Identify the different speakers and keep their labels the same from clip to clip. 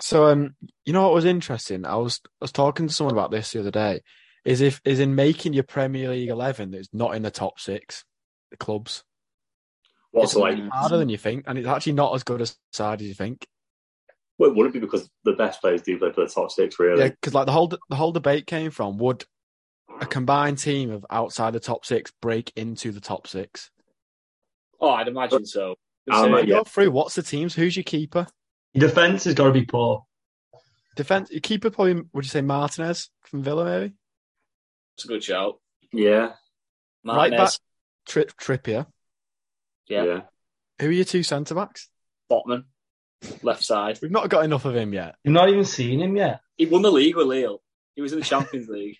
Speaker 1: So um, you know what was interesting? I was I was talking to someone about this the other day. Is if is in making your Premier League eleven that's not in the top six, the clubs.
Speaker 2: What's
Speaker 1: It's
Speaker 2: like?
Speaker 1: harder than you think, and it's actually not as good a side as you think.
Speaker 2: Well, it wouldn't be because the best players do play for the top six, really.
Speaker 1: Yeah, because like the whole the whole debate came from would a combined team of outside the top six break into the top six?
Speaker 3: Oh, I'd imagine so.
Speaker 2: I'm
Speaker 3: So-
Speaker 2: a-
Speaker 1: You
Speaker 2: Yeah.
Speaker 1: Go through what's the teams? Who's your keeper?
Speaker 4: Your defence has got to be poor.
Speaker 1: Defense your keeper probably would you say Martinez from Villa maybe?
Speaker 3: It's a good shout.
Speaker 2: Yeah,
Speaker 1: Right
Speaker 3: Martinez,
Speaker 1: Tri- Trippier.
Speaker 3: Yeah.
Speaker 2: yeah.
Speaker 1: Who are your two centre backs?
Speaker 3: Botman, left side.
Speaker 1: We've not got enough of him yet.
Speaker 4: You've not even seen him yet.
Speaker 3: He won the league with Lille. He was in the Champions League.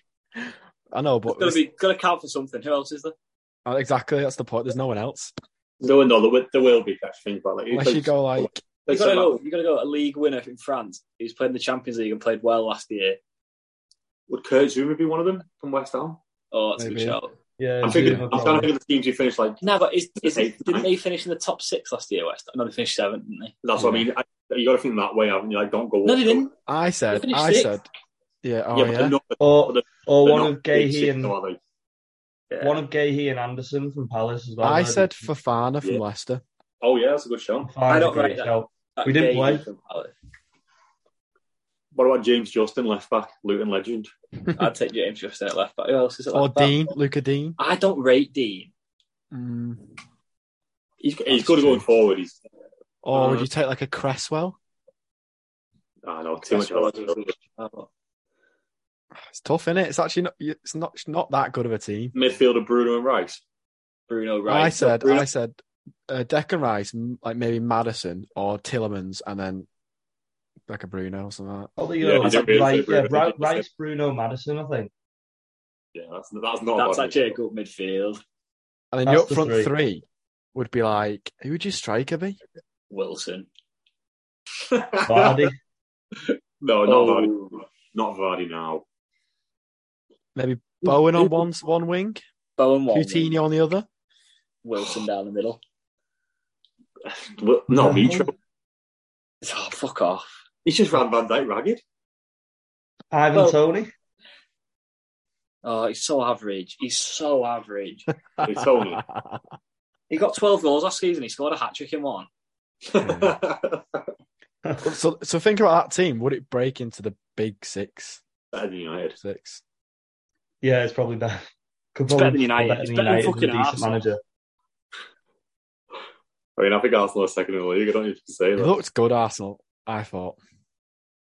Speaker 1: I know, but
Speaker 3: It's gotta be gotta count for something. Who else is there?
Speaker 1: Oh, exactly, that's the point. There's no one else.
Speaker 2: No, no, there will, there will be catch things about like
Speaker 1: Unless you go like
Speaker 3: You gotta go. You gotta go. A league winner in France who's played in the Champions League and played well last year.
Speaker 2: Would Kurt Zuma be one of them from West Ham?
Speaker 3: Oh, that's a good
Speaker 1: Maybe.
Speaker 3: shout.
Speaker 4: Yeah,
Speaker 2: I'm thinking. I'm trying to think of the teams who finished like.
Speaker 3: No, but is, is
Speaker 2: Eight,
Speaker 3: didn't
Speaker 2: nine.
Speaker 3: they finish in the top six last year? West. No, they finished seventh, didn't they?
Speaker 2: That's what I mean. I, you got to think that way, haven't you? Like, don't go.
Speaker 3: No, they didn't.
Speaker 1: I said,
Speaker 3: finished
Speaker 1: I
Speaker 3: sixth.
Speaker 1: said, yeah, oh
Speaker 2: yeah,
Speaker 1: yeah,
Speaker 2: but they're not-
Speaker 4: or or
Speaker 2: they're
Speaker 4: one
Speaker 2: not
Speaker 4: of Gahey
Speaker 2: big
Speaker 4: and
Speaker 2: six, are they?
Speaker 3: Yeah.
Speaker 4: one of Gahey and Anderson from Palace as well.
Speaker 1: I
Speaker 4: They're
Speaker 1: said Fafana from
Speaker 2: Yeah.
Speaker 1: Leicester.
Speaker 2: Oh yeah, that's a good show.
Speaker 4: fine,
Speaker 3: I don't
Speaker 4: great
Speaker 3: write that.
Speaker 4: shout.
Speaker 3: That
Speaker 4: We didn't
Speaker 3: game
Speaker 4: play.
Speaker 3: from Palace.
Speaker 2: What about James Justin, left back, Luton legend?
Speaker 3: I'd take James Justin at left back. Who else is at
Speaker 1: Or
Speaker 3: left back?
Speaker 1: Dean, Luca Dean.
Speaker 3: I don't rate Dean.
Speaker 1: Mm.
Speaker 2: He's he's
Speaker 1: That's
Speaker 2: good
Speaker 1: true.
Speaker 2: going forward. He's
Speaker 1: Or would
Speaker 2: Uh,
Speaker 1: you take like a Cresswell?
Speaker 2: I know too much.
Speaker 3: That's what
Speaker 2: Alex
Speaker 3: I
Speaker 2: Ferguson.
Speaker 3: think. Oh,
Speaker 1: It's tough, innit? It's actually not. It's not. It's not that good of a team.
Speaker 2: Midfielder Bruno and Rice.
Speaker 3: Bruno Rice.
Speaker 1: I said.
Speaker 3: Bruno-
Speaker 1: I said. Uh, Declan Rice, m- like maybe Madison or Tillemans, and then like a Bruno or something. Like
Speaker 4: Probably
Speaker 2: Yeah,
Speaker 4: uh,
Speaker 2: he's a really
Speaker 4: right,
Speaker 2: good player.
Speaker 4: yeah, right, Rice, Bruno, Madison. I think
Speaker 2: Yeah, that's that's not.
Speaker 3: That's
Speaker 2: bad.
Speaker 3: actually a good midfield.
Speaker 1: that. And then your up
Speaker 4: That's the
Speaker 1: front
Speaker 4: three.
Speaker 1: three. would be like, who would your striker be?
Speaker 3: Wilson.
Speaker 4: Vardy.
Speaker 2: no, not Vardy.
Speaker 3: Oh,
Speaker 2: Not Vardy now.
Speaker 1: Maybe Bowen on one one wing,
Speaker 3: Bowen Walton,
Speaker 1: Coutinho on the other.
Speaker 3: Wilson down the middle.
Speaker 2: Well,
Speaker 4: No.
Speaker 2: Not Mitro.
Speaker 3: Oh, fuck off.
Speaker 2: He's just ran Van Dyke ragged.
Speaker 4: Ivan
Speaker 3: Well-
Speaker 4: Tony.
Speaker 3: Oh, he's so average. He's so average.
Speaker 2: It's only.
Speaker 3: he got 12 goals last season. He scored a hat trick in one.
Speaker 1: so, so think about that team. Would it break into the big six?
Speaker 2: Better than United.
Speaker 1: Six.
Speaker 4: Yeah, it's probably better. Could
Speaker 3: It's better than United.
Speaker 4: better
Speaker 3: It's
Speaker 4: than
Speaker 3: better than
Speaker 4: United with a
Speaker 3: fucking
Speaker 4: decent
Speaker 3: Arsenal.
Speaker 4: manager.
Speaker 2: I mean, I think Arsenal are second in the league. I don't need to say
Speaker 1: It
Speaker 2: that.
Speaker 1: looked good, Arsenal. I thought.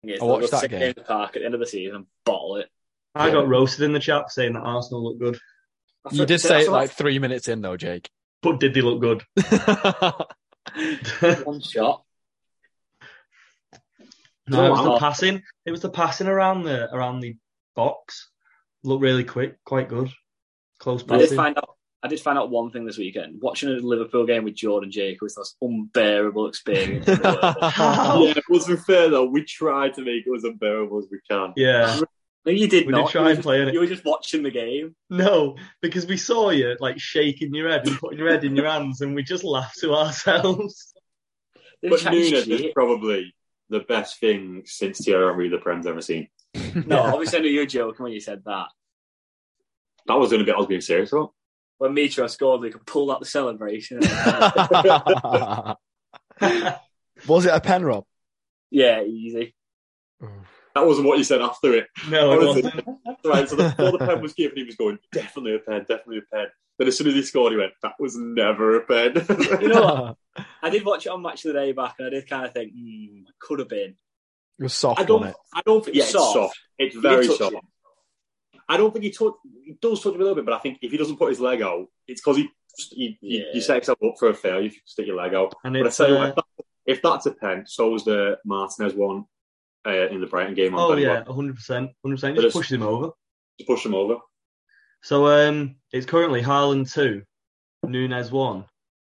Speaker 3: Yes,
Speaker 1: I watched
Speaker 3: they'll go
Speaker 1: that
Speaker 3: sit
Speaker 1: game.
Speaker 3: in the park at the end of the season and bottle it.
Speaker 4: I got roasted in the chat saying that Arsenal look good,
Speaker 2: That's
Speaker 1: You
Speaker 2: what-
Speaker 1: did say
Speaker 2: that's
Speaker 1: it
Speaker 2: what-
Speaker 1: like three minutes in though, Jake.
Speaker 4: but did they look good?
Speaker 3: One shot.
Speaker 4: No, it was the
Speaker 2: Wow.
Speaker 4: passing. It was the passing around the around the box. Looked really quick, quite good. Close
Speaker 3: I did
Speaker 4: passing.
Speaker 3: find out. I did find out one thing this weekend. Watching a Liverpool game with Jordan Jake was the most unbearable experience. in the world.
Speaker 4: How?
Speaker 2: Yeah, it wasn't fair though. We tried to make it as unbearable as we can.
Speaker 4: Yeah,
Speaker 3: No, you did
Speaker 4: we
Speaker 3: not.
Speaker 4: did
Speaker 3: you,
Speaker 4: try
Speaker 3: were
Speaker 4: and
Speaker 3: just,
Speaker 4: play it.
Speaker 3: you were just watching the game.
Speaker 4: No, because we saw you like shaking your head and putting your head in your hands, and we just laughed to ourselves.
Speaker 3: They were
Speaker 2: But
Speaker 3: chatting
Speaker 2: Nunes
Speaker 3: shit.
Speaker 2: is probably the best thing since Thierry Henry the Prem's ever seen.
Speaker 3: No, obviously I knew you were joking when you said that.
Speaker 2: That was the only bit I was being serious about.
Speaker 3: When Mitro scored, we could pull out the celebration.
Speaker 1: Was it a pen rob?
Speaker 3: yeah, easy.
Speaker 2: That wasn't what you said after it.
Speaker 4: No, it
Speaker 2: Honestly.
Speaker 4: wasn't.
Speaker 2: Right, so the, before the pen was given, he was going, definitely a pen, definitely a pen. Then as soon as he scored, he went, that was never a pen.
Speaker 3: You know what? I did watch it on Match of the Day back, and I did kind of think, hmm, could have been.
Speaker 1: It was soft
Speaker 2: I
Speaker 1: on
Speaker 2: don't,
Speaker 1: it.
Speaker 2: I don't think, yeah, it's
Speaker 3: Soft.
Speaker 2: soft. It's very
Speaker 3: He touched
Speaker 2: soft.
Speaker 3: it.
Speaker 2: I don't think he touch, he does touch him a little bit, but I think if he doesn't put his leg out, it's because he, he, you-
Speaker 3: Yeah.
Speaker 2: you set yourself up for a fail if you stick your leg out.
Speaker 4: And
Speaker 2: But I
Speaker 4: it's
Speaker 2: tell you what,
Speaker 4: uh,
Speaker 2: if, that, if that's a pen, so was the Martinez one uh, in the Brighton game. on
Speaker 4: oh
Speaker 2: Benny
Speaker 4: yeah,
Speaker 2: Watt.
Speaker 4: hundred percent, hundred percent.
Speaker 2: But
Speaker 4: Just
Speaker 2: it's-
Speaker 4: pushed him over.
Speaker 2: to push him over.
Speaker 4: So um, it's currently Haaland two, Nunes one.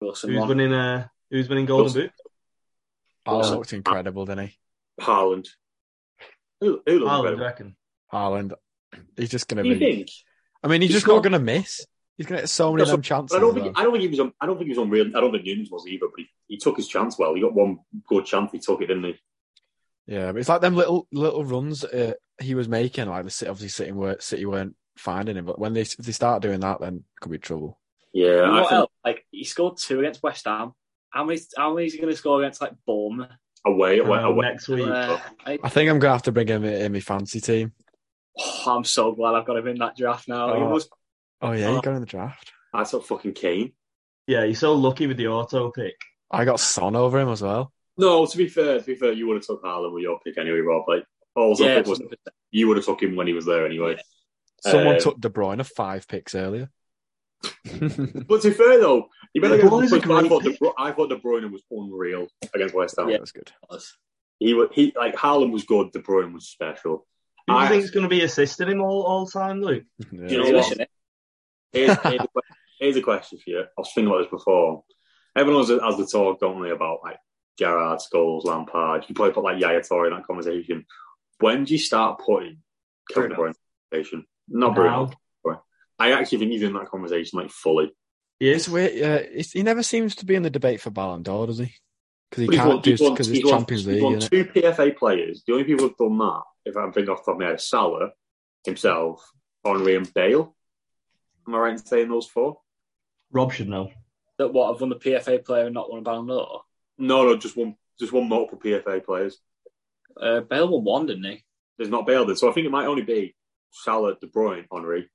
Speaker 3: Wilson
Speaker 4: Who's
Speaker 3: won.
Speaker 4: winning? Uh, who's winning Golden
Speaker 2: Wilson.
Speaker 4: Boot?
Speaker 1: Ball looked incredible, didn't he?
Speaker 2: Haaland. Who, who looked
Speaker 4: Haaland, I
Speaker 2: incredible?
Speaker 4: reckon.
Speaker 1: Haaland. He's just gonna
Speaker 2: Do you
Speaker 1: be
Speaker 2: think?
Speaker 1: I mean he's
Speaker 2: He's
Speaker 1: just not
Speaker 2: not-
Speaker 1: gonna miss. He's gonna get so many of
Speaker 2: That's
Speaker 1: them chances.
Speaker 2: I don't
Speaker 1: though.
Speaker 2: think I don't think he was on, I don't think he was on real I don't think Nunes was either, but he, he took his chance well. He got one good chance, he took it, didn't he?
Speaker 1: Yeah, but it's like them little little runs uh, he was making. Like the City, obviously City weren't City weren't finding him, but when they if they start doing that, then it could be trouble.
Speaker 2: Yeah, I,
Speaker 3: what
Speaker 2: think
Speaker 3: else? Like he scored two against West Ham. How many? How many is he going to score against like Bournemouth?
Speaker 2: away, away,
Speaker 4: Um,
Speaker 2: away.
Speaker 4: next week.
Speaker 3: Uh, I,
Speaker 1: I think I'm gonna have to bring him in my fancy team.
Speaker 3: oh, I'm so glad I've got him in that draft now. He
Speaker 1: Oh.
Speaker 3: was
Speaker 1: Oh yeah, he
Speaker 2: Oh.
Speaker 1: got in the draft.
Speaker 2: I saw fucking Kane.
Speaker 4: Yeah, you're so lucky with the auto pick.
Speaker 1: I got Son over him as well.
Speaker 2: No, to be fair, to be fair, you would have took Haaland with your pick anyway, Rob. Like, also,
Speaker 3: yeah,
Speaker 2: pick was, you would have took him when he was there anyway.
Speaker 1: Someone
Speaker 2: Um,
Speaker 1: took De Bruyne five picks earlier. yeah,
Speaker 2: But to be fair though, you better
Speaker 4: De
Speaker 2: get.
Speaker 4: Bruyne's a
Speaker 2: but I
Speaker 4: great
Speaker 2: thought De Bru- I thought De Bruyne was unreal against West Ham.
Speaker 3: Yeah.
Speaker 1: that's good.
Speaker 3: was.
Speaker 2: He wa- he like Haaland was good. De Bruyne was special.
Speaker 4: Who do you
Speaker 2: I-
Speaker 4: think's going to be assisting him all, all time, Luke?
Speaker 1: Yeah.
Speaker 2: You know
Speaker 3: He's
Speaker 2: what?
Speaker 3: wishing it.
Speaker 2: Here's, here's, a, que- here's a question for you. I was thinking about this before. Everyone has, has the talk, don't they, about like Gerrard, Scholes, Lampard. You can probably put like Yaya Torre in that conversation. When do you start putting Kevin De Bruyne in the conversation? Not Bruno. I actually think he's in that conversation like fully.
Speaker 1: It's weird. Yeah, it's, he never seems to be in the debate for Ballon d'Or, does he? Because he
Speaker 2: But he's won-
Speaker 1: can't do
Speaker 2: he's won-
Speaker 1: because
Speaker 2: he's
Speaker 1: it's
Speaker 2: won-
Speaker 1: Champions
Speaker 2: He's
Speaker 1: League.
Speaker 2: won
Speaker 1: innit?
Speaker 2: two PFA players. The only people who've done that, if I'm thinking off the top of my head, is Salah himself, Henry, and Bale. Am I right in saying those four?
Speaker 4: Rob should know.
Speaker 3: That what I've won the PFA player and not won a Ballon d'Or.
Speaker 2: No, no, just one, just one multiple PFA players.
Speaker 3: Uh, Bale won one, didn't he?
Speaker 2: there's not Bale there. So I think it might only be Salah, De Bruyne, Henry.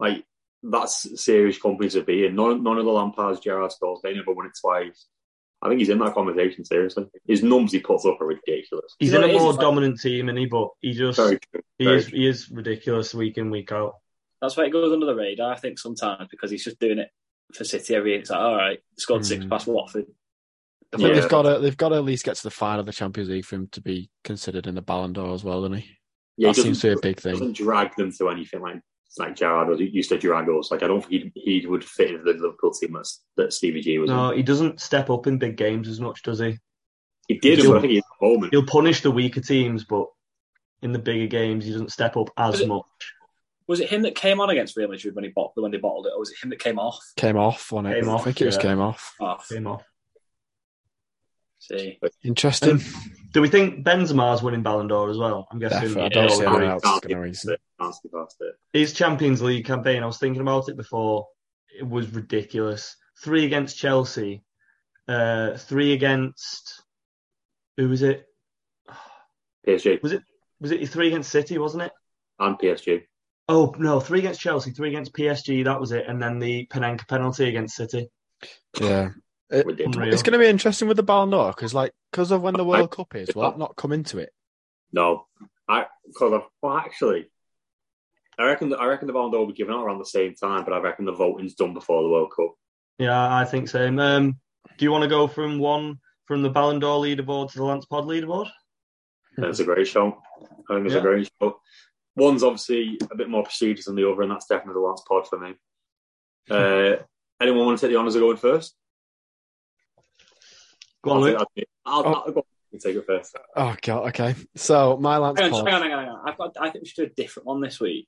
Speaker 2: Like that's serious company to be in. None, none of the Lampards, Gerrard scores. They never won it twice. I think he's in that conversation seriously. His numbers he puts up are ridiculous.
Speaker 4: He's
Speaker 3: You know
Speaker 4: in
Speaker 3: what
Speaker 4: a
Speaker 3: it is,
Speaker 4: more
Speaker 3: it's like-
Speaker 4: dominant team, and he but he just
Speaker 2: Very true.
Speaker 4: he
Speaker 2: very
Speaker 4: is he is ridiculous week in week out.
Speaker 3: That's why it goes under the radar, I think, sometimes because he's just doing it for City every year. It's like, all right, scored six
Speaker 4: Hmm.
Speaker 1: Mm.
Speaker 3: past Watford.
Speaker 1: I think
Speaker 2: Yeah.
Speaker 1: they've got to they've got to at least get to the final of the Champions League for him to be considered in the Ballon d'Or as well, doesn't he?
Speaker 2: Yeah, he
Speaker 1: that seems to be a
Speaker 2: doesn't,
Speaker 1: big thing.
Speaker 2: doesn't drag them to anything like like Gerrard was used to drag us. Like I don't think he he would fit into the Liverpool team that, that Stevie G was.
Speaker 4: No,
Speaker 2: in.
Speaker 4: he doesn't step up in big games as much, does he?
Speaker 2: he did,
Speaker 4: he'll-
Speaker 2: but I think he's at the moment.
Speaker 4: He'll punish the weaker teams, but in the bigger games, he doesn't step up
Speaker 3: Is
Speaker 4: as
Speaker 3: it-
Speaker 4: much.
Speaker 3: Was it him that came on against Real Madrid when he bot- when they bottled it, or was it him that came off?
Speaker 1: Came off on it.
Speaker 4: Came
Speaker 1: I
Speaker 4: off,
Speaker 1: think it was
Speaker 4: yeah.
Speaker 1: came off.
Speaker 3: Off.
Speaker 4: Came off.
Speaker 3: See,
Speaker 1: Interesting.
Speaker 4: Um, Do we think Benzema's winning Ballon d'or as well? I'm guessing.
Speaker 1: Definitely. I
Speaker 3: yeah,
Speaker 1: don't see
Speaker 4: yeah.
Speaker 1: anyone
Speaker 2: yeah.
Speaker 1: else going to race it.
Speaker 2: Can't skip past it.
Speaker 4: His Champions League campaign, I was thinking about it before. It was ridiculous. Three against Chelsea, uh, three against who was it?
Speaker 2: PSG
Speaker 4: Was it three against City? Wasn't it?
Speaker 2: and PSG.
Speaker 4: Oh no, three against Chelsea, three against PSG. That was it, and then the Penenka penalty against City.
Speaker 1: Yeah,
Speaker 2: Ridiculous.
Speaker 4: Unreal.
Speaker 1: it's going to be interesting with the Ballon d'Or because like because of when the World Cup is, will that not come into it?
Speaker 2: No, I because I well actually, I reckon I reckon the Ballon d'Or will be given out around the same time, but I reckon the voting's done before the World Cup.
Speaker 4: Yeah, I think so. Um, do you want to go from one from the Ballon d'Or leaderboard to the Lance Pod leaderboard?
Speaker 2: That's a great show. I think it's
Speaker 4: Hmm. Yeah.
Speaker 2: a great show. One's obviously a bit more prestigious than the other, and that's definitely the last pod for me.
Speaker 4: Hmm.
Speaker 2: Uh, anyone want to take the honours of going first?
Speaker 4: Go on,
Speaker 2: I'll,
Speaker 4: Luke.
Speaker 2: take- I'll,
Speaker 4: Oh.
Speaker 2: I'll, I'll go and take it
Speaker 4: Uh,
Speaker 2: first.
Speaker 1: Oh god. Okay. So my Lance
Speaker 3: hang on,
Speaker 1: Pod-
Speaker 3: hang on, hang on, hang on. I've got, I think we should do a different one this week.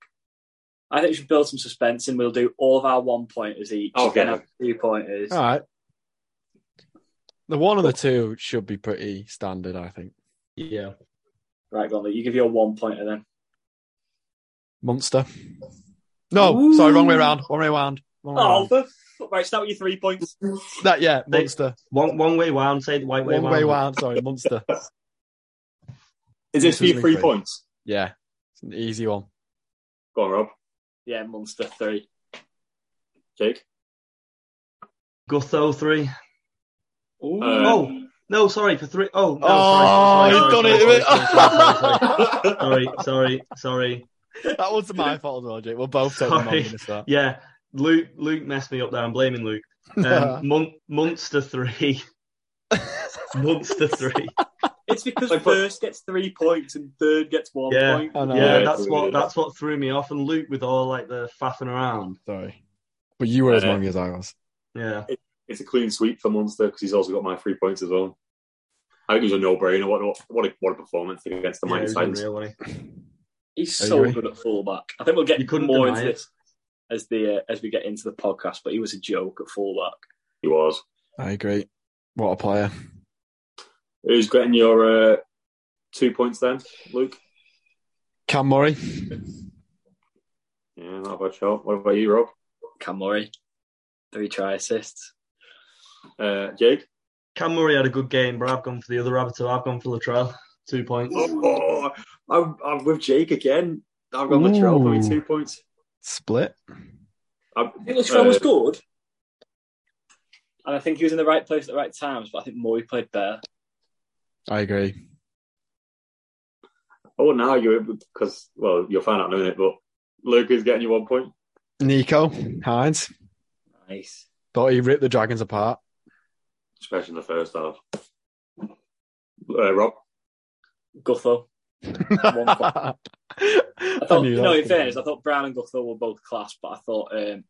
Speaker 3: I think we should build some suspense, and we'll do all of our one pointers each,
Speaker 2: Okay.
Speaker 3: then our two pointers.
Speaker 4: Oh.
Speaker 1: All right. The one and the two should be pretty standard, I think.
Speaker 4: Yeah,
Speaker 3: Right, go on, Luke, you give your one pointer then.
Speaker 1: Monster. No,
Speaker 3: Ooh.
Speaker 1: sorry, wrong way round. Wrong way round. Wrong way
Speaker 3: Oh,
Speaker 1: round.
Speaker 3: for f- right, start with your three points.
Speaker 1: That yeah,
Speaker 4: They-
Speaker 1: monster.
Speaker 4: one one way round. Say the white way
Speaker 1: One way
Speaker 4: round.
Speaker 1: round. Sorry, monster.
Speaker 2: Is this for your
Speaker 1: This was
Speaker 2: three
Speaker 1: me free.
Speaker 2: points?
Speaker 1: Yeah, it's an easy one.
Speaker 2: Go on, Rob.
Speaker 3: Yeah, monster three.
Speaker 2: Jake.
Speaker 4: Gutho three.
Speaker 3: Ooh.
Speaker 4: Oh. No, sorry for three. Oh, no,
Speaker 1: Oh,
Speaker 4: sorry,
Speaker 1: you've
Speaker 4: sorry,
Speaker 1: done
Speaker 4: sorry,
Speaker 1: it,
Speaker 4: sorry,
Speaker 1: mate.
Speaker 4: sorry, sorry, sorry, sorry.
Speaker 2: Oh,
Speaker 4: Sorry, sorry, sorry.
Speaker 1: That was my fault as well, Jake. We'll both take the
Speaker 4: Sorry.
Speaker 1: monster. start.
Speaker 4: Yeah, Luke. Luke messed me up there. I'm blaming Luke. Um, Mun- Munster three. Munster three.
Speaker 3: It's because
Speaker 2: Like, but-
Speaker 3: first gets three points and third gets one
Speaker 4: Yeah. Oh,
Speaker 3: point.
Speaker 1: I know.
Speaker 4: yeah,
Speaker 2: yeah,
Speaker 4: that's
Speaker 2: it's
Speaker 4: what
Speaker 2: weird.
Speaker 4: that's what threw me off. And Luke with all like the faffing
Speaker 3: Um,
Speaker 4: around.
Speaker 1: Sorry, but you were as
Speaker 2: Uh,
Speaker 1: long as I was.
Speaker 4: Yeah,
Speaker 2: it's a clean sweep for Munster because he's also got my three points as well. I think it was a no-brainer. What what what a, what a performance against the
Speaker 4: yeah it
Speaker 2: Mighty
Speaker 4: was
Speaker 2: Titans.
Speaker 4: unreal, wasn't it?
Speaker 3: He's
Speaker 1: Are
Speaker 3: so
Speaker 1: you-
Speaker 3: good at fullback. I think we'll get
Speaker 4: You couldn't
Speaker 3: more
Speaker 4: deny
Speaker 3: into
Speaker 4: it.
Speaker 3: this as the uh, as we get into the podcast. But he was a joke at fullback.
Speaker 2: He was.
Speaker 1: I agree. What a player!
Speaker 2: Who's getting your uh, Two points then, Luke.
Speaker 1: Cam Murray.
Speaker 2: Yeah, not a bad shot. What about you, Rob?
Speaker 3: Cam Murray, three try assists.
Speaker 2: Uh, Jake?
Speaker 4: Cam Murray had a good game, but I've gone for the other rabbit. I've gone for Latrell. Two points.
Speaker 2: Oh, I'm, I'm with Jake again. I've got Latrell for me
Speaker 1: Ooh.
Speaker 2: two points.
Speaker 1: Split.
Speaker 2: I'm,
Speaker 3: I think Latrell was
Speaker 2: Uh,
Speaker 3: good. And I think he was in the right place at the right times, but I think Morey played better.
Speaker 1: I agree.
Speaker 2: oh, now you're because well, you'll find out in a minute. But Luke is getting you one point.
Speaker 1: Nico Hines.
Speaker 3: Nice.
Speaker 1: Thought he ripped the Dragons apart.
Speaker 2: especially in the first half. Uh, Rob,
Speaker 3: Gutho. One point.
Speaker 1: I
Speaker 3: I thought,
Speaker 1: knew
Speaker 3: you
Speaker 1: that
Speaker 3: know,
Speaker 1: was gonna
Speaker 3: in fairness, I
Speaker 1: happen.
Speaker 3: thought Brown and Gutho were both class, but I thought um,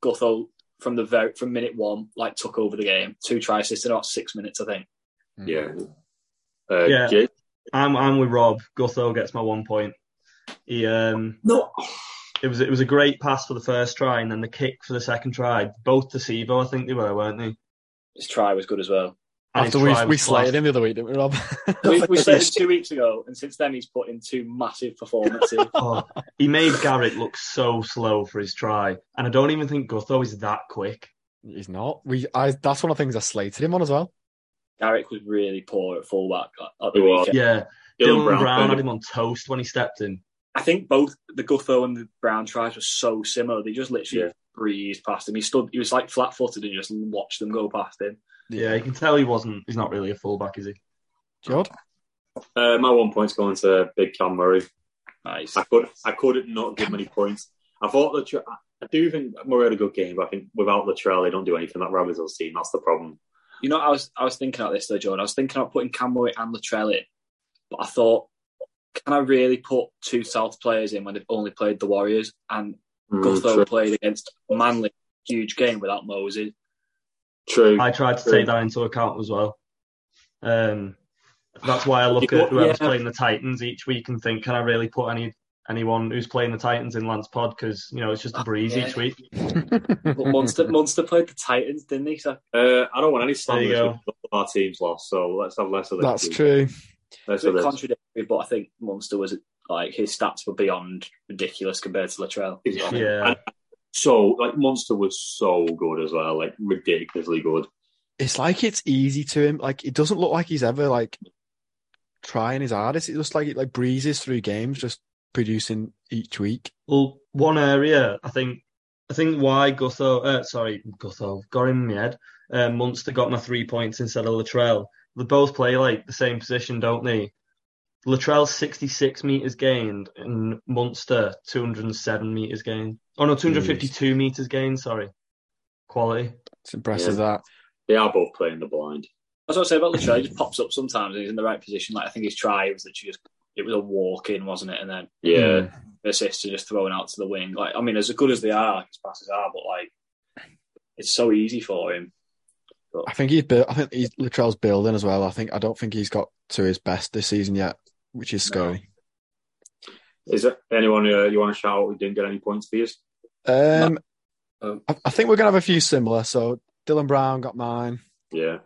Speaker 3: Gutho from the very from minute one like took over the game. Two try assists in about six minutes, I think.
Speaker 2: yeah, uh,
Speaker 4: Mm. Yeah.
Speaker 2: Jake,
Speaker 4: I'm I'm with Rob. Gutho gets my one point. He um
Speaker 3: No,
Speaker 4: it was it was a great pass for the first try and then the kick for the second try. Both to Sebo, I think they were, weren't they?
Speaker 3: his try was good as well.
Speaker 4: And
Speaker 1: After
Speaker 4: his
Speaker 1: we
Speaker 4: try
Speaker 1: we
Speaker 4: was class.
Speaker 1: slated him the other week, didn't we, Rob?
Speaker 3: We, we said it two weeks ago, and since then he's put in two massive performances.
Speaker 4: Oh, he made Garrett look so slow for his try, and I don't even think Gutho is that quick.
Speaker 1: He's not. We I that's one of the things I slated him on as well.
Speaker 3: Garrick was really poor at fullback at, at
Speaker 2: He
Speaker 3: the
Speaker 2: was.
Speaker 3: weekend.
Speaker 4: Yeah,
Speaker 2: Dylan,
Speaker 4: Dylan,
Speaker 2: Brown,
Speaker 4: Brown had him on toast when he stepped in.
Speaker 3: I think both the Gutho and the Brown tries were so similar. They just literally
Speaker 2: Yeah.
Speaker 3: breezed past him. He stood, he was like flat footed and just watched them go past him.
Speaker 4: Yeah, you can tell he wasn't. He's not really a fullback, is he?
Speaker 1: Jod.
Speaker 2: uh, my one point's going to Big Cam Murray.
Speaker 3: Nice.
Speaker 2: I could I could not give him any points. I thought Latrell. I- I do think Murray had a good game, but I think without Latrell, they don't do anything. That Rabbits will team. That's the problem.
Speaker 3: You know, I was I was thinking about this though, Jordan. I was thinking about putting Camroy and Latrell in, but I thought, can I really put two South players in when they've only played the Warriors? And Gutho
Speaker 2: Mm, true,
Speaker 3: played against Manly, huge game without Moses.
Speaker 2: true.
Speaker 4: I tried to
Speaker 2: True.
Speaker 4: take that into account as well. Um, that's why I look
Speaker 2: You know,
Speaker 4: at whoever's
Speaker 3: yeah.
Speaker 4: playing the Titans each week and think, can I really put any anyone who's playing the Titans in Lance Pod? Because you know it's just a breeze
Speaker 3: yeah.
Speaker 4: each week.
Speaker 3: But Munster, Munster played the Titans, didn't he? So
Speaker 2: uh, I don't want any
Speaker 4: There you
Speaker 2: slander.
Speaker 4: go.
Speaker 2: with Our team's lost, so let's have less of this.
Speaker 1: That's true.
Speaker 2: Less
Speaker 3: it's a
Speaker 2: of
Speaker 3: bit
Speaker 2: this.
Speaker 3: contradictory, but I think Munster was like his stats were beyond ridiculous compared to Latrell.
Speaker 2: Yeah.
Speaker 4: Yeah,
Speaker 2: So, like, Monster was so good as well, like ridiculously good.
Speaker 1: It's like it's easy to him. Like it doesn't look like he's ever like trying his hardest. It's just like it like breezes through games, just producing each week.
Speaker 4: well, one area I think I think why Gutho, uh, sorry Gutho, got in my head. Uh, Munster got my three points instead of Latrell. They both play like the same position, don't they? Latrell 66 meters gained and Munster 207 meters gained. Oh no, 252 meters gained. Sorry, quality.
Speaker 1: It's impressive
Speaker 2: Yeah.
Speaker 1: that.
Speaker 2: They are both playing the blind.
Speaker 3: That's what I say about Latrell. He just pops up sometimes and he's in the right position. Like I think his try was that she just it was a walk in, wasn't it? And then
Speaker 2: Yeah,
Speaker 4: Hmm.
Speaker 3: the assists are just thrown out to the wing. Like I mean, as good as they are, like, his passes are, but like it's so easy for him.
Speaker 1: I think he's built. I think he's Latrell's building as well. I think I don't think he's got to his best this season yet, which is
Speaker 3: No.
Speaker 1: scary.
Speaker 2: Is there anyone uh, you want to shout out who didn't get any points for you?
Speaker 1: Um,
Speaker 3: No. Oh.
Speaker 1: I, I think we're gonna have a few similar. So Dylan Brown got mine,
Speaker 2: Yeah.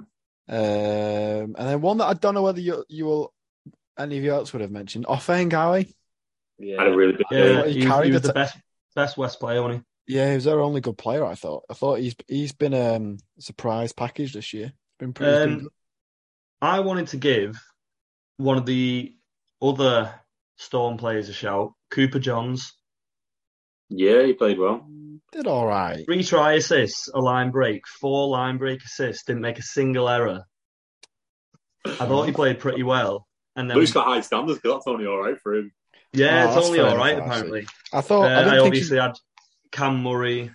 Speaker 1: um, and then one that I don't know whether you you will any of you else would have mentioned. Offengawi,
Speaker 3: Yeah,
Speaker 2: had a really good
Speaker 4: Yeah,
Speaker 1: he
Speaker 4: he, was-
Speaker 1: carried
Speaker 4: he was
Speaker 1: the
Speaker 4: the best best West player, wasn't
Speaker 1: yeah, he was our only good player. I thought. I thought he's he's been um, a surprise package this year. Been
Speaker 4: he?
Speaker 1: pretty. he's been
Speaker 4: Um, I wanted to give one of the other Storm players a shout, Cooper Johns.
Speaker 2: Yeah, he played well.
Speaker 1: did all right.
Speaker 4: Three try assists, a line break, four line break assists, didn't make a single error. I thought he
Speaker 1: Mm.
Speaker 4: played pretty well. And then,
Speaker 2: Luke's got high standards, 'cause that's only all right for him.
Speaker 4: yeah,
Speaker 1: Oh,
Speaker 4: it's
Speaker 1: that's
Speaker 4: only
Speaker 1: fair
Speaker 4: all right,
Speaker 1: enough, actually.
Speaker 4: apparently.
Speaker 1: I thought.
Speaker 4: Uh,
Speaker 1: I
Speaker 4: I,
Speaker 1: didn't think.
Speaker 4: obviously had Cam Murray,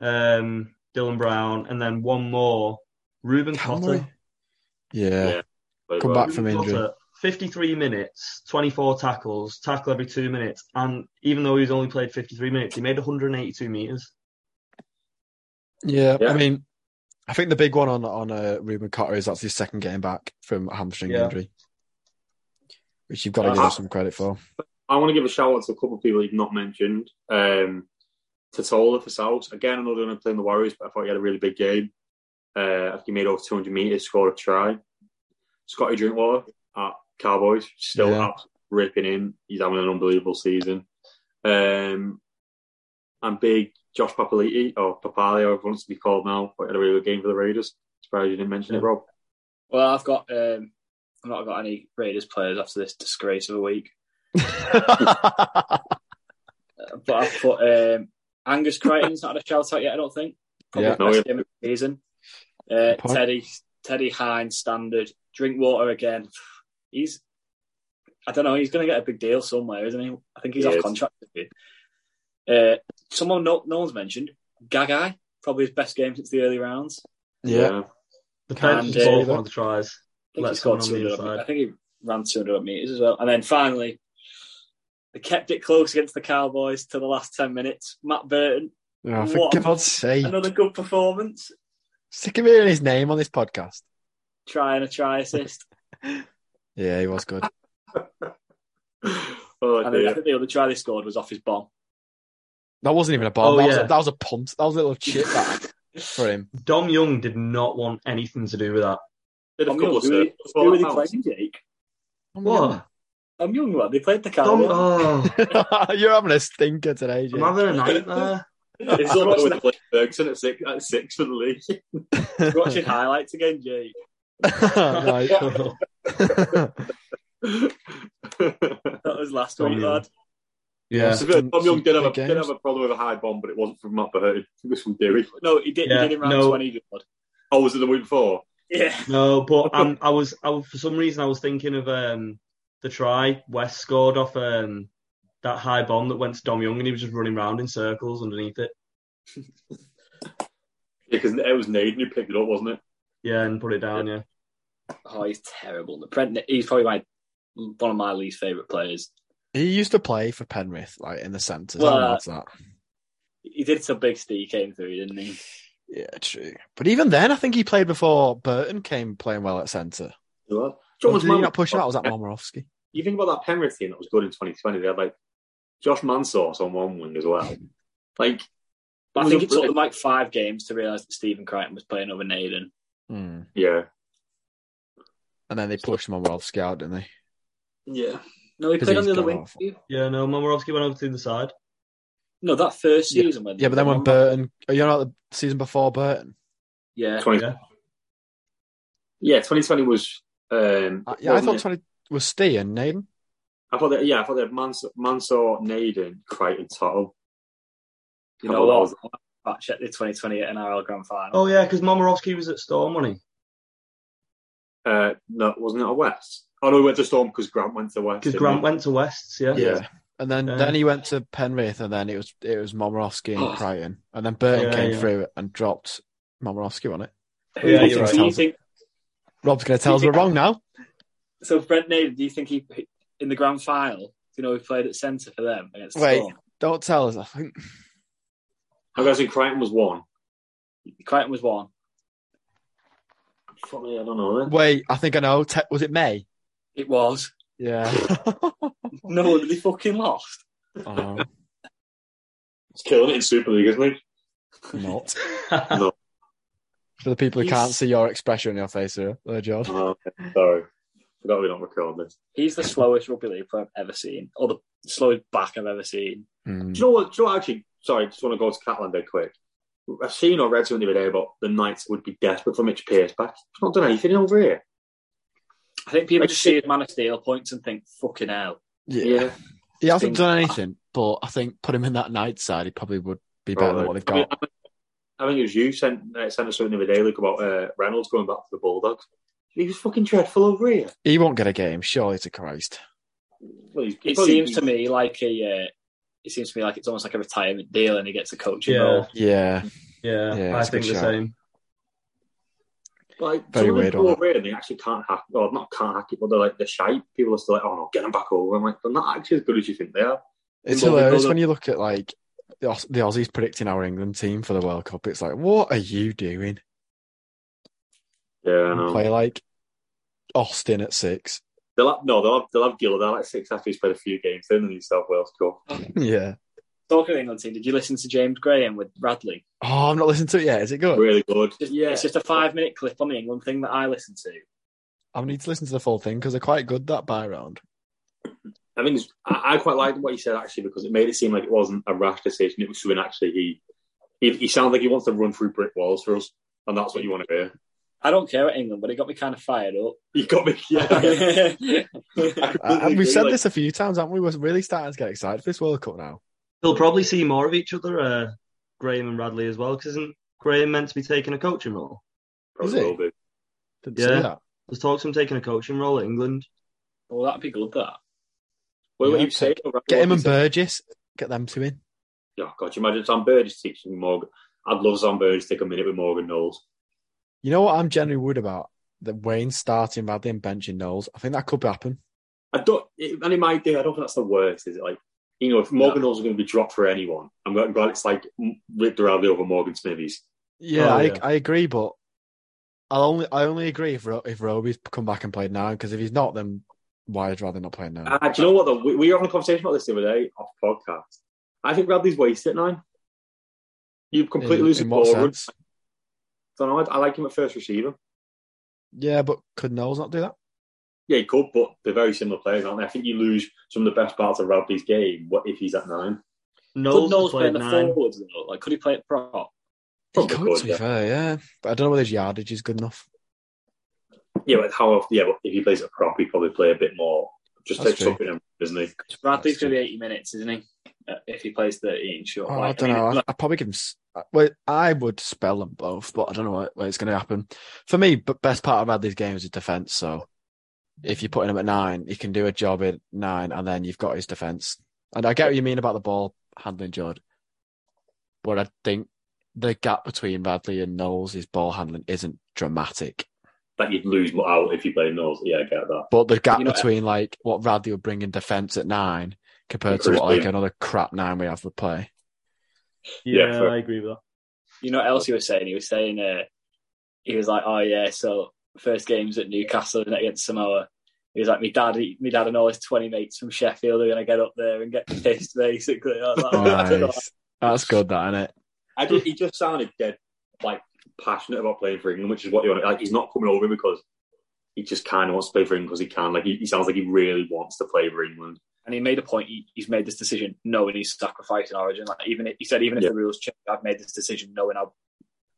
Speaker 4: um, Dylan Brown, and then one more, Ruben
Speaker 1: he,
Speaker 4: Cotter.
Speaker 1: Yeah.
Speaker 2: Yeah. Played
Speaker 1: Come
Speaker 2: well.
Speaker 1: back from injury.
Speaker 4: Cotter, 53 minutes, 24 tackles, tackle every two minutes, and even though he's only played 53 minutes, he made 182 meters.
Speaker 1: Yeah, I
Speaker 2: Yeah.
Speaker 1: mean, I think the big one on on uh, Ruben Cotter is that's his second game back from a hamstring
Speaker 4: Yeah. Uh,
Speaker 1: injury, which you've got to give
Speaker 2: Uh-huh.
Speaker 1: him some credit for.
Speaker 2: I want to give a shout out to a couple of people you've not mentioned. Um, Totola for South. Again, another one playing the Warriors, but I thought he had a really big game. Uh, I think he made over 200 metres, scored a try. Scotty Drinkwater at Cowboys still
Speaker 1: Yeah.
Speaker 2: abs- ripping in. He's having an unbelievable season. Um, and big Josh Papaliti or Papali, however he wants to be called now, but had a really good game for the Raiders. Surprised you didn't mention it,
Speaker 1: Yeah.
Speaker 2: Rob.
Speaker 3: Well, I've got um, I've not got any Raiders players after this disgrace of a week, but I've put um, Angus Crichton's not had a shout out yet. I don't think. Probably
Speaker 1: Yeah.
Speaker 3: the best game of the season. Uh,
Speaker 1: point.
Speaker 3: Teddy Teddy Hines standard. Drink water again. He's I don't know. He's going to get a big deal somewhere, isn't he? I think he's
Speaker 2: He
Speaker 3: off
Speaker 2: is.
Speaker 3: contract. this year. Uh, someone no, no one's mentioned. Gagai probably his best game since the early rounds.
Speaker 1: yeah.
Speaker 4: The
Speaker 1: Can't
Speaker 4: pen
Speaker 3: say
Speaker 4: scored
Speaker 1: that.
Speaker 4: one of the tries.
Speaker 3: I think
Speaker 4: Let's
Speaker 3: he scored
Speaker 4: go on the
Speaker 3: 200.
Speaker 4: inside.
Speaker 3: I think he ran 200 meters as well. And then finally, they kept it close against the Cowboys to the last 10 minutes. Matt Burton,
Speaker 1: Oh, for
Speaker 3: What?
Speaker 1: God's sake.
Speaker 3: another good performance.
Speaker 1: Sick of hearing his name on this podcast.
Speaker 3: Try and a try assist.
Speaker 1: Yeah, he was good.
Speaker 2: oh
Speaker 3: And then I
Speaker 2: dear.
Speaker 3: think the other try they scored was off his bomb.
Speaker 1: That wasn't even a bomb.
Speaker 4: Oh,
Speaker 1: that, was
Speaker 4: yeah.
Speaker 1: a, that was a punt. That was a little chip back for him.
Speaker 4: Dom Young did not want anything to do with that.
Speaker 2: Did a
Speaker 3: I'm
Speaker 2: couple
Speaker 3: young,
Speaker 2: of
Speaker 3: who,
Speaker 2: serve-
Speaker 3: were- who were they
Speaker 2: foul.
Speaker 3: playing, Jake?
Speaker 1: Mm.
Speaker 4: What?
Speaker 3: I'm young, lad. They played the
Speaker 4: Dom,
Speaker 3: Cowboys.
Speaker 4: oh,
Speaker 1: You're having a stinker today,
Speaker 4: I'm
Speaker 1: Jake.
Speaker 4: having a nightmare.
Speaker 2: It's
Speaker 3: I was
Speaker 2: all
Speaker 3: watching
Speaker 2: with Blake Ferguson at six, at six for the league.
Speaker 3: I was watching highlights again, Jake.
Speaker 1: Nice.
Speaker 3: That was last
Speaker 4: Dom
Speaker 3: week,
Speaker 4: Young.
Speaker 3: lad.
Speaker 4: yeah.
Speaker 2: To be fair, Tom Young did have, a,
Speaker 1: Big games.
Speaker 2: did have a problem with a high bomb, but it wasn't from Matt Burton. It was from Dewey.
Speaker 3: No, he did.
Speaker 4: Yeah,
Speaker 3: he did in round
Speaker 4: no.
Speaker 3: 20, lad.
Speaker 2: Oh, was it the week before?
Speaker 3: Yeah.
Speaker 4: No, but um, I was, I was for some reason I was thinking of um, the try West scored off um, that high bomb that went to Dom Young, and he was just running round in circles underneath it.
Speaker 2: Because it was Naden who picked it up, wasn't it?
Speaker 4: Yeah, and put it down. Yeah,
Speaker 3: Oh, he's terrible. Brent, he's probably my one of my least favourite players.
Speaker 1: He used to play for Penrith, like in the centre.
Speaker 3: Well,
Speaker 1: Well, that.
Speaker 3: He did some big Steve came through, didn't he?
Speaker 1: Yeah, true. But even then, I think he played before Burton came playing well at centre.
Speaker 2: Well,
Speaker 1: Did he not push him out? Was that Momorowski?
Speaker 2: You think about that Penrith team that was good in 2020. They had like Josh Mansource on one wing as well. Like,
Speaker 3: But I
Speaker 2: It
Speaker 3: think it
Speaker 2: was
Speaker 3: took
Speaker 2: a-
Speaker 3: them like five games to realise that Stephen Crichton was playing over Naden.
Speaker 1: Mm.
Speaker 2: yeah,
Speaker 1: And then they pushed Momorowski out, didn't they?
Speaker 3: Yeah. No, he
Speaker 1: 'Cause
Speaker 3: played on
Speaker 1: he's
Speaker 3: the other
Speaker 1: gone
Speaker 3: wing.
Speaker 1: off.
Speaker 4: yeah. No, Momorowski went over to the side.
Speaker 3: No, that first season when
Speaker 1: Yeah, but then when Burton, oh, you know, like the season before Burton.
Speaker 3: yeah,
Speaker 2: 20, yeah.
Speaker 4: Yeah.
Speaker 2: 2020 was. Um,
Speaker 1: I, Uh, yeah, I
Speaker 2: wasn't
Speaker 1: thought
Speaker 2: it-
Speaker 1: twenty was Steve and Naden.
Speaker 2: I thought that, yeah, I thought they had Mansour, Mansour Naden, Crichton, Tuttle.
Speaker 3: you know what? Fact check the 2020 NRL Grand Final.
Speaker 4: Oh yeah, because Momorowski was at Storm, wasn't he?
Speaker 2: Uh, no, wasn't it a West? Oh no, we went to Storm because Grant went to West.
Speaker 4: Because
Speaker 2: didn't
Speaker 4: Grant
Speaker 2: he?
Speaker 4: went to Wests. Yeah.
Speaker 1: And then,
Speaker 4: Yeah.
Speaker 1: then he went to Penrith, and then it was it was Momorowski and
Speaker 3: Oh.
Speaker 1: Crichton, and then Burton
Speaker 4: Yeah,
Speaker 1: came
Speaker 4: yeah.
Speaker 1: through and dropped Momorowski on it.
Speaker 3: Who
Speaker 4: Yeah,
Speaker 3: Oh, do you think-
Speaker 4: you're right.
Speaker 3: do you think?
Speaker 1: Rob's going to tell us we're wrong now.
Speaker 3: So Brent Naden, do you think he in the Grand Final? Do you know he played at centre for them against
Speaker 1: Wait.
Speaker 3: Storm?
Speaker 1: Don't tell us. I think
Speaker 2: I'm guessing Crichton was one.
Speaker 3: Crichton was one.
Speaker 2: Fuck me, I don't know. Then.
Speaker 1: Wait, I think I know. Te- was it May?
Speaker 3: It was.
Speaker 1: Yeah.
Speaker 3: No wonder they fucking lost.
Speaker 1: I know.
Speaker 2: It's killing it in Super League, isn't it?
Speaker 1: Not.
Speaker 4: Yeah.
Speaker 1: For the people who
Speaker 3: He's-
Speaker 1: can't see your expression on your face here, there, John.
Speaker 2: Oh, okay. Sorry, forgot we don't record this.
Speaker 3: He's the slowest rugby league player I've ever seen, or the slowest back I've ever seen.
Speaker 1: Mm.
Speaker 2: Do you know what? Do you know what, actually? Sorry, just want to go to Catalan dead quick. I've seen or read something the other day about the Knights would be desperate for Mitch Pearce back. He's not done anything over here.
Speaker 3: I think people
Speaker 2: Like,
Speaker 3: just see his Man of Steel points and think, fucking hell.
Speaker 1: Yeah.
Speaker 2: Yeah,
Speaker 1: He hasn't
Speaker 3: Think-
Speaker 1: done anything, but I think put him in that night side, he probably would be better than what they've
Speaker 2: I, mean,
Speaker 1: got.
Speaker 2: I think- I think it was you sent uh, sent us something the other day, Luke, about uh, Reynolds going back to the Bulldogs. He was fucking dreadful over here.
Speaker 1: He won't get a game, surely to Christ.
Speaker 2: Well, he's,
Speaker 3: It
Speaker 2: probably-
Speaker 3: seems to me like a. Uh, it seems to me like it's almost like a retirement deal, and he gets a coaching
Speaker 4: Yeah.
Speaker 3: role.
Speaker 1: Yeah. Yeah,
Speaker 4: I
Speaker 1: it's a
Speaker 4: think
Speaker 1: good
Speaker 4: the
Speaker 1: shout.
Speaker 4: same.
Speaker 2: Like
Speaker 1: Very
Speaker 2: some
Speaker 1: weird,
Speaker 2: people
Speaker 1: aren't
Speaker 2: over here, and they actually can't hack. Well, not can't hack it, but they're like they're shite. People are still like, oh no, get them back over. I'm like, they're not actually as good as you think they are.
Speaker 1: It's
Speaker 2: Well, we
Speaker 1: hilarious
Speaker 2: know
Speaker 1: when you look at like the, Aus- the Aussies predicting our England team for the World Cup. It's like, what are you doing?
Speaker 2: Yeah, I
Speaker 1: Play like Austin at six.
Speaker 2: They'll have, no, they'll have, they'll have Gillard. They'll like six after he's played a few games. Then the New South Wales Cup.
Speaker 1: yeah.
Speaker 3: Talking of England team, did you listen to James Graham with Radley?
Speaker 1: Oh, I'm not listening to it yet. Is it good?
Speaker 2: Really good.
Speaker 3: Just, It's just a five minute clip on the England thing that I listened to.
Speaker 1: I need to listen to the full thing because they're quite good that buy round.
Speaker 2: I think it's, I, I quite liked what he said actually because it made it seem like it wasn't a rash decision. It was something actually he he, he sounds like he wants to run through brick walls for us, and that's what you want to hear.
Speaker 3: I don't care about England, but it got me kind of fired up.
Speaker 2: You got me. Yeah.
Speaker 3: I
Speaker 2: completely
Speaker 1: And Uh, we've
Speaker 2: agree,
Speaker 1: said
Speaker 2: like-
Speaker 1: this a few times, haven't we? We're really starting to get excited for this World Cup now.
Speaker 4: They'll probably see more of each other, uh, Graham and Radley as well, because isn't Graham meant to be taking a coaching role?
Speaker 2: Probably
Speaker 1: Is it?
Speaker 2: will be.
Speaker 1: Didn't
Speaker 4: Yeah.
Speaker 1: see that.
Speaker 4: There's talks of him taking a coaching role at England.
Speaker 3: well, that'd be good. That
Speaker 2: Well, what
Speaker 1: Yeah.
Speaker 2: you say?
Speaker 1: Get him and
Speaker 2: Bird.
Speaker 1: Burgess. Get them two in.
Speaker 2: Oh God, you imagine Sam Burgess teaching Morgan. I'd love Sam Burgess to take a minute with Morgan Knowles.
Speaker 1: You know what I'm generally worried about? That Wayne starting Radley and benching Knowles. I think that could happen.
Speaker 2: I don't, it, and it might do. I don't think that's the worst, is it? Like, you know, if Morgan Knowles is going to be dropped for anyone, I'm glad glad it's like mm, ripped around over Morgan Smithies.
Speaker 1: Yeah,
Speaker 4: Oh,
Speaker 1: I,
Speaker 4: yeah.
Speaker 1: I agree, but I'll only I only agree if Ro- if Roby's come back and played now because if he's not, then why would rather not play now?
Speaker 2: Uh, do you know what? Though we, we were having a conversation about this the other day off podcast. I think Radley's wasted now. You completely
Speaker 1: In-
Speaker 2: lose
Speaker 1: in
Speaker 2: his
Speaker 1: what
Speaker 2: ball run.
Speaker 1: sense?
Speaker 2: Don't know. I, I like him at first receiver.
Speaker 1: Yeah, but could Knowles not do that?
Speaker 2: Yeah, he could, but they're very similar players, aren't they? I think you lose some of the best parts of Radley's game. What if he's at nine?
Speaker 4: Knowles,
Speaker 3: could Knowles
Speaker 4: has
Speaker 3: play in
Speaker 4: played
Speaker 3: the
Speaker 4: nine.
Speaker 3: forwards though? Like, could he play at prop?
Speaker 1: He
Speaker 2: Probably
Speaker 1: could,
Speaker 2: could,
Speaker 1: to be
Speaker 2: yeah.
Speaker 1: fair, yeah. But I don't know whether his yardage is good enough.
Speaker 2: Yeah, but how often? Yeah, but if he plays at prop, he probably play a bit more. Just
Speaker 1: That's
Speaker 2: take something, in, doesn't he?
Speaker 3: Bradley's
Speaker 1: That's
Speaker 3: going to be eighty minutes, isn't he? Uh, if he plays thirteen, sure.
Speaker 1: Oh, I
Speaker 3: Like,
Speaker 1: don't
Speaker 3: mean,
Speaker 1: know.
Speaker 3: like,
Speaker 1: I, I'd probably give him. s- uh, Well, I would spell them both, but I don't know what, where it's going to happen. For me, but best part of Radley's game is his defense. So if you're putting him at nine, he can do a job at nine, and then you've got his defense. And I get what you mean about the ball handling, Judd. But I think the gap between Radley and Knowles' his ball handling isn't dramatic.
Speaker 2: That you'd lose more out if you play Knowles. Yeah, I get that.
Speaker 1: But the gap
Speaker 3: You know-
Speaker 1: between like what Radley would bring in defense at nine compared to what like another crap nine we have would play.
Speaker 2: Yeah,
Speaker 4: Yeah,
Speaker 2: fair.
Speaker 4: I agree with that.
Speaker 3: you know what else he was saying? He was saying uh, he was like, "Oh yeah, so first game's at Newcastle isn't it, against Samoa." He was like, "My dad, he, my dad and all his twenty mates from Sheffield are going to get up there and get pissed, basically." I was like, I don't know.
Speaker 1: Nice. That's good, that isn't it?
Speaker 2: I just, he just sounded dead, like passionate about playing for England, which is what you want. Like he's not coming over because he just kind of wants to play for England because he can. Like he, he sounds like he really wants to play for England.
Speaker 3: And he made a point. He, he's made this decision knowing he's sacrificing Origin. Like even if- he said, even if
Speaker 2: Yeah.
Speaker 3: the rules change, I've made this decision knowing I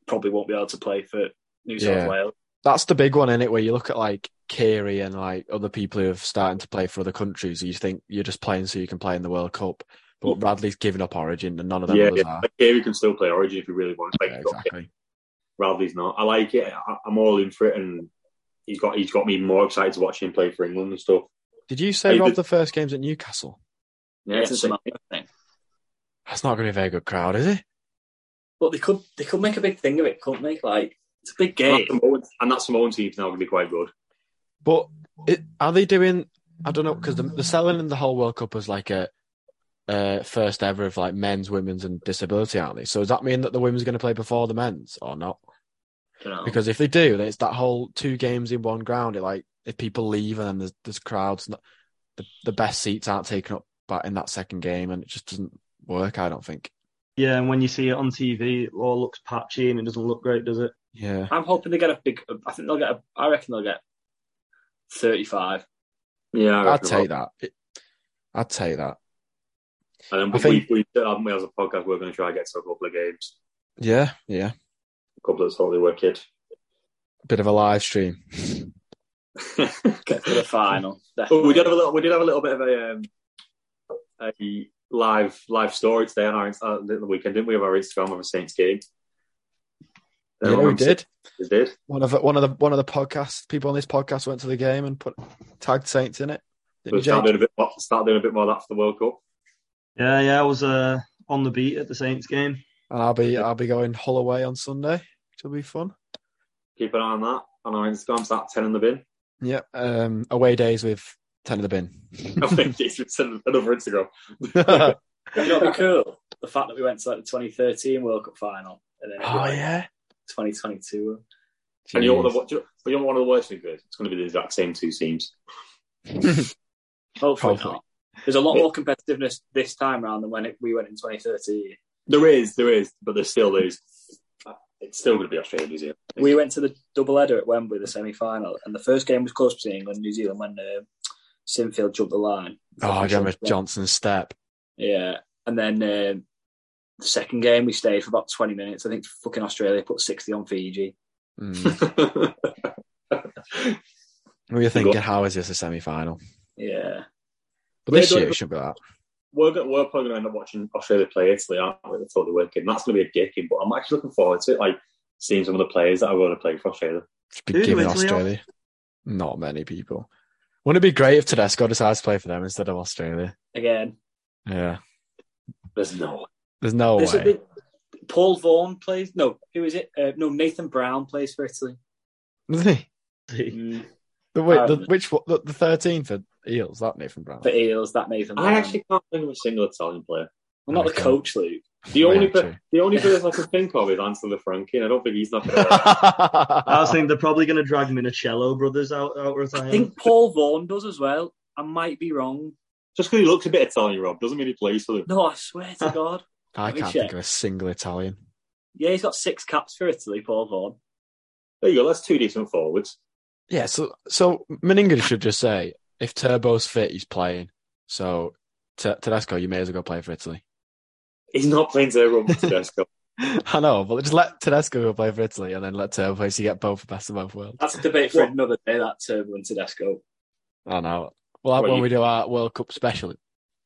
Speaker 3: probably won't be able to play for New South
Speaker 1: Yeah.
Speaker 3: Wales.
Speaker 1: that's the big one in it where you look at like Carey and like other people who have starting to play for other countries. You think you're just playing so you can play in the World Cup, but Radley's given up Origin and none of them
Speaker 2: Yeah,
Speaker 1: others
Speaker 2: yeah.
Speaker 1: are.
Speaker 2: Like Gary can still play Origin if he really wants. Like,
Speaker 1: Yeah,
Speaker 2: he's got-
Speaker 1: exactly.
Speaker 2: Radley's not. I like it. I, I'm all in for it, and he's got he's got me more excited to watch him play for England and stuff.
Speaker 1: Did you
Speaker 2: Are
Speaker 1: say
Speaker 2: you
Speaker 1: Rob
Speaker 2: good?
Speaker 1: the first game's at Newcastle?
Speaker 2: Yeah,
Speaker 3: Against
Speaker 2: it's
Speaker 3: Samoa,
Speaker 2: like,
Speaker 3: I think.
Speaker 1: That's not going to be a very good crowd, is it?
Speaker 3: But they could they could make a big thing of it, couldn't they? Like it's a big
Speaker 2: and
Speaker 3: game.
Speaker 2: that Samoan- and that Samoan team's now going to be quite good.
Speaker 1: But it, are they doing? I don't know because the, the selling in the whole World Cup was like a uh, first ever of like men's, women's, and disability, aren't they? So does that mean that the women's going to play before the men's or not?
Speaker 3: You know.
Speaker 1: Because if they do, then it's that whole two games in one ground. It like if people leave and then there's, there's crowds, not, the the best seats aren't taken up but in that second game, and it just doesn't work. I don't think.
Speaker 4: Yeah, and when you see it on TV, it all looks patchy and it doesn't look great, does it?
Speaker 1: Yeah,
Speaker 3: I'm hoping they get a big. I think they'll get. A, I reckon they'll get thirty-five.
Speaker 2: Yeah, I
Speaker 1: I'd
Speaker 2: reckon
Speaker 1: take that. It- I'd take that.
Speaker 2: And
Speaker 1: I
Speaker 2: then
Speaker 1: think-
Speaker 2: Um, we, we, haven't we, as a podcast, we're going to try and get to a couple of games,
Speaker 1: Yeah, yeah.
Speaker 2: a couple that's totally wicked.
Speaker 1: Bit of a live stream.
Speaker 3: Get to the final.
Speaker 2: But
Speaker 1: Oh,
Speaker 2: we
Speaker 3: definitely.
Speaker 2: did have a little, we did have a little bit of a, um, a live live story today on our Inst- uh, the weekend, didn't we? Of our Instagram of a Saints game. Uh,
Speaker 1: yeah, we did.
Speaker 2: We did.
Speaker 1: One of the, one of the one of the podcast people on this podcast went to the game and put tagged Saints in it. Didn't
Speaker 2: We'll
Speaker 1: you,
Speaker 2: start
Speaker 1: Jake?
Speaker 2: doing a bit. More, start doing a bit more of that for the World Cup.
Speaker 4: Yeah, yeah, I was uh, on the beat at the Saints game.
Speaker 1: And I'll be I'll be going Holloway on Sunday, which will be fun.
Speaker 2: Keep an eye on that on our Instagram. Start ten in the bin.
Speaker 1: Yeah, um, away days with ten of the bin.
Speaker 2: I think it's just another Instagram.
Speaker 1: oh
Speaker 3: You know what'd be cool? The fact that we went to like the 2013 World Cup final and then like,
Speaker 1: Oh, yeah.
Speaker 3: 2022.
Speaker 2: And you know what? The, what do you, but you know what one of the worst things is? It's going to be the exact same two teams.
Speaker 3: Hopefully
Speaker 1: Hopefully.
Speaker 3: not. There's a lot more competitiveness this time round than when it, we went in 2013.
Speaker 2: There is, there is, but there still is. it's still going to be Australia, New Zealand.
Speaker 3: We went to the double header at Wembley, the semi final, and the first game was close between England and New Zealand when uh, Sinfield jumped the line.
Speaker 1: Oh, I remember Johnson's step.
Speaker 3: Yeah. And then um, the second game, we stayed for about 20 minutes. I think fucking Australia put 60 on Fiji.
Speaker 1: Mm. we were thinking, how is this a semi final?
Speaker 3: Yeah.
Speaker 1: But this
Speaker 2: They don't-
Speaker 1: year it should be that.
Speaker 2: we're, go- we're probably going to end up watching Australia play Italy, aren't we? That's all the work in. That's going to be a gay game, but I'm actually looking forward to it. Like seeing some of the players that are going to play for Australia.
Speaker 1: Should be
Speaker 4: Who do
Speaker 1: giving
Speaker 4: Italy have?
Speaker 1: Australia. Not many people. Wouldn't it be great if Tedesco decides to play for them instead of Australia?
Speaker 3: Again.
Speaker 1: Yeah.
Speaker 2: There's no way.
Speaker 1: There's no
Speaker 3: There's a
Speaker 1: way.
Speaker 3: big- Paul Vaughan plays. No, who is it? Uh, no, Nathan Brown plays for Italy.
Speaker 1: Doesn't he? Mm. The, wi- the,
Speaker 3: Um,
Speaker 1: which one- the, the 13 for Eels, that Nathan Brown.
Speaker 3: For Eels, that Nathan Brown.
Speaker 2: I actually can't think of a single Italian player.
Speaker 3: I'm not the
Speaker 1: Okay.
Speaker 3: coach, Luke.
Speaker 2: The only
Speaker 1: Yeah,
Speaker 2: per-
Speaker 1: true.
Speaker 2: the only person I can think of is Anthony Frankie, and I don't think he's not. Gonna
Speaker 4: I was thinking they're probably going to drag Minicello brothers out out of
Speaker 3: I
Speaker 4: retirement.
Speaker 3: think Paul Vaughan does as well. I might be wrong.
Speaker 2: Just because he looks a bit Italian, Rob, doesn't mean he plays for them.
Speaker 3: No, I swear to God.
Speaker 1: I
Speaker 3: Let me
Speaker 1: can't
Speaker 3: check.
Speaker 1: think of a single Italian.
Speaker 3: Yeah, he's got six caps for Italy, Paul Vaughan.
Speaker 2: There you go. That's two decent forwards.
Speaker 1: Yeah, so so Meninga should just say if Turbo's fit, he's playing. So T- Tedesco, you may as well go play for Italy.
Speaker 2: He's not playing zero for Tedesco.
Speaker 1: I know, but just let Tedesco go play for Italy, and then let Turbo play. So you get both the best of both worlds.
Speaker 3: That's a debate for another day, that Turbo and Tedesco.
Speaker 1: I know. Well,
Speaker 2: Well,
Speaker 1: when
Speaker 2: you-
Speaker 1: we do our World Cup special,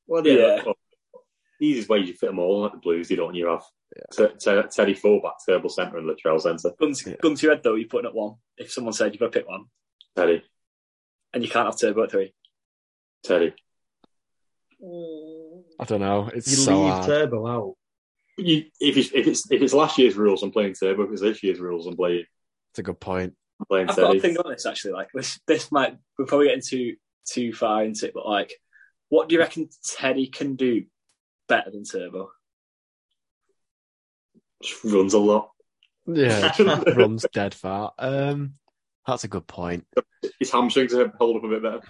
Speaker 2: Well,
Speaker 3: Yeah.
Speaker 2: look, The easiest way you fit them all, like the Blues, you don't. You have Ter- Ter- Teddy fullback, Turbo centre, and Latrell centre.
Speaker 3: Gun to,
Speaker 1: Yeah.
Speaker 3: gun to your head, though, you're putting at one. If someone said you've got to pick one,
Speaker 2: Teddy,
Speaker 3: and you can't have Turbo at three.
Speaker 2: Teddy.
Speaker 1: I don't know. It's
Speaker 4: you
Speaker 1: so
Speaker 4: leave
Speaker 1: hard.
Speaker 4: Turbo out.
Speaker 2: You, if, it's, if it's if it's last year's rules, I'm playing Turbo. If it's this year's rules, I'm playing
Speaker 1: It's a good point.
Speaker 2: I'm playing
Speaker 3: I've got
Speaker 2: Teddy.
Speaker 3: a thing on this, actually. Like, this, this might, we're probably getting too too far into it, but like, what do you reckon Teddy can do better than Turbo?
Speaker 2: Just runs a lot.
Speaker 1: Yeah, runs dead far. Um, that's a good point.
Speaker 2: His hamstrings are held up a bit better.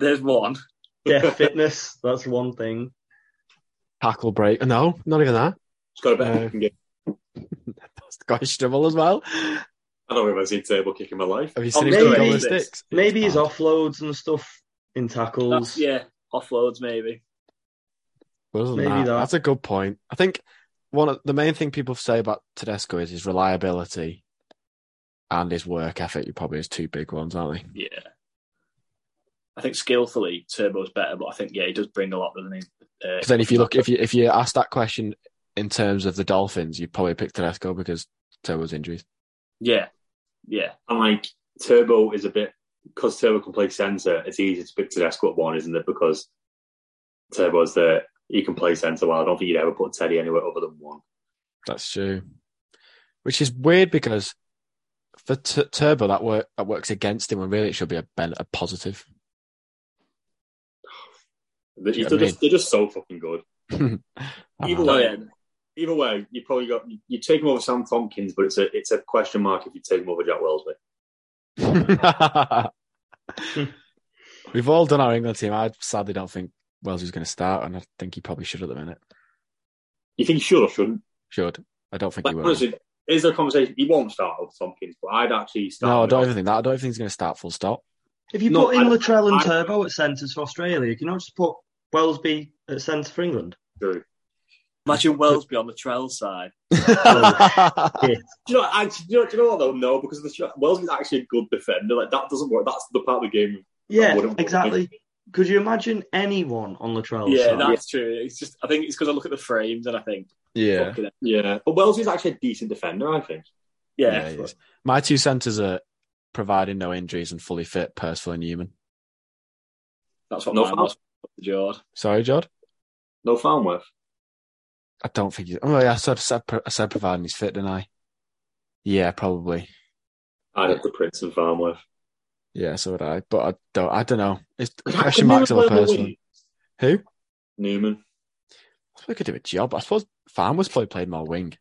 Speaker 3: There's one.
Speaker 4: Yeah, fitness. That's one thing.
Speaker 1: Tackle break. No, not even that.
Speaker 2: He's got a better
Speaker 1: No.
Speaker 2: kicking game.
Speaker 1: That's questionable as well.
Speaker 2: I don't remember seeing Turbo kick in my life.
Speaker 1: Have you
Speaker 3: Oh,
Speaker 1: seen him
Speaker 4: maybe
Speaker 1: go with
Speaker 3: he's-
Speaker 1: sticks? Oh,
Speaker 4: Maybe
Speaker 1: It's
Speaker 4: his
Speaker 1: bad.
Speaker 4: offloads and stuff in
Speaker 3: That's,
Speaker 4: tackles.
Speaker 3: yeah, offloads, maybe.
Speaker 1: But other than
Speaker 4: Maybe
Speaker 1: that,
Speaker 4: that.
Speaker 1: that's a good point. I think one of the main thing people say about Tedesco is his reliability and his work ethic. You probably his two big ones, aren't they?
Speaker 3: Yeah. I think skillfully, Turbo's better, but I think, yeah, he does bring a lot than he. Uh,
Speaker 1: Because then, if you look, if you if you ask that question in terms of the Dolphins, you'd probably pick Tedesco because Turbo's injuries.
Speaker 3: Yeah. Yeah.
Speaker 2: And like Turbo is a bit because Turbo can play centre. It's easier to pick Tedesco at one, isn't it? Because Turbo's there. He can play centre. Well, I don't think you'd ever put Teddy anywhere other than one.
Speaker 1: That's true. Which is weird because for t- Turbo that work that works against him when really it should be a ben- a positive.
Speaker 2: They're
Speaker 1: you know
Speaker 2: just,
Speaker 1: what I
Speaker 2: they're just so fucking good. Either
Speaker 1: Uh,
Speaker 3: Oh,
Speaker 2: way,
Speaker 3: yeah.
Speaker 2: either way, you probably got you take him over Sam Tompkins, but it's a it's a question mark if you take him over Jack Wellesby.
Speaker 1: We've all done our England team. I sadly don't think Wells is going to start, and I think he probably should at the minute.
Speaker 2: You think he should or shouldn't?
Speaker 1: Should I don't think
Speaker 2: Like,
Speaker 1: he will.
Speaker 2: honestly, is there a conversation? He won't start over Tompkins, but I'd actually start.
Speaker 1: no, I
Speaker 2: him
Speaker 1: don't
Speaker 2: over-
Speaker 1: even think that. I don't think he's going to start. Full stop.
Speaker 4: If you
Speaker 2: No,
Speaker 4: put in
Speaker 2: I-
Speaker 4: Latrell and
Speaker 2: I-
Speaker 4: Turbo at centres for Australia, you can not just put Wellesby at centre for England.
Speaker 2: True.
Speaker 3: Imagine Wellesby on the trail side.
Speaker 2: Do you know? I, do, you know do you know what though? No, because the shot- Wellesby's actually a good defender. Like that doesn't work. That's the part of the game.
Speaker 4: Yeah,
Speaker 2: wouldn't-
Speaker 4: exactly. Could you imagine anyone on
Speaker 1: Oh,
Speaker 4: Latrell's
Speaker 3: yeah,
Speaker 4: side?
Speaker 3: that's true. It's just, I think it's because I look at the frames and I think,
Speaker 1: yeah.
Speaker 3: fucking hell.
Speaker 2: Yeah, but Wellesby's actually a decent defender. I think.
Speaker 3: yeah,
Speaker 1: Yeah, he is. My two centres are providing no injuries and fully fit. Percival and Newman.
Speaker 3: that's what
Speaker 2: No
Speaker 3: mine
Speaker 2: foul.
Speaker 3: was. Jord.
Speaker 1: Sorry, Jod.
Speaker 2: No Farnworth.
Speaker 1: I don't think he's. Oh, yeah, I said, said, I said providing he's fit, didn't I? Yeah, probably.
Speaker 2: I'd have to Prince and Farnworth.
Speaker 1: Yeah, so would I. But I don't. I don't know. It's question marks on the person. Who?
Speaker 2: Newman.
Speaker 1: I suppose we could do a job. I suppose Farmers probably played more wing,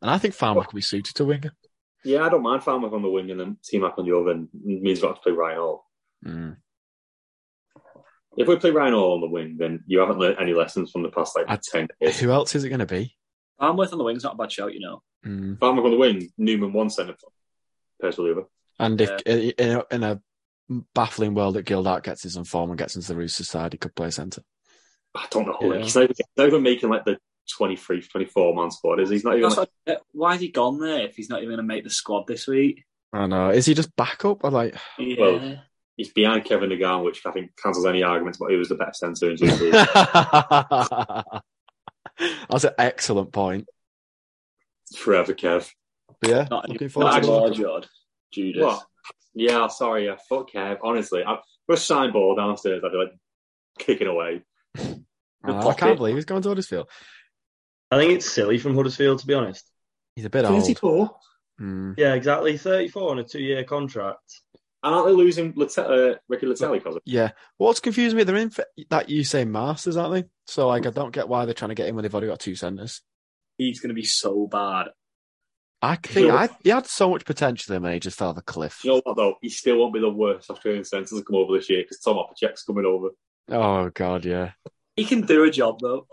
Speaker 1: and I think Farmer could be suited to winger.
Speaker 2: Yeah, I don't mind Farnworth on the wing and then T Mac on the other. And means we've got to play Ryan Hall.
Speaker 1: Mm.
Speaker 2: If we play Ryan Hall on the wing, then you haven't learned any lessons from the past like
Speaker 1: I-
Speaker 2: ten years.
Speaker 1: Who else is it going to be?
Speaker 3: Farmworth on the wing's not a bad shout, you know.
Speaker 1: Mm.
Speaker 2: If I'm going to win, Newman one centre back, pairs with Luba.
Speaker 1: And if in, a, in a baffling world that Gildart gets his own form and gets into the Roosters side, he could play centre.
Speaker 2: I don't know.
Speaker 1: Yeah.
Speaker 2: Like, he's, not even, he's not even making like the 23, 24 man squad. Is he? he's not even.
Speaker 3: That's
Speaker 2: Like,
Speaker 3: what- uh, why has he gone there if he's not even going to make the squad this week?
Speaker 1: I don't know. Is he just backup or like?
Speaker 3: Yeah.
Speaker 2: Well, he's behind Kevin Nagan, which I think cancels any arguments about who was the better centre in G League.
Speaker 1: That's an excellent point.
Speaker 2: Forever, Kev.
Speaker 1: But yeah,
Speaker 3: not
Speaker 1: looking
Speaker 3: not
Speaker 1: forward to
Speaker 3: anymore,
Speaker 1: it.
Speaker 3: Jod. Judas.
Speaker 2: What? Yeah, sorry, yeah, fuck Kev. Honestly, I rush sign ball downstairs. I'd be like kicking away.
Speaker 1: Oh, I can't believe he's going to Huddersfield.
Speaker 4: I think it's silly from Huddersfield, to be honest.
Speaker 1: He's a bit old.
Speaker 2: four.
Speaker 1: Hmm.
Speaker 4: Yeah, exactly. 34 on a two year contract.
Speaker 2: And aren't they losing Late- uh, Ricky Latelli because of
Speaker 1: Yeah. What's confusing me, they're in for that you say Masters, aren't they? So like, I don't get why they're trying to get in when they've already got two centres.
Speaker 3: He's going to be so bad.
Speaker 1: I think I, he had so much potential in him and he just fell off a cliff.
Speaker 2: You know what though? He still won't be the worst Australian centre to come over this year because Tom Opacek's coming over.
Speaker 1: Oh god, yeah.
Speaker 3: He can do a job though.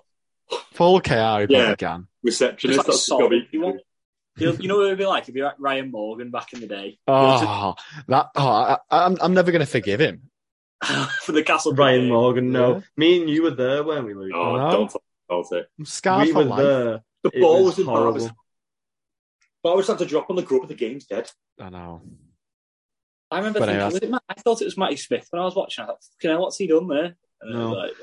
Speaker 1: Paul KR, he probably
Speaker 2: Yeah.
Speaker 1: can.
Speaker 2: Receptionist.
Speaker 3: Just like
Speaker 2: that's
Speaker 3: solid.
Speaker 2: gotta be-
Speaker 3: You want- He'll, you know what it'd be like if you're Ryan Morgan back in the day
Speaker 1: Oh, that oh, I, I'm I'm never going to forgive him.
Speaker 3: for the Castle.
Speaker 4: Ryan Morgan, no.
Speaker 1: Yeah.
Speaker 4: Me and you were there, weren't we, Luke?
Speaker 2: No,
Speaker 1: No.
Speaker 2: don't talk about it.
Speaker 1: I'm scarred
Speaker 4: we
Speaker 1: for
Speaker 4: were
Speaker 1: life.
Speaker 4: there.
Speaker 2: The
Speaker 4: It
Speaker 2: ball
Speaker 4: was
Speaker 2: was in
Speaker 4: horrible.
Speaker 2: Barber's. Barber's had to drop on the group of the game's dead.
Speaker 1: I know.
Speaker 3: I remember
Speaker 1: But I
Speaker 3: thinking,
Speaker 1: asked-
Speaker 3: was it Matt? I thought it was Matty Smith when I was watching. I thought, you know, what's he done there? And I was
Speaker 4: No.
Speaker 3: like,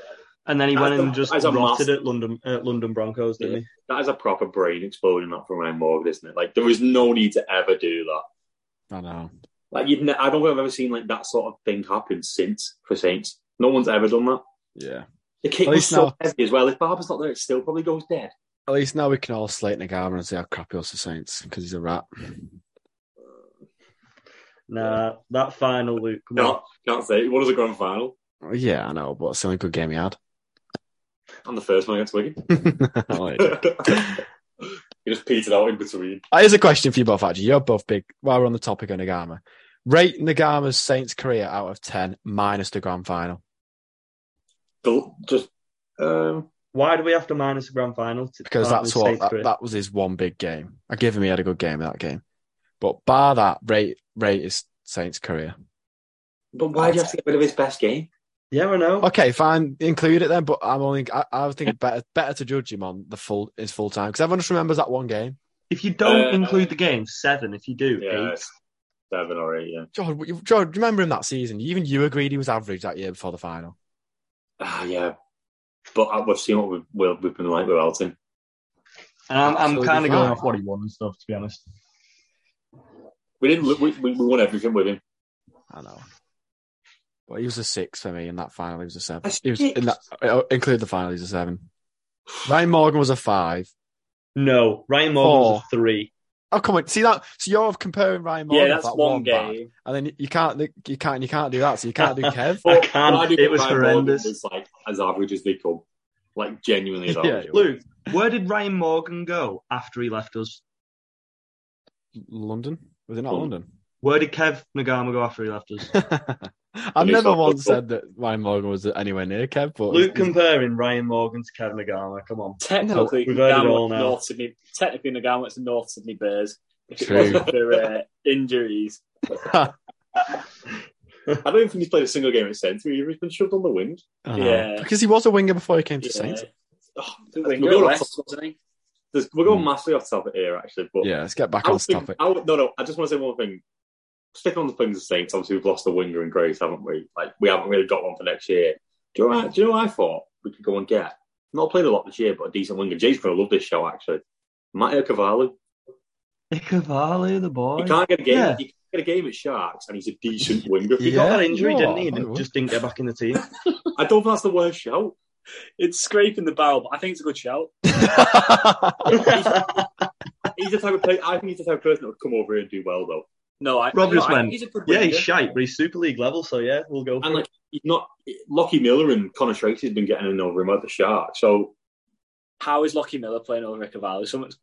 Speaker 4: And then he
Speaker 2: As
Speaker 4: went
Speaker 2: a-
Speaker 4: and just
Speaker 2: as a
Speaker 4: rotted
Speaker 2: master.
Speaker 4: at London at London Broncos, didn't he?
Speaker 2: That is a proper brain explosion, that from Ryan Morgan, isn't it? Like there was no need to ever do that.
Speaker 1: I know.
Speaker 2: Like you'd, ne- I don't think I've ever seen like that sort of thing happen since for Saints. No one's ever done that.
Speaker 1: Yeah.
Speaker 2: The kick
Speaker 1: At
Speaker 2: was
Speaker 1: least
Speaker 2: so
Speaker 1: now-
Speaker 2: heavy as well. If Barber's not there, it still probably goes dead.
Speaker 1: At least now we can all slate Nagama and say how crap he was for Saints because he's a rat.
Speaker 4: Nah, that final Luke. Come on.
Speaker 2: No, can't say. It was a grand final.
Speaker 1: Yeah, I know, but it's the only good game he had.
Speaker 2: I'm the first one against Wigan.
Speaker 1: Like,
Speaker 2: you just petered out in between.
Speaker 1: Uh, Here's a question for you both, actually. You're both big. While we're on the topic of Nagama, rate Nagama's Saints career out of 10 minus the grand final.
Speaker 2: Gl- Just um,
Speaker 4: Why do we have to minus the grand final? To
Speaker 1: Because
Speaker 4: start
Speaker 1: that's
Speaker 4: with
Speaker 1: what
Speaker 4: Saints
Speaker 1: that,
Speaker 4: career?
Speaker 1: that was his one big game. I give him he had a good game in that game. But bar that, rate rate his Saints career.
Speaker 2: but why do you have to get rid of his best game?
Speaker 4: Yeah, I know.
Speaker 1: Okay, fine, include it then, but I'm only I, I would think better better to judge him on the full his full time because everyone just remembers that one game.
Speaker 4: If you don't
Speaker 2: Uh,
Speaker 4: include the game, seven. If you do,
Speaker 2: Yeah,
Speaker 4: eight.
Speaker 2: seven or eight. Yeah.
Speaker 1: John, you, John, do you remember him that season? Even you agreed he was average that year before the final.
Speaker 2: Ah, yeah. But uh, we've seen what we've, well, we've been like without him.
Speaker 4: And I'm, I'm
Speaker 1: Absolutely
Speaker 4: kind of going
Speaker 1: fine.
Speaker 4: off what he won and stuff, to be honest.
Speaker 2: We didn't. lo- We, we, we won everything with him.
Speaker 1: I know. But he was a six for me in that final. He was a seven.
Speaker 2: A
Speaker 1: He was in that,
Speaker 2: six?
Speaker 1: uh, include the final. He's a seven. Ryan Morgan was a five.
Speaker 4: No, Ryan Morgan was a three.
Speaker 1: Oh come on, see that? So you're comparing Ryan
Speaker 3: yeah,
Speaker 1: Morgan. to
Speaker 3: that's
Speaker 1: that
Speaker 3: one,
Speaker 1: bad,
Speaker 3: game.
Speaker 1: and then you can't, you can't, you can't do that. So you can't do Kev.
Speaker 4: I
Speaker 2: But
Speaker 4: can't.
Speaker 2: Oh, why do you
Speaker 4: It was
Speaker 2: think Ryan Morgan
Speaker 4: horrendous.
Speaker 2: Was like as average as they come. Like genuinely as
Speaker 1: Yeah.
Speaker 2: average.
Speaker 4: Luke, where did Ryan Morgan go after he left us?
Speaker 1: London was it not London?
Speaker 4: Where did Kev Nagama go after he left us?
Speaker 1: I've
Speaker 2: He
Speaker 1: never
Speaker 2: was-
Speaker 1: once said that Ryan Morgan was anywhere near Kev, but
Speaker 4: Luke comparing Ryan Morgan to Kev Nagama. Come on.
Speaker 3: Technically,
Speaker 4: we've heard it
Speaker 3: Nagam
Speaker 4: all
Speaker 3: went
Speaker 4: now.
Speaker 3: North Sydney, technically, Nagam went to North Sydney Bears. If it
Speaker 1: True.
Speaker 3: wasn't for uh, injuries,
Speaker 2: I don't even think he's played a single game at centre. either. He's been shoved on the wind.
Speaker 1: I know.
Speaker 3: Yeah.
Speaker 1: because he was a winger before he came to
Speaker 3: yeah.
Speaker 1: Saints.
Speaker 2: Oh,
Speaker 3: The
Speaker 2: we're,
Speaker 3: winger
Speaker 2: going off,
Speaker 3: West, wasn't he?
Speaker 2: there's- we're going
Speaker 1: Hmm.
Speaker 2: massively off topic here, actually. But
Speaker 1: Yeah, let's get back
Speaker 2: I
Speaker 1: on
Speaker 2: would think,
Speaker 1: topic.
Speaker 2: I would, no, no. I just want to say one thing. Stick on the things of Saints. Obviously, we've lost the winger and Grace, haven't we? Like, we haven't really got one for next year. Do you know? What, do you know what I thought we could go and get? Not played a lot this year, but a decent winger. Jay's going to love this show, actually. Matteo Cavalli.
Speaker 4: Ikavalu, the boy.
Speaker 2: He can't get a game.
Speaker 4: Oh, Yeah.
Speaker 2: He can't get a game at Sharks, and he's a decent winger.
Speaker 4: He got
Speaker 1: Yeah,
Speaker 4: that injury,
Speaker 1: you
Speaker 4: didn't
Speaker 1: are.
Speaker 4: he? And just didn't get back in the team.
Speaker 2: I don't think that's the worst shout.
Speaker 3: It's scraping the barrel, but I think it's a good shout.
Speaker 2: He's the type of player. I think he's the type of person that would come over here and do well, though.
Speaker 3: No, I,
Speaker 4: Rob
Speaker 3: no,
Speaker 4: just
Speaker 3: I
Speaker 4: went,
Speaker 3: think he's a good
Speaker 4: yeah,
Speaker 3: winger.
Speaker 4: he's shite, but he's Super League level, so yeah, we'll go for
Speaker 2: And
Speaker 4: it.
Speaker 2: like, he's not. Lockie Miller and Connor Tracy has been getting in over him at the Sharks. So
Speaker 3: How is Lockie Miller playing over Cavallo? Someone's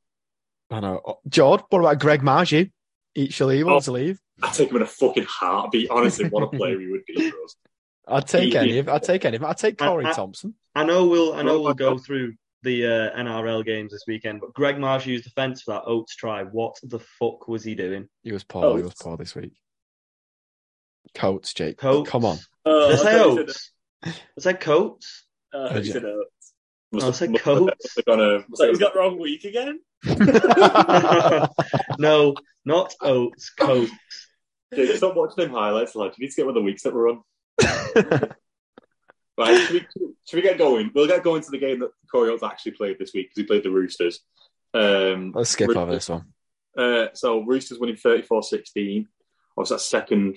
Speaker 1: I know. Oh, Jord, what about Greg Margie? Eat shall leave, wants to leave.
Speaker 2: I take him in a fucking heartbeat. Honestly, what a player he would be for us.
Speaker 1: I'd take
Speaker 2: He-
Speaker 1: any. of- I'd take any. of- I'd take Corey
Speaker 4: I- I-
Speaker 1: Thompson.
Speaker 4: I know we'll I know
Speaker 2: Oh,
Speaker 4: we'll
Speaker 2: my
Speaker 4: go through the uh, NRL games this weekend, but Greg Marsh used the fence for that Oates try. What the fuck was he doing?
Speaker 1: He was poor. He was poor this week. Coates, Jake.
Speaker 4: Coates.
Speaker 1: Come on.
Speaker 3: Oh,
Speaker 4: Did I
Speaker 3: I
Speaker 4: say
Speaker 3: thought you said-
Speaker 4: Oates? I said Coates.
Speaker 3: oh, I thought you said Oates.
Speaker 2: Must
Speaker 4: I
Speaker 2: have-
Speaker 4: said
Speaker 2: must have-
Speaker 4: Coates.
Speaker 2: must have gone, uh, must
Speaker 3: So
Speaker 2: have
Speaker 3: he's got wrong week again.
Speaker 4: no, not Oates. Coates.
Speaker 2: Jake, stop watching them highlights, lad. You need to get with the weeks that we're on. Right, should we, should we get going? We'll get going to the game that Corey Oates actually played this week because he played the Roosters. Um,
Speaker 1: Let's skip over this one.
Speaker 2: uh, so Roosters winning 34-16. Obviously, that second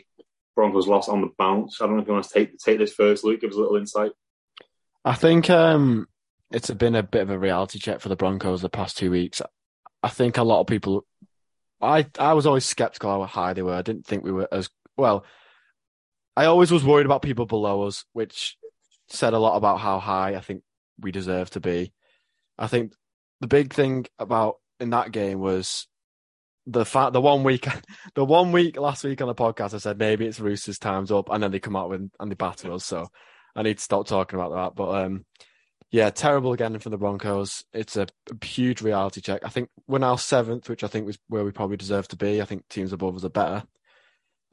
Speaker 2: Broncos loss on the bounce. I don't know if you want to take take this first, Luke. Give us a little insight.
Speaker 1: I think um, it's been a bit of a reality check for the Broncos the past two weeks. I think a lot of people, I I was always skeptical how high they were. I didn't think we were as well. I always was worried about people below us, which said a lot about how high I think we deserve to be. I think the big thing about in that game was the fact the one week the one week last week on the podcast I said maybe it's Roosters time's up and then they come out with and they batter us. So I need to stop talking about that. But um, yeah, terrible again from the Broncos. It's a huge reality check. I think we're now seventh, which I think was where we probably deserve to be. I think teams above us are better.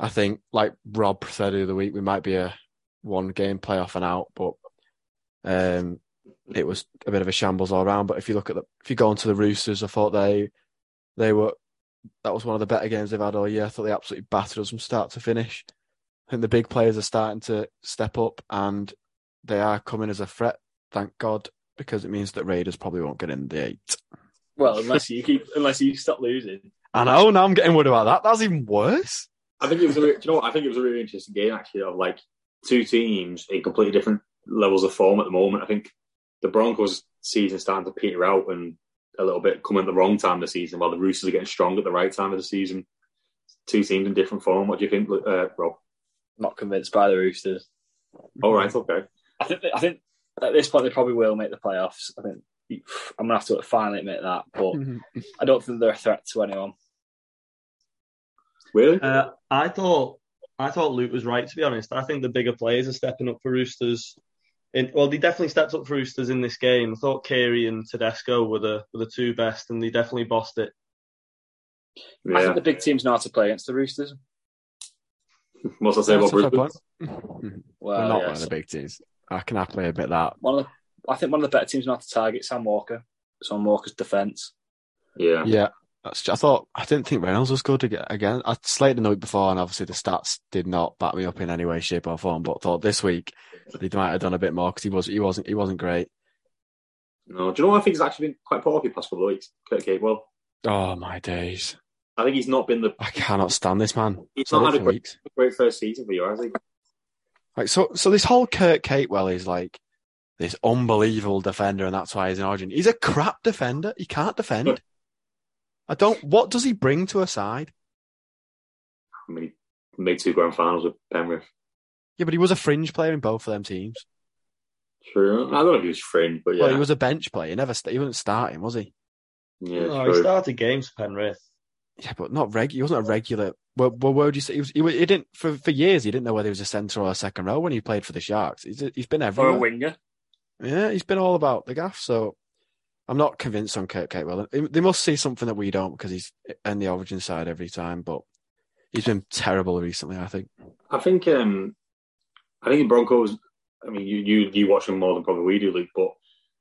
Speaker 1: I think, like Rob said the other week, we might be a one game playoff and out, but um, it was a bit of a shambles all around. But if you look at the, if you go onto the Roosters, I thought they they were that was one of the better games they've had all year. I thought they absolutely battered us from start to finish. I think the big players are starting to step up and they are coming as a threat, thank God, because it means that Raiders probably won't get in the eight.
Speaker 3: Well, unless you keep, unless you stop losing.
Speaker 1: I know, oh, now I'm getting worried about that. That's even worse.
Speaker 2: I think it was. A, re- do you know what? I think it was a really interesting game actually. Of like two teams in completely different levels of form at the moment. I think the Broncos' season starting to peter out and a little bit coming at the wrong time of the season, while the Roosters are getting strong at the right time of the season. Two teams in different form. What do you think, Lu- uh, Rob?
Speaker 3: Not convinced by the Roosters.
Speaker 2: All right,
Speaker 1: Mm-hmm.
Speaker 2: okay.
Speaker 3: I think. I think at this point they probably will make the playoffs. I think I'm gonna have to finally admit that, but
Speaker 1: Hmm.
Speaker 3: I don't think they're a threat to anyone.
Speaker 2: Really?
Speaker 4: Uh, I thought I thought Luke was right. To be honest, I think the bigger players are stepping up for Roosters. In, well, they definitely stepped up for Roosters in this game. I thought Carey and Tedesco were the were the two best, and they definitely bossed it.
Speaker 3: I
Speaker 2: yeah.
Speaker 3: think the big teams know how to play against the Roosters.
Speaker 2: What's I say
Speaker 1: That's
Speaker 2: about
Speaker 1: a fair
Speaker 2: Brisbane?
Speaker 1: point. We're
Speaker 3: Well,
Speaker 1: not
Speaker 3: yeah,
Speaker 1: one of the big teams. I can happily admit that.
Speaker 3: one of the, I think one of the better teams know how to target Sam Walker. Sam Walker's defence.
Speaker 2: Yeah.
Speaker 1: Yeah. That's I thought I didn't think Reynolds was good ag- again. I slated him the week before, and obviously the stats did not back me up in any way, shape, or form. But thought this week they might have done a bit more because he was he wasn't he wasn't great.
Speaker 2: No, do you know what I think he's actually been quite poor the past couple of weeks? Kurt Capewell.
Speaker 1: Oh my days!
Speaker 2: I think he's not been the
Speaker 1: I cannot stand this man.
Speaker 2: he's
Speaker 1: Done
Speaker 2: not
Speaker 1: it
Speaker 2: had a
Speaker 1: for
Speaker 2: great,
Speaker 1: weeks.
Speaker 2: great first season for you, has he?
Speaker 1: Like so, so this whole Kurt Catewell is like this unbelievable defender, and that's why he's an origin. He's a crap defender. He can't defend. I don't. What does he bring to a side?
Speaker 2: I mean, he made two grand finals with Penrith.
Speaker 1: Yeah, but he was a fringe player in both of them teams.
Speaker 2: True. I don't know if he was fringe, but yeah.
Speaker 1: Well, he was a bench player. He never. St- he wasn't starting, was he?
Speaker 2: yeah,
Speaker 1: Oh,
Speaker 4: No,
Speaker 2: true.
Speaker 4: Oh, he started games for Penrith.
Speaker 1: Yeah, but not reg. He wasn't a regular. Well, well where would you say he was? He, wa- he didn't for for years. He didn't know whether he was a centre or a second row when he played for the Sharks. He's he's been
Speaker 3: Or
Speaker 1: everywhere.
Speaker 3: a winger.
Speaker 1: Yeah, he's been all about the gaff. So I'm not convinced on Kurt Catewell. They must see something that we don't because he's in the origin side every time. But he's been terrible recently. I think.
Speaker 2: I think um, I think the Broncos. I mean, you you you watch them more than probably we do, Luke. But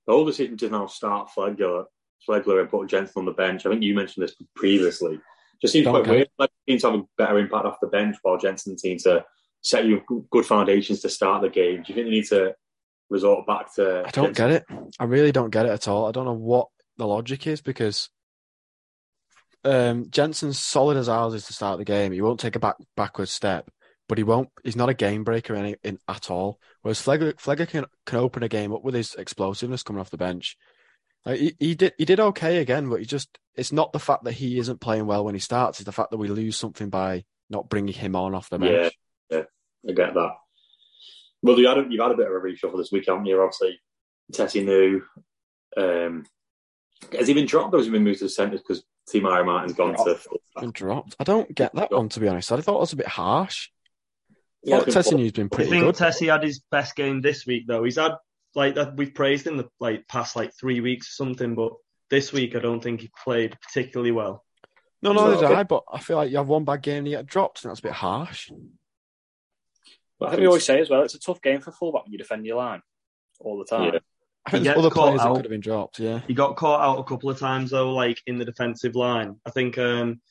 Speaker 2: the whole decision to now start Flagler, Flagler and put Jensen on the bench. I think you mentioned this previously. Just seems
Speaker 1: Don't
Speaker 2: quite
Speaker 1: care.
Speaker 2: weird. Like teams have a better impact off the bench, while Jensen seems to set you good foundations to start the game. Do you think they need to resort back to?
Speaker 1: I don't get it. I really don't get it at all. I don't know what the logic is because um, Jensen's solid as ours is to start the game. He won't take a back backward step, but he won't. He's not a game breaker any, in at all. Whereas Flegger, Flegger can can open a game up with his explosiveness coming off the bench. Like he, he did he did okay again, but he just it's not the fact that he isn't playing well when he starts. It's the fact that we lose something by not bringing him on off the bench.
Speaker 2: Yeah. I get that. Well, you had a, you've had a bit of a reshuffle this week, haven't you? Obviously, Tessie New. Um, has he been dropped or has he been moved to the centre because T. Mario Martin's gone to full
Speaker 1: Been dropped. I don't get that one to be honest. I thought it was a bit harsh.
Speaker 2: Yeah,
Speaker 1: Yeah, Tessie has been
Speaker 4: I
Speaker 1: pretty
Speaker 4: think
Speaker 1: good.
Speaker 4: Tessie had his best game this week, though. He's had like that we've praised in the like past like three weeks or something, but this week I don't think he played particularly well.
Speaker 1: No, no,
Speaker 2: So-
Speaker 1: did I, but I feel like you have one bad game and you get dropped, and that's a bit harsh.
Speaker 3: I think we always say as well, it's a tough game for fullback when you defend your line all the time.
Speaker 2: Yeah.
Speaker 1: I think
Speaker 4: You
Speaker 1: there's
Speaker 4: get
Speaker 1: other
Speaker 4: caught
Speaker 1: players that
Speaker 4: out.
Speaker 1: could have been dropped, yeah.
Speaker 4: He got caught out a couple of times though, like in the defensive line. I think um,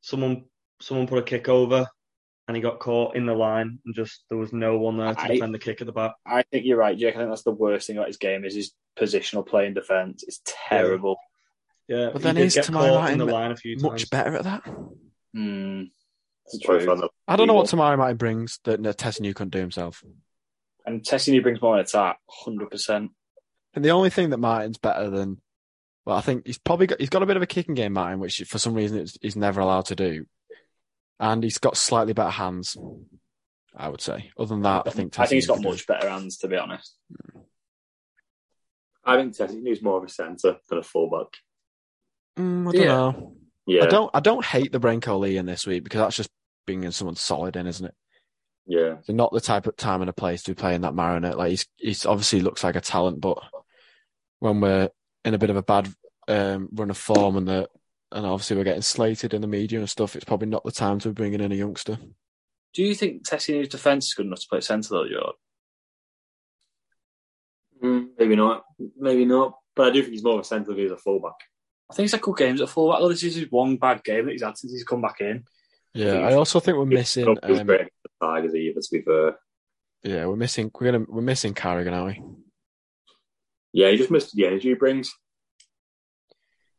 Speaker 4: someone someone put a kick over and he got caught in the line and just there was no one there to
Speaker 3: I-
Speaker 4: defend the kick at the back.
Speaker 3: I think you're right, Jake. I think that's the worst thing about his game is his positional play in defence. It's terrible.
Speaker 4: Yeah,
Speaker 1: But
Speaker 4: he
Speaker 1: then
Speaker 4: did
Speaker 1: is
Speaker 4: get
Speaker 1: Tamai
Speaker 4: caught in the
Speaker 1: Martin
Speaker 4: line a few
Speaker 1: Much
Speaker 4: times.
Speaker 1: better at that.
Speaker 3: Mm, it's
Speaker 2: Probably
Speaker 3: true.
Speaker 2: found that-
Speaker 1: I don't know what Tamari Martin brings that Tessinu couldn't do himself.
Speaker 3: And Tessini brings more in attack, hundred percent.
Speaker 1: And the only thing that Martin's better than, well, I think he's probably got, he's got a bit of a kicking game, Martin, which for some reason it's, he's never allowed to do. And he's got slightly better hands, I would say. Other than that, I think
Speaker 3: I think he's
Speaker 1: Tessinu
Speaker 3: got
Speaker 1: could do.
Speaker 3: much better hands, to be honest.
Speaker 2: I think Tessie needs more of a centre than a fullback.
Speaker 1: Mm, I don't
Speaker 3: Yeah.
Speaker 1: know.
Speaker 2: Yeah,
Speaker 1: I don't. I don't hate the Brenko Lee in this week because that's just bringing someone solid in, isn't it?
Speaker 2: yeah.
Speaker 1: They're not the type of time and a place to be playing that Mariner. Like he's he's obviously looks like a talent, but when we're in a bit of a bad um, run of form and the and obviously we're getting slated in the media and stuff, it's probably not the time to be bringing in a youngster.
Speaker 3: Do you think Tessini's defence is good enough to play centre though, Jordan?
Speaker 2: Mm, maybe not. Maybe not. But I do think he's more of a centre than he is a fullback.
Speaker 3: I think he's had good games at fullback. Though this is his one bad game that he's had since he's come back in.
Speaker 1: Yeah, I also think we're missing.
Speaker 2: He's
Speaker 1: Um,
Speaker 2: great at the Tigers either, to be fair.
Speaker 1: yeah, we're missing. We're gonna we're missing Carrigan, aren't we?
Speaker 2: Yeah, he just missed the energy he brings.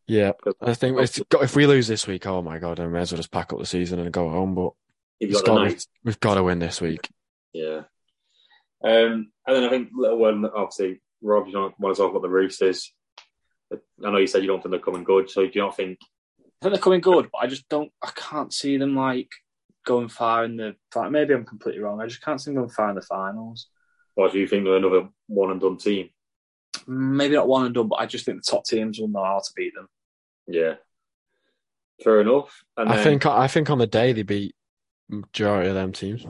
Speaker 1: Yeah, I think it's, if we lose this week, oh my god, I may as well just pack up the season and go home. But
Speaker 2: If
Speaker 1: it's
Speaker 2: you've got the
Speaker 1: got-
Speaker 2: night.
Speaker 1: we've got to win this week.
Speaker 2: Yeah. Um, and then I think little one, obviously, Rob, you don't want to talk about the Roosters. I know you said you don't think they're coming good, so do you not think
Speaker 3: I think they're coming good, but I just don't. I can't see them like going far in the. fi- Maybe I'm completely wrong. I just can't see them going far in the finals.
Speaker 2: or do you think they're another one and done team?
Speaker 3: Maybe not one and done, but I just think the top teams will know how to beat them.
Speaker 2: Yeah. Fair enough. And
Speaker 1: I
Speaker 2: then,
Speaker 1: think I think on the day they beat majority of them teams.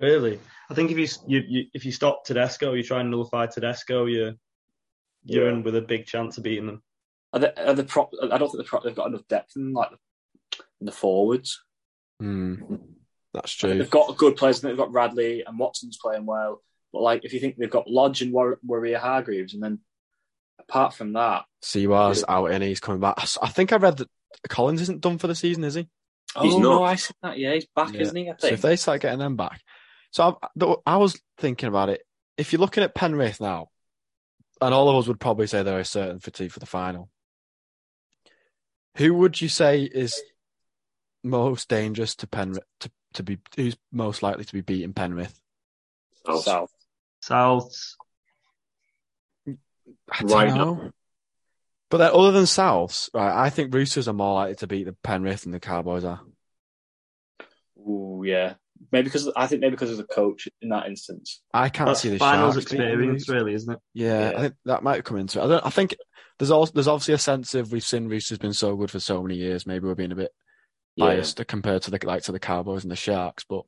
Speaker 4: Really, I think if you, you, you if you stop Tedesco, you try and nullify Tedesco, you're you're
Speaker 2: Yeah.
Speaker 4: in with a big chance of beating them.
Speaker 3: Are they, are the prop? I don't think the prop, they've got enough depth in like the, in the forwards.
Speaker 1: Hmm. That's true.
Speaker 3: They've got good players. and They've got Radley and Watson's playing well, but like if you think they've got Lodge and War- Warrior Hargreaves, and then apart from that,
Speaker 1: Siwa's out and he's coming back. I s- I think I read that Collins isn't done for the season, is he?
Speaker 2: He's
Speaker 3: oh
Speaker 2: not.
Speaker 3: no, I said that. Yeah, he's back,
Speaker 1: Yeah.
Speaker 3: isn't he? I
Speaker 1: So
Speaker 3: think.
Speaker 1: if they start getting them back, so I, th- I was thinking about it. If you're looking at Penrith now, and all of us would probably say they're a certain fatigue for the final. Who would you say is most dangerous to Penrith to, to be? Who's most likely to be beating Penrith?
Speaker 2: South.
Speaker 3: South.
Speaker 4: South
Speaker 1: I don't
Speaker 2: Right
Speaker 1: know. But then, other than Souths, right, I think Roosters are more likely to beat the Penrith than the Cowboys are.
Speaker 3: Ooh, yeah. Maybe because I think maybe because of the coach in that instance.
Speaker 1: I can't
Speaker 4: That's
Speaker 1: see the
Speaker 4: finals
Speaker 1: Sharks beating the
Speaker 4: experience,
Speaker 1: Roosters.
Speaker 4: really, isn't it?
Speaker 1: Yeah,
Speaker 3: Yeah.
Speaker 1: I think that might come into it. I don't. I think there's also there's obviously a sense of we've seen Roosters been so good for so many years. Maybe we're being a bit
Speaker 2: Yeah.
Speaker 1: biased compared to the like to the Cowboys and the Sharks, but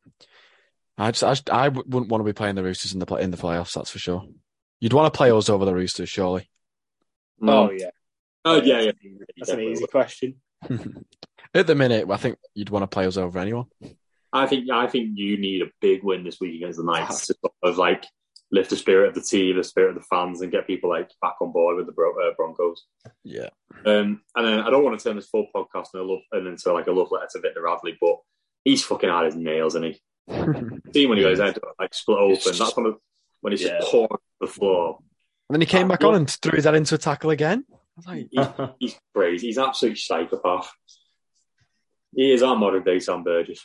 Speaker 1: I just I, just, I w- wouldn't want to be playing the Roosters in the play, in the playoffs. That's for sure. You'd want to play us over the Roosters, surely.
Speaker 2: No.
Speaker 3: Oh yeah,
Speaker 2: Oh, yeah, yeah.
Speaker 3: that's an easy question.
Speaker 1: At the minute, I think you'd want to play us over anyone.
Speaker 2: I think I think you need a big win this week against the Knights to sort of like lift the spirit of the team, the spirit of the fans, and get people like back on board with the Bro- uh, Broncos.
Speaker 1: Yeah,
Speaker 2: Um, and then I don't want to turn this full podcast into a love and into like a love letter to Victor Radley, but he's fucking hard as nails, and he
Speaker 1: and
Speaker 2: see when he goes out like split open.
Speaker 3: It's just-
Speaker 2: That's one of when he's
Speaker 3: Yeah.
Speaker 2: just pouring on the floor.
Speaker 1: then he came back on and threw his head into a tackle again. I was like,
Speaker 2: He's, he's crazy. He's an absolute psychopath. He is our modern day Sam Burgess.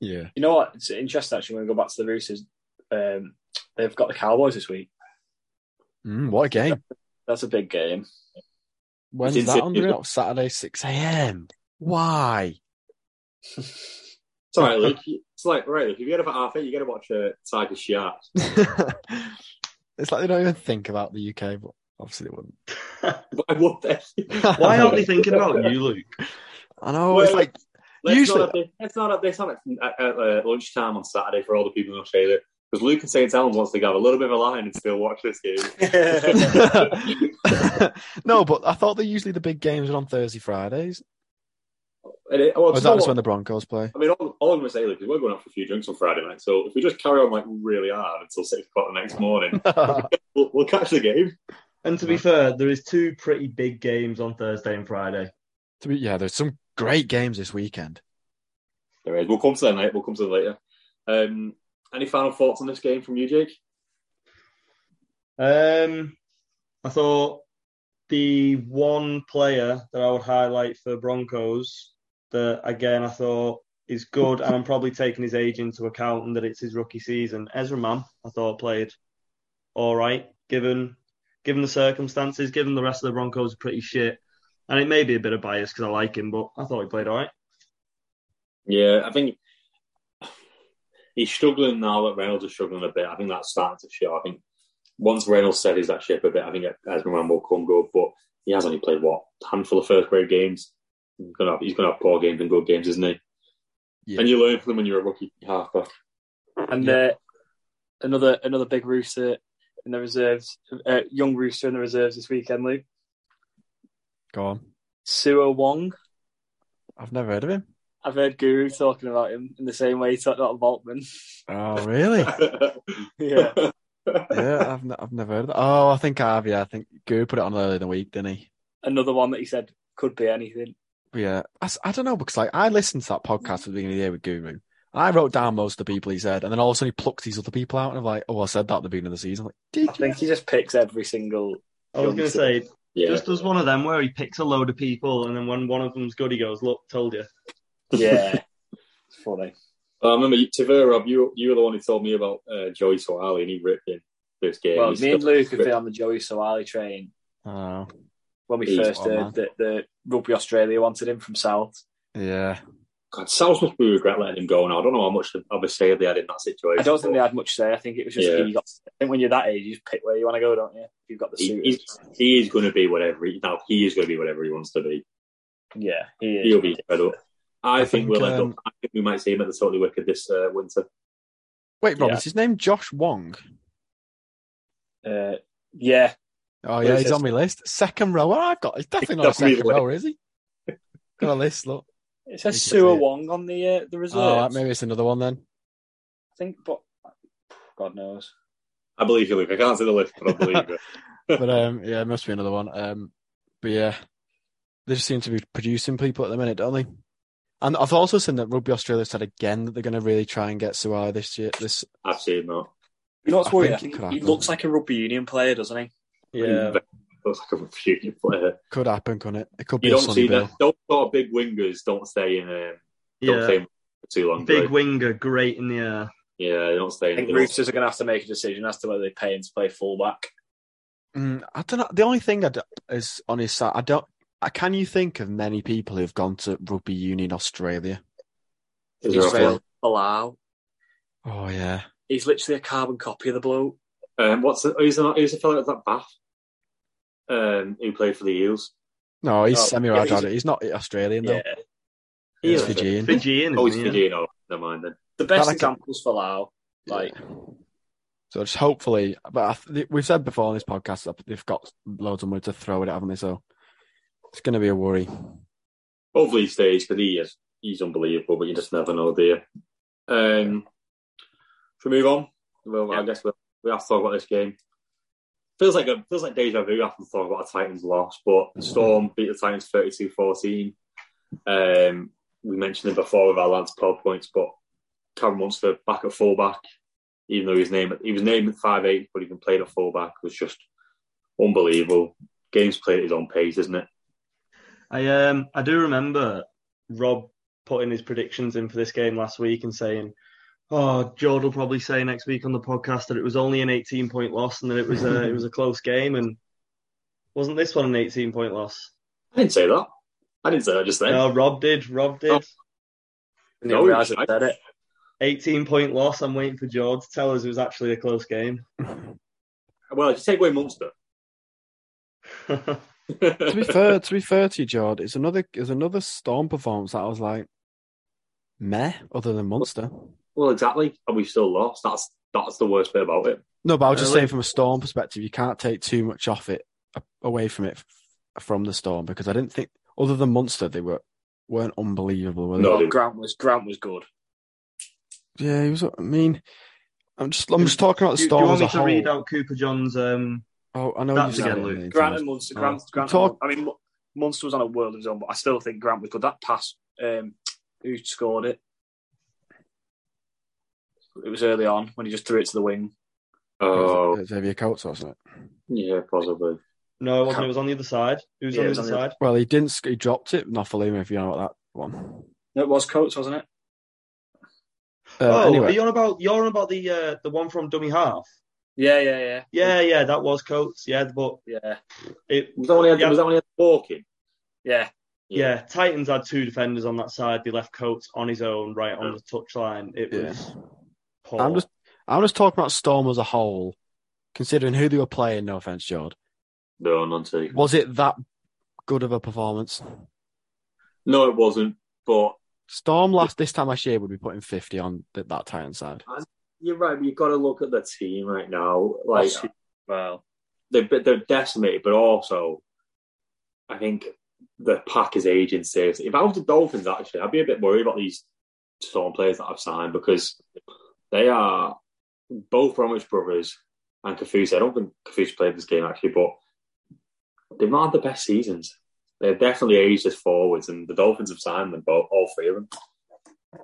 Speaker 1: yeah,
Speaker 3: You know what? It's interesting actually when we go back to the Roosters. Um, they've got the Cowboys this week.
Speaker 1: mm, what a game.
Speaker 3: That's a big game.
Speaker 1: When's
Speaker 2: It's
Speaker 1: that on?
Speaker 2: insane.
Speaker 1: Doing it Saturday, six a.m. Why?
Speaker 2: It's all right, Luke. It's like right, Luke, if you get up at half eight, you got to watch uh, Tiger Sharks.
Speaker 1: it's like they don't even think about the UK, but obviously they wouldn't.
Speaker 2: Why would eh? they?
Speaker 4: Why aren't they thinking about you, Luke?
Speaker 1: I know.
Speaker 2: Well,
Speaker 1: it's like
Speaker 2: Let's
Speaker 1: Usually-
Speaker 2: not have this, let's not have this on at, at, at uh, lunchtime on Saturday for all the people in Australia. Because Luke and St. Helens wants to have a little bit of a line and still watch this game.
Speaker 1: no, but I thought that usually the big games were on Thursday, Fridays.
Speaker 2: And it- well,
Speaker 1: Or Oh,
Speaker 2: do
Speaker 1: is
Speaker 2: you know
Speaker 1: that just
Speaker 2: what?
Speaker 1: when the Broncos play?
Speaker 2: I mean, all, all I'm going to say, Luke, is we're going out for a few drinks on Friday night. So if we just carry on like really hard until six o'clock the next morning, we'll, we'll catch the game.
Speaker 4: And to be fair, there is two pretty big games on Thursday and Friday.
Speaker 1: To be- yeah, there's some great games this weekend.
Speaker 2: There is. We'll come to that night. We'll come to that later. Um, any final thoughts on this game from you, Jake?
Speaker 4: Um, I thought the one player that I would highlight for Broncos that again I thought is good, and I'm probably taking his age into account and that it's his rookie season. Ezra Mam, I thought played all right given given the circumstances, given the rest of the Broncos are pretty shit, and it may be a bit of bias because I like him, but I thought he played all right.
Speaker 2: Yeah, I think he's struggling now that Reynolds is struggling a bit. I think that's starting to show. I think once Reynolds steadies that ship a bit, I think Esmeralda will come good. But he has only played, what, a handful of first grade games? He's going to have, he's gonna have poor games and good games, isn't he?
Speaker 1: Yeah.
Speaker 2: And you learn from them when you're a rookie halfback.
Speaker 3: And
Speaker 1: Yeah.
Speaker 3: uh, another another big rooster in the reserves, uh, young rooster in the reserves this weekend, Luke.
Speaker 1: Go on.
Speaker 3: Suo Wong.
Speaker 1: I've never heard of him.
Speaker 3: I've heard Guru talking about him in the same way he talked about Voltman.
Speaker 1: Oh, really?
Speaker 3: yeah.
Speaker 1: yeah, I've, n- I've never heard of that. Oh, I think I have. Yeah, I think Guru put it on earlier in the week, didn't he?
Speaker 3: Another one that he said could be anything.
Speaker 1: But yeah, I, s- I don't know because like I listened to that podcast at the beginning of the year with Guru. I wrote down most of the people he said, and then all of a sudden he plucked these other people out, and I'm like, oh, I said that at the beginning of the season. like, did
Speaker 3: I
Speaker 1: you?
Speaker 3: think he just picks every single.
Speaker 4: I was going to say
Speaker 2: yeah.
Speaker 4: just does one of them where he picks a load of people, and then when one of them's good, he goes, "Look, told you."
Speaker 3: Yeah. it's funny.
Speaker 2: I remember you, Tavir, Rob, you, you were the one who told me about uh, Joey Soali and he ripped in this game.
Speaker 3: well,
Speaker 2: He's
Speaker 3: me and
Speaker 2: still-
Speaker 3: Luke have been on the Joey Sawali train
Speaker 1: Oh,
Speaker 3: when we
Speaker 2: He's
Speaker 3: first
Speaker 1: one, man.
Speaker 3: heard that the Rugby Australia wanted him from South.
Speaker 1: yeah.
Speaker 2: God, South must be regret letting him go now. I don't know how much of a say they had in that situation.
Speaker 3: I don't think they had much say. I think it was just
Speaker 2: Yeah.
Speaker 3: he got, I think when you're that age, you just pick where you want to go, don't you? If you've got the
Speaker 2: he,
Speaker 3: suit.
Speaker 2: he's- he is going to be whatever he now. He is going to be whatever he wants to be.
Speaker 3: yeah, he is.
Speaker 2: He'll be fed up.
Speaker 1: I
Speaker 2: I, think,
Speaker 1: think,
Speaker 2: we'll end
Speaker 1: um,
Speaker 2: up. I think we might see him at the Totally Wicked this uh, winter.
Speaker 1: Wait, Rob,
Speaker 3: Yeah.
Speaker 1: is his name Josh Wong?
Speaker 3: Uh, yeah,
Speaker 1: Oh
Speaker 3: Well,
Speaker 1: yeah,
Speaker 3: it's
Speaker 1: he's
Speaker 3: just-
Speaker 1: on my list. Second rower, I've got. He's definitely not a
Speaker 2: Definitely
Speaker 1: second
Speaker 2: late.
Speaker 1: rower, is he? Got a list. Look.
Speaker 3: it
Speaker 1: You
Speaker 3: says
Speaker 1: can see
Speaker 3: Sewer
Speaker 1: it.
Speaker 3: Wong on the uh, the reserve.
Speaker 1: Oh, right, maybe it's another one then.
Speaker 3: I think, but God knows.
Speaker 2: I believe you, Luke. I can't see the list, but I believe you.
Speaker 1: But um, yeah, it must be another one. Um, but yeah, they just seem to be producing people at the minute, don't they? And I've also seen that Rugby Australia said again that they're going to really try and get Suai this year. This
Speaker 2: I've seen that.
Speaker 3: You know what's
Speaker 1: I
Speaker 3: worrying? I
Speaker 1: think it
Speaker 3: think
Speaker 1: could
Speaker 3: he
Speaker 1: happen.
Speaker 3: looks like a rugby union player, doesn't he?
Speaker 4: Yeah,
Speaker 2: Looks like a refuting player.
Speaker 1: could happen, couldn't it? It could be
Speaker 2: You
Speaker 1: a
Speaker 2: don't
Speaker 1: Sonny
Speaker 2: see
Speaker 1: Bill.
Speaker 2: that. Don't sort of big wingers. Don't stay in. Um, don't
Speaker 4: yeah.
Speaker 2: stay in for too long. do
Speaker 4: Big
Speaker 2: they?
Speaker 4: winger, great in the air.
Speaker 2: yeah, they don't stay
Speaker 3: I
Speaker 2: in.
Speaker 3: think
Speaker 2: they don't-
Speaker 3: Roosters are going to have to make a decision as to whether they pay him to play fullback.
Speaker 1: Mm, I don't know. The only thing I d- is on his side, I don't. I, can you think of many people who've gone to Rugby Union Australia?
Speaker 2: Is there a
Speaker 3: Israel Folau.
Speaker 1: Oh yeah,
Speaker 3: He's literally a carbon copy of the bloke.
Speaker 2: Um, what's the, who's the who's the fellow at that Bath? Um, who played for the Eels?
Speaker 1: no, he's
Speaker 3: Oh,
Speaker 1: semi
Speaker 3: yeah,
Speaker 1: Rajada.
Speaker 3: he's-
Speaker 1: he's, not Australian though.
Speaker 3: Yeah.
Speaker 1: He's
Speaker 2: Yeah.
Speaker 1: Fijian.
Speaker 4: Fijian.
Speaker 2: Oh, he's
Speaker 4: isn't he?
Speaker 2: Fijian. Oh, never mind then.
Speaker 3: The best
Speaker 1: like it.
Speaker 3: example is Folau. Like,
Speaker 1: So just hopefully, but I th- we've said before on this podcast that they've got loads of money to throw at it, haven't they? So it's going to be a worry.
Speaker 2: Hopefully he stays because he is he's unbelievable, but you just never know, do you? Um, should we move on? Well, I
Speaker 3: Yeah.
Speaker 2: guess we we have to talk about this game. Feels like a, feels like deja vu after talk about a Titans loss, but Storm beat the Titans 32-14. Um, we mentioned it before with our Lance power points, but Cameron Munster back at fullback, even though his name he was named at five eight, but even played at fullback was just unbelievable. Games played at his own pace, isn't it?
Speaker 4: I um I do remember Rob putting his predictions in for this game last week and saying, "Oh, Jord will probably say next week on the podcast that it was only an 18 point loss and that it was a it was a close game and wasn't this one an 18 point loss?"
Speaker 2: I didn't say that. I didn't say that just then.
Speaker 4: No, Rob did. Rob did.
Speaker 2: Oh.
Speaker 3: I
Speaker 2: No,
Speaker 3: didn't realise
Speaker 2: I-
Speaker 3: I said it.
Speaker 4: 18 point loss. I'm waiting for Jord to tell us it was actually a close game.
Speaker 2: Well, if you take away Munster.
Speaker 1: to be fair, to be fair to you, Jord, it's another it's another Storm performance that I was like, meh, other than Munster.
Speaker 2: well, exactly. And we still lost. That's That's the worst bit about it.
Speaker 1: No, but I was just
Speaker 4: Really?
Speaker 1: saying from a storm perspective, you can't take too much off it a- away from it f- from the storm because I didn't think other than Munster they were weren't unbelievable. Were they?
Speaker 2: No.
Speaker 3: Oh, Grant was Grant was good.
Speaker 1: Yeah, he was. I mean, I'm just I'm just talking about the
Speaker 4: Do, do you
Speaker 1: storm
Speaker 4: want me
Speaker 1: as a
Speaker 4: to
Speaker 1: whole.
Speaker 4: read out Cooper John's? Um,
Speaker 1: oh, I know
Speaker 4: That's
Speaker 1: you said
Speaker 4: again,
Speaker 1: it,
Speaker 4: Luke.
Speaker 1: Nathan.
Speaker 3: Grant and Munster. Grant, Grant
Speaker 1: Talk-
Speaker 3: I mean, Mu- Munster was on a world of his own, but I still think Grant was good. That pass, um, who scored it? It was early on when he just threw it to the wing.
Speaker 1: It
Speaker 2: Oh,
Speaker 1: was Xavier Coates, wasn't it?
Speaker 2: yeah, possibly.
Speaker 4: no, it wasn't. It was on the other side. It was
Speaker 3: Yeah,
Speaker 4: on
Speaker 3: it
Speaker 4: the
Speaker 3: was
Speaker 4: other
Speaker 3: on the-
Speaker 4: side.
Speaker 1: Well, he didn't. sc- He dropped it. Nofaluma, if you know about that one.
Speaker 3: No, it was Coates, wasn't it?
Speaker 1: Uh,
Speaker 4: oh, are
Speaker 1: anyway,
Speaker 4: you on about you're on about the uh, the one from dummy half?
Speaker 3: Yeah, yeah, yeah,
Speaker 4: Yeah, yeah, that was Coates. Yeah, but
Speaker 3: yeah,
Speaker 4: it
Speaker 2: Was that when he had,
Speaker 4: Yeah.
Speaker 2: was that when he had walking?
Speaker 3: yeah.
Speaker 4: yeah. Titans had two defenders on that side. They left Coates on his own, right on
Speaker 2: Yeah.
Speaker 4: the touchline. It
Speaker 1: Yeah.
Speaker 4: was poor.
Speaker 1: I'm just I'm just talking about Storm as a whole, considering who they were playing. No offense, Jord.
Speaker 2: No, none taken.
Speaker 1: Was it that good of a performance?
Speaker 2: No, it wasn't. But
Speaker 1: Storm last this time last year would be putting 50 on th- that Titan side.
Speaker 2: you're right. But you've got to look at the team right now. Like
Speaker 3: Well,
Speaker 2: they're they're decimated, but also, I think the pack is aging seriously. If I was the Dolphins, actually, I'd be a bit worried about these Storm players that I've signed because they are both Bromwich brothers and Kafusi. I don't think Kafusi played this game actually, but they've not had the best seasons. They've definitely aged as forwards, and the Dolphins have signed them both, all three of them.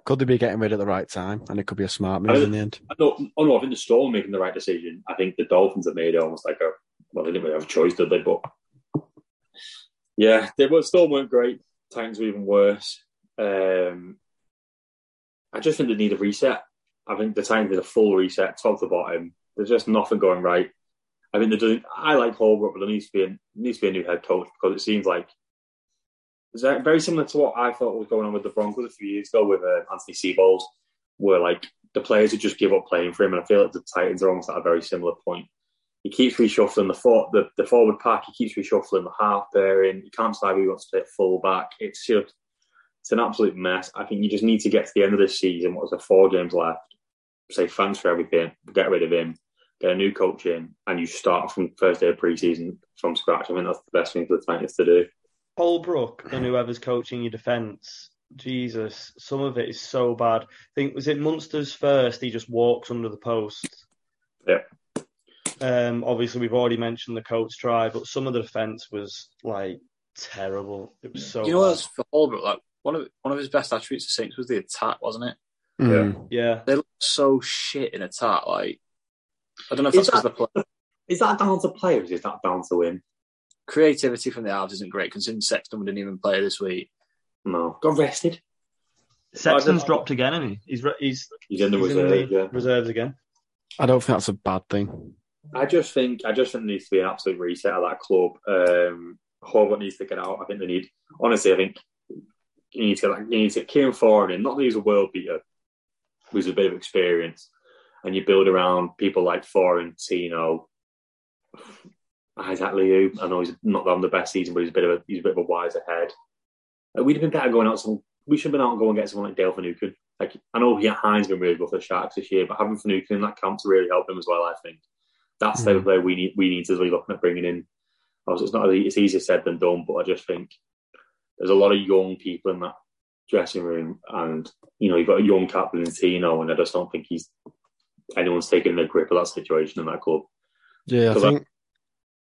Speaker 1: Could they be getting rid at the right time? And it could be a smart move in the end.
Speaker 2: I don't, oh no, I think the Storm are making the right decision. I think the Dolphins have made almost like a well, they didn't really have a choice, did they? But yeah, they were Storm weren't great. Titans were even worse. Um, I just think they need a reset. I think the Titans did a full reset, top to bottom. There's just nothing going right. I mean, they're doing. I like Holbrook, but there needs to be a, needs to be a new head coach because it seems like it's very very similar to what I thought was going on with the Broncos a few years ago with uh, Anthony Seabold, where like the players would just give up playing for him. And I feel like the Titans are almost at a very similar point. He keeps reshuffling the for, the, the forward pack. He keeps reshuffling the half pairing. He can't decide who he wants to play at full back. It's just it's an absolute mess. I think you just need to get to the end of this season. What was there four games left? Say thanks for everything. Get rid of him. Get a new coach in, and you start from first day of preseason from scratch. I think that's the best thing for the Titans to do.
Speaker 4: Holbrook and whoever's coaching your defence, Jesus, some of it is so bad. I think was it Munster's first? He just walks under the post.
Speaker 2: Yeah.
Speaker 4: Um, obviously, we've already mentioned the coach try, but some of the defence was like terrible. It was so.
Speaker 3: you know,
Speaker 4: bad.
Speaker 3: as for Holbrook, like one of one of his best attributes to Saints was the attack, wasn't it?
Speaker 1: Mm.
Speaker 4: Yeah.
Speaker 3: They looked so shit in attack. Like, I don't know if
Speaker 2: Is
Speaker 3: that's because the play-
Speaker 2: Is that down to players? Is that down to win?
Speaker 3: creativity from the halves isn't great. Considering Sexton didn't even play this week.
Speaker 2: No, got rested.
Speaker 4: Sexton's dropped again, isn't he? He's re- he's,
Speaker 2: He's in the
Speaker 4: he's
Speaker 2: reserve. yeah.
Speaker 4: reserves again.
Speaker 1: I don't think that's a bad thing.
Speaker 2: I just think I just think there needs to be an absolute reset of that club. Um, Horvath needs to get out. I think they need honestly. I think you need to like you need to get Kieran Foran in. Not that he's a world beater, who's a bit of experience, and you build around people like Foran, Tino, Isaac Liu. I know he's not having the best season, but he's a bit of a he's a bit of a wiser head. Uh, We'd have been better going out. Some we should have been out and go and get someone like Dale Finucane. Like I know he Hines been really good for the Sharks this year, but having Finucane in that camp's really helped him as well. I think that's the type of player we need. We need to be looking at bringing in. Obviously, it's not. e, It's easier said than done, but I just think there's a lot of young people in that dressing room, and you know you've got a young captain in Tino, and I just don't think he's anyone's taking a grip of that situation in that club.
Speaker 1: Yeah, I
Speaker 2: Because I-
Speaker 1: think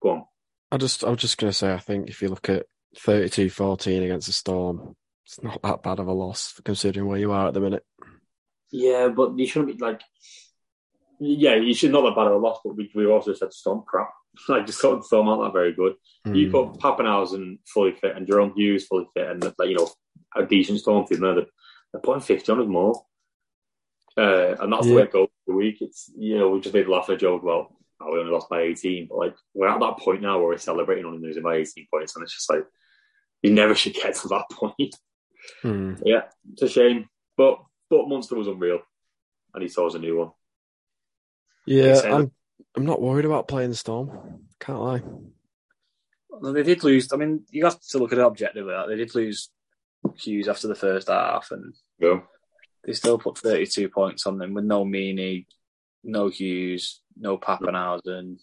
Speaker 2: Go on.
Speaker 1: I just I was just going to say I think if you look at 32-14 against the Storm, it's not that bad of a loss considering where you are at the minute.
Speaker 2: Yeah, but you shouldn't be like. Yeah, you should not that bad at a loss, but we, we also said Storm crap. Like, just got Storm aren't that very good.
Speaker 3: Hmm.
Speaker 1: Mm.
Speaker 2: You put Pappenhausen fully fit and Jerome Hughes fully fit and like, you know a decent storm team there. They're, they're putting fifty on us more, uh, and that's the way it goes the week. It's you know we just made laugh and joke about oh, we only lost by eighteen, but like we're at that point now where we're celebrating only losing by eighteen points, and it's just like you never should get to that point.
Speaker 1: Mm.
Speaker 2: yeah, it's a shame, but but Munster was unreal, and he saw us a new one.
Speaker 1: Yeah,
Speaker 2: say that-
Speaker 1: I'm, I'm not worried about playing the Storm. Can't lie.
Speaker 3: Although They did lose. I mean, you have to look at it objectively. Like, they did lose Hughes after the first half, and
Speaker 2: Yeah,
Speaker 3: they still put 32 points on them with no meanie, no Hughes, no Pappenhausen.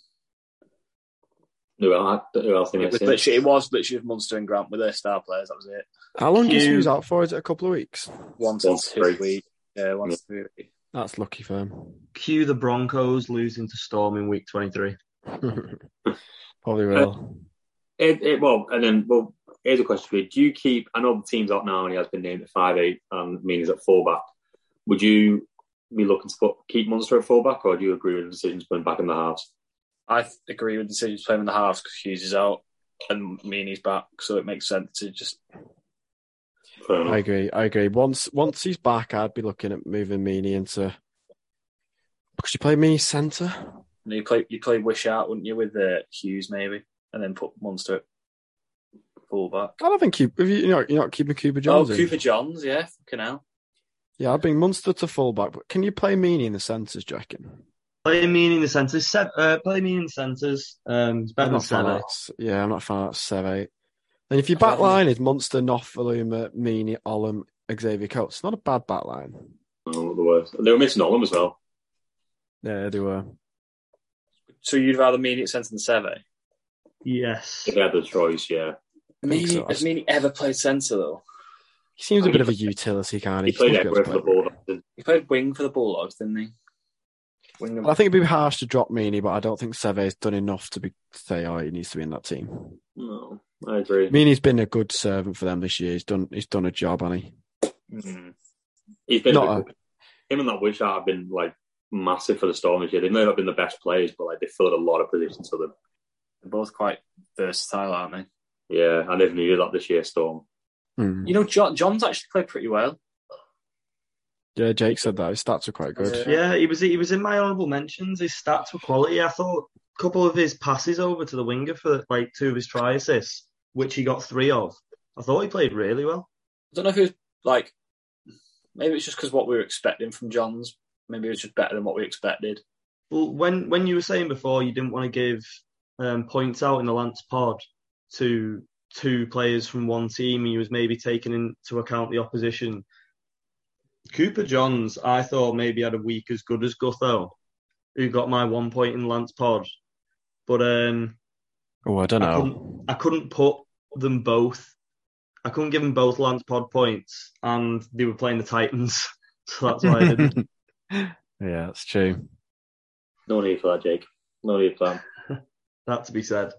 Speaker 2: Who else? Who else they
Speaker 3: It was
Speaker 2: missing?
Speaker 3: literally it was literally Munster and Grant with their star players. That was it.
Speaker 1: How long is
Speaker 4: You-
Speaker 1: Hughes out for? Is it a couple of weeks?
Speaker 3: One to
Speaker 2: One to
Speaker 3: two
Speaker 2: three.
Speaker 3: week. Yeah, one to three week.
Speaker 1: That's lucky for him.
Speaker 4: Cue the Broncos losing to Storm in week 23.
Speaker 1: Probably will.
Speaker 2: It, it, well, and then well, here's a question for you: Do you keep? I know the team's out now, and he has been named at five eight, um, and means at fullback. Would you be looking to put keep Munster at fullback, or do you agree with the decisions putting back in the halves?
Speaker 3: I th- agree with the decisions playing in the halves because Hughes is out and Meany's back, so it makes sense to just
Speaker 2: Fair enough.
Speaker 1: I agree. I agree. Once once he's back, I'd be looking at moving Meany into. Could you play Meany centre?
Speaker 3: you, know, you play you play Wish out, wouldn't you, with uh, Hughes maybe, and then put Munster at fullback.
Speaker 1: I don't think Cooper. If you, you're, not, you're not keeping Cooper Jones.
Speaker 3: oh,
Speaker 1: in.
Speaker 3: Cooper Johns, yeah, fucking hell.
Speaker 1: Yeah, I'd bring Munster to fullback, but can you play Meany in the centres, do you reckon?
Speaker 4: Play mean in the centres. Se- uh, play mean in the centres. Um, it's
Speaker 1: I'm
Speaker 4: better than
Speaker 1: not a fan of
Speaker 4: Seve.
Speaker 1: that. Yeah, I'm not a fan of that seven eight. And if your
Speaker 3: I
Speaker 1: back
Speaker 3: don't know.
Speaker 1: line is Munster, Nofaluma, Meany, Ollam, Xavier Coates, it's not a bad back line.
Speaker 2: No, not the worst. They were missing all of them as well.
Speaker 1: Yeah, they were.
Speaker 3: So you'd rather Meany at centre than Seve?
Speaker 4: Yes.
Speaker 2: If they had the choice, yeah.
Speaker 1: think
Speaker 3: Meany
Speaker 1: so.
Speaker 3: has Meany ever played centre though?
Speaker 1: He seems a bit
Speaker 2: I mean,
Speaker 1: of a utility, can't he?
Speaker 2: He played
Speaker 1: He seems to be
Speaker 2: everywhere
Speaker 1: able to play.
Speaker 2: for the Bulldogs. didn't
Speaker 3: He played wing for the Bulldogs, didn't he? Wing of-
Speaker 1: I think it'd be harsh to drop Meany, but I don't think Seve's done enough to be to say, oh, he needs to be in that team.
Speaker 2: he? No, I agree.
Speaker 1: Meany's been a good servant for them this year. He's done he's done a job, hasn't he?
Speaker 3: Mm.
Speaker 2: Hmm. He's been
Speaker 1: Not
Speaker 2: a big- him and that wish have been like massive for the Storm this year. They may not have been the best players, but like they filled a lot of positions for them.
Speaker 3: They're both quite versatile, aren't they?
Speaker 2: Yeah, and they've needed that this year. Storm.
Speaker 1: Hmm.
Speaker 3: You know, John, John's actually played pretty well.
Speaker 1: Yeah, Jake said that. His stats are quite good.
Speaker 3: Yeah.
Speaker 4: Yeah, he was he was in my honourable mentions. His stats were quality. I thought a couple of his passes over to the winger for like two of his try assists, which he got three of. I thought he played really well.
Speaker 3: I don't know if it was like maybe it's just because what we were expecting from Johns. Maybe it was just better than what we expected.
Speaker 4: Well, when when you were saying before you didn't want to give um, points out in the Lance pod to two players from one team, and you was maybe taking into account the opposition. Cooper Johns, I thought maybe had a week as good as Gutho, who got my one point in Lance pod, but um,
Speaker 1: Oh, I don't
Speaker 4: I
Speaker 1: know.
Speaker 4: I couldn't put them both. I couldn't give them both Lance pod points, and they were playing the Titans, so that's why I didn't.
Speaker 1: yeah, that's true.
Speaker 2: No need for that, Jake. No need for that.
Speaker 4: that to be said.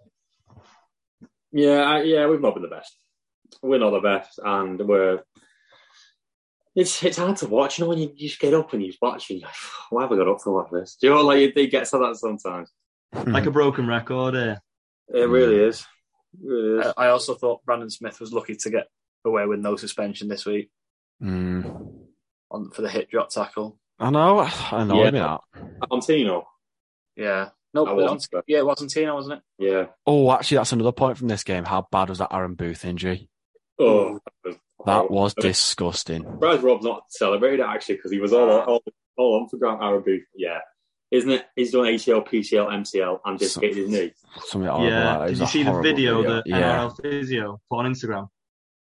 Speaker 2: Yeah, I, yeah, we've not been the best. We're not the best, and we're. It's it's hard to watch, you know, when you, you just get up and you watch and you're like, why have I got up to watch this? Do you know, like, it, it gets to that sometimes.
Speaker 4: Like a broken record eh? here.
Speaker 2: It really is. It really is.
Speaker 3: I, I also thought Brandon Smith was lucky to get away with no suspension this week
Speaker 1: Hmm.
Speaker 3: on for the hit drop tackle.
Speaker 1: I know. I know.
Speaker 2: Yeah.
Speaker 1: I mean, that.
Speaker 2: Antino.
Speaker 3: Yeah, no,
Speaker 2: I
Speaker 3: it was
Speaker 2: wasn't,
Speaker 3: on-
Speaker 2: but-
Speaker 3: yeah, it wasn't Tina, wasn't it?
Speaker 2: Yeah.
Speaker 1: Oh, actually, that's another point from this game. How bad was that Aaron Booth injury?
Speaker 2: Oh, that was.
Speaker 1: That
Speaker 2: horrible.
Speaker 1: was
Speaker 2: I mean,
Speaker 1: disgusting.
Speaker 2: Surprised Rob's not celebrated it actually because he was all, all all on for Grant Arabu. Yeah, isn't it? He's done ACL, PCL, MCL, and dislocated his knee.
Speaker 1: Something horrible. like
Speaker 4: yeah.
Speaker 1: that. It was
Speaker 4: Did
Speaker 1: a
Speaker 4: you see the
Speaker 1: horrible
Speaker 4: video that uh,
Speaker 1: yeah,
Speaker 4: NRL Physio put on Instagram?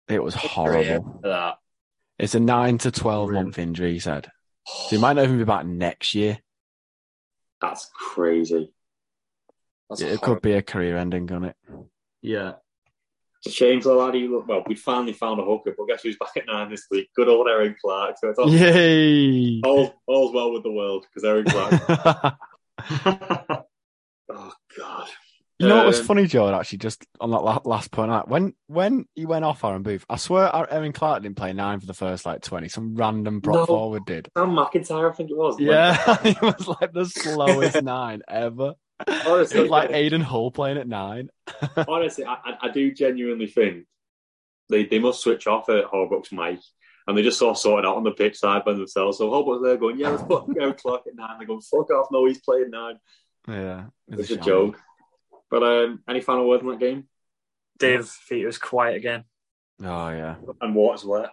Speaker 1: it was horrible.
Speaker 3: For that.
Speaker 1: It's a nine to twelve
Speaker 4: Grim.
Speaker 1: month injury. He said so he might not even be back next year.
Speaker 2: That's crazy.
Speaker 3: That's
Speaker 1: It
Speaker 3: horrible.
Speaker 1: could be a career ending, couldn't it?
Speaker 4: Yeah.
Speaker 2: It's a shame for the lad. He looked, well, we finally found a hooker, but guess who's back at nine this week? Good old Eric Clark. So it's all,
Speaker 1: Yay!
Speaker 2: all, all's well with the world because Eric Clark. oh God.
Speaker 1: You know what was
Speaker 2: Um,
Speaker 1: funny, Joe? Actually, just on that la- last point, like, when when he went off Aaron Booth, I swear Ar- Aaron Clark didn't play nine for the first like twenty. Some random prop
Speaker 2: No.
Speaker 1: forward did.
Speaker 2: Sam McIntyre, I think it was.
Speaker 1: Yeah, he was like the slowest nine ever. It
Speaker 2: honestly,
Speaker 1: was like Aiden Hull playing at nine.
Speaker 2: honestly, I, I- I do genuinely think they, they must switch off at Horbuck's mic. And they just sort of sorted out on the pitch side by themselves. So Horbuck's there going, yeah, let's put Eric Clark at nine. They're going, fuck off, no, he's playing nine.
Speaker 1: Yeah, it was
Speaker 2: It's a
Speaker 1: shame.
Speaker 2: joke. But um, any final word on that game?
Speaker 3: Dave Feet was quiet again.
Speaker 1: Oh yeah,
Speaker 2: And what's wet?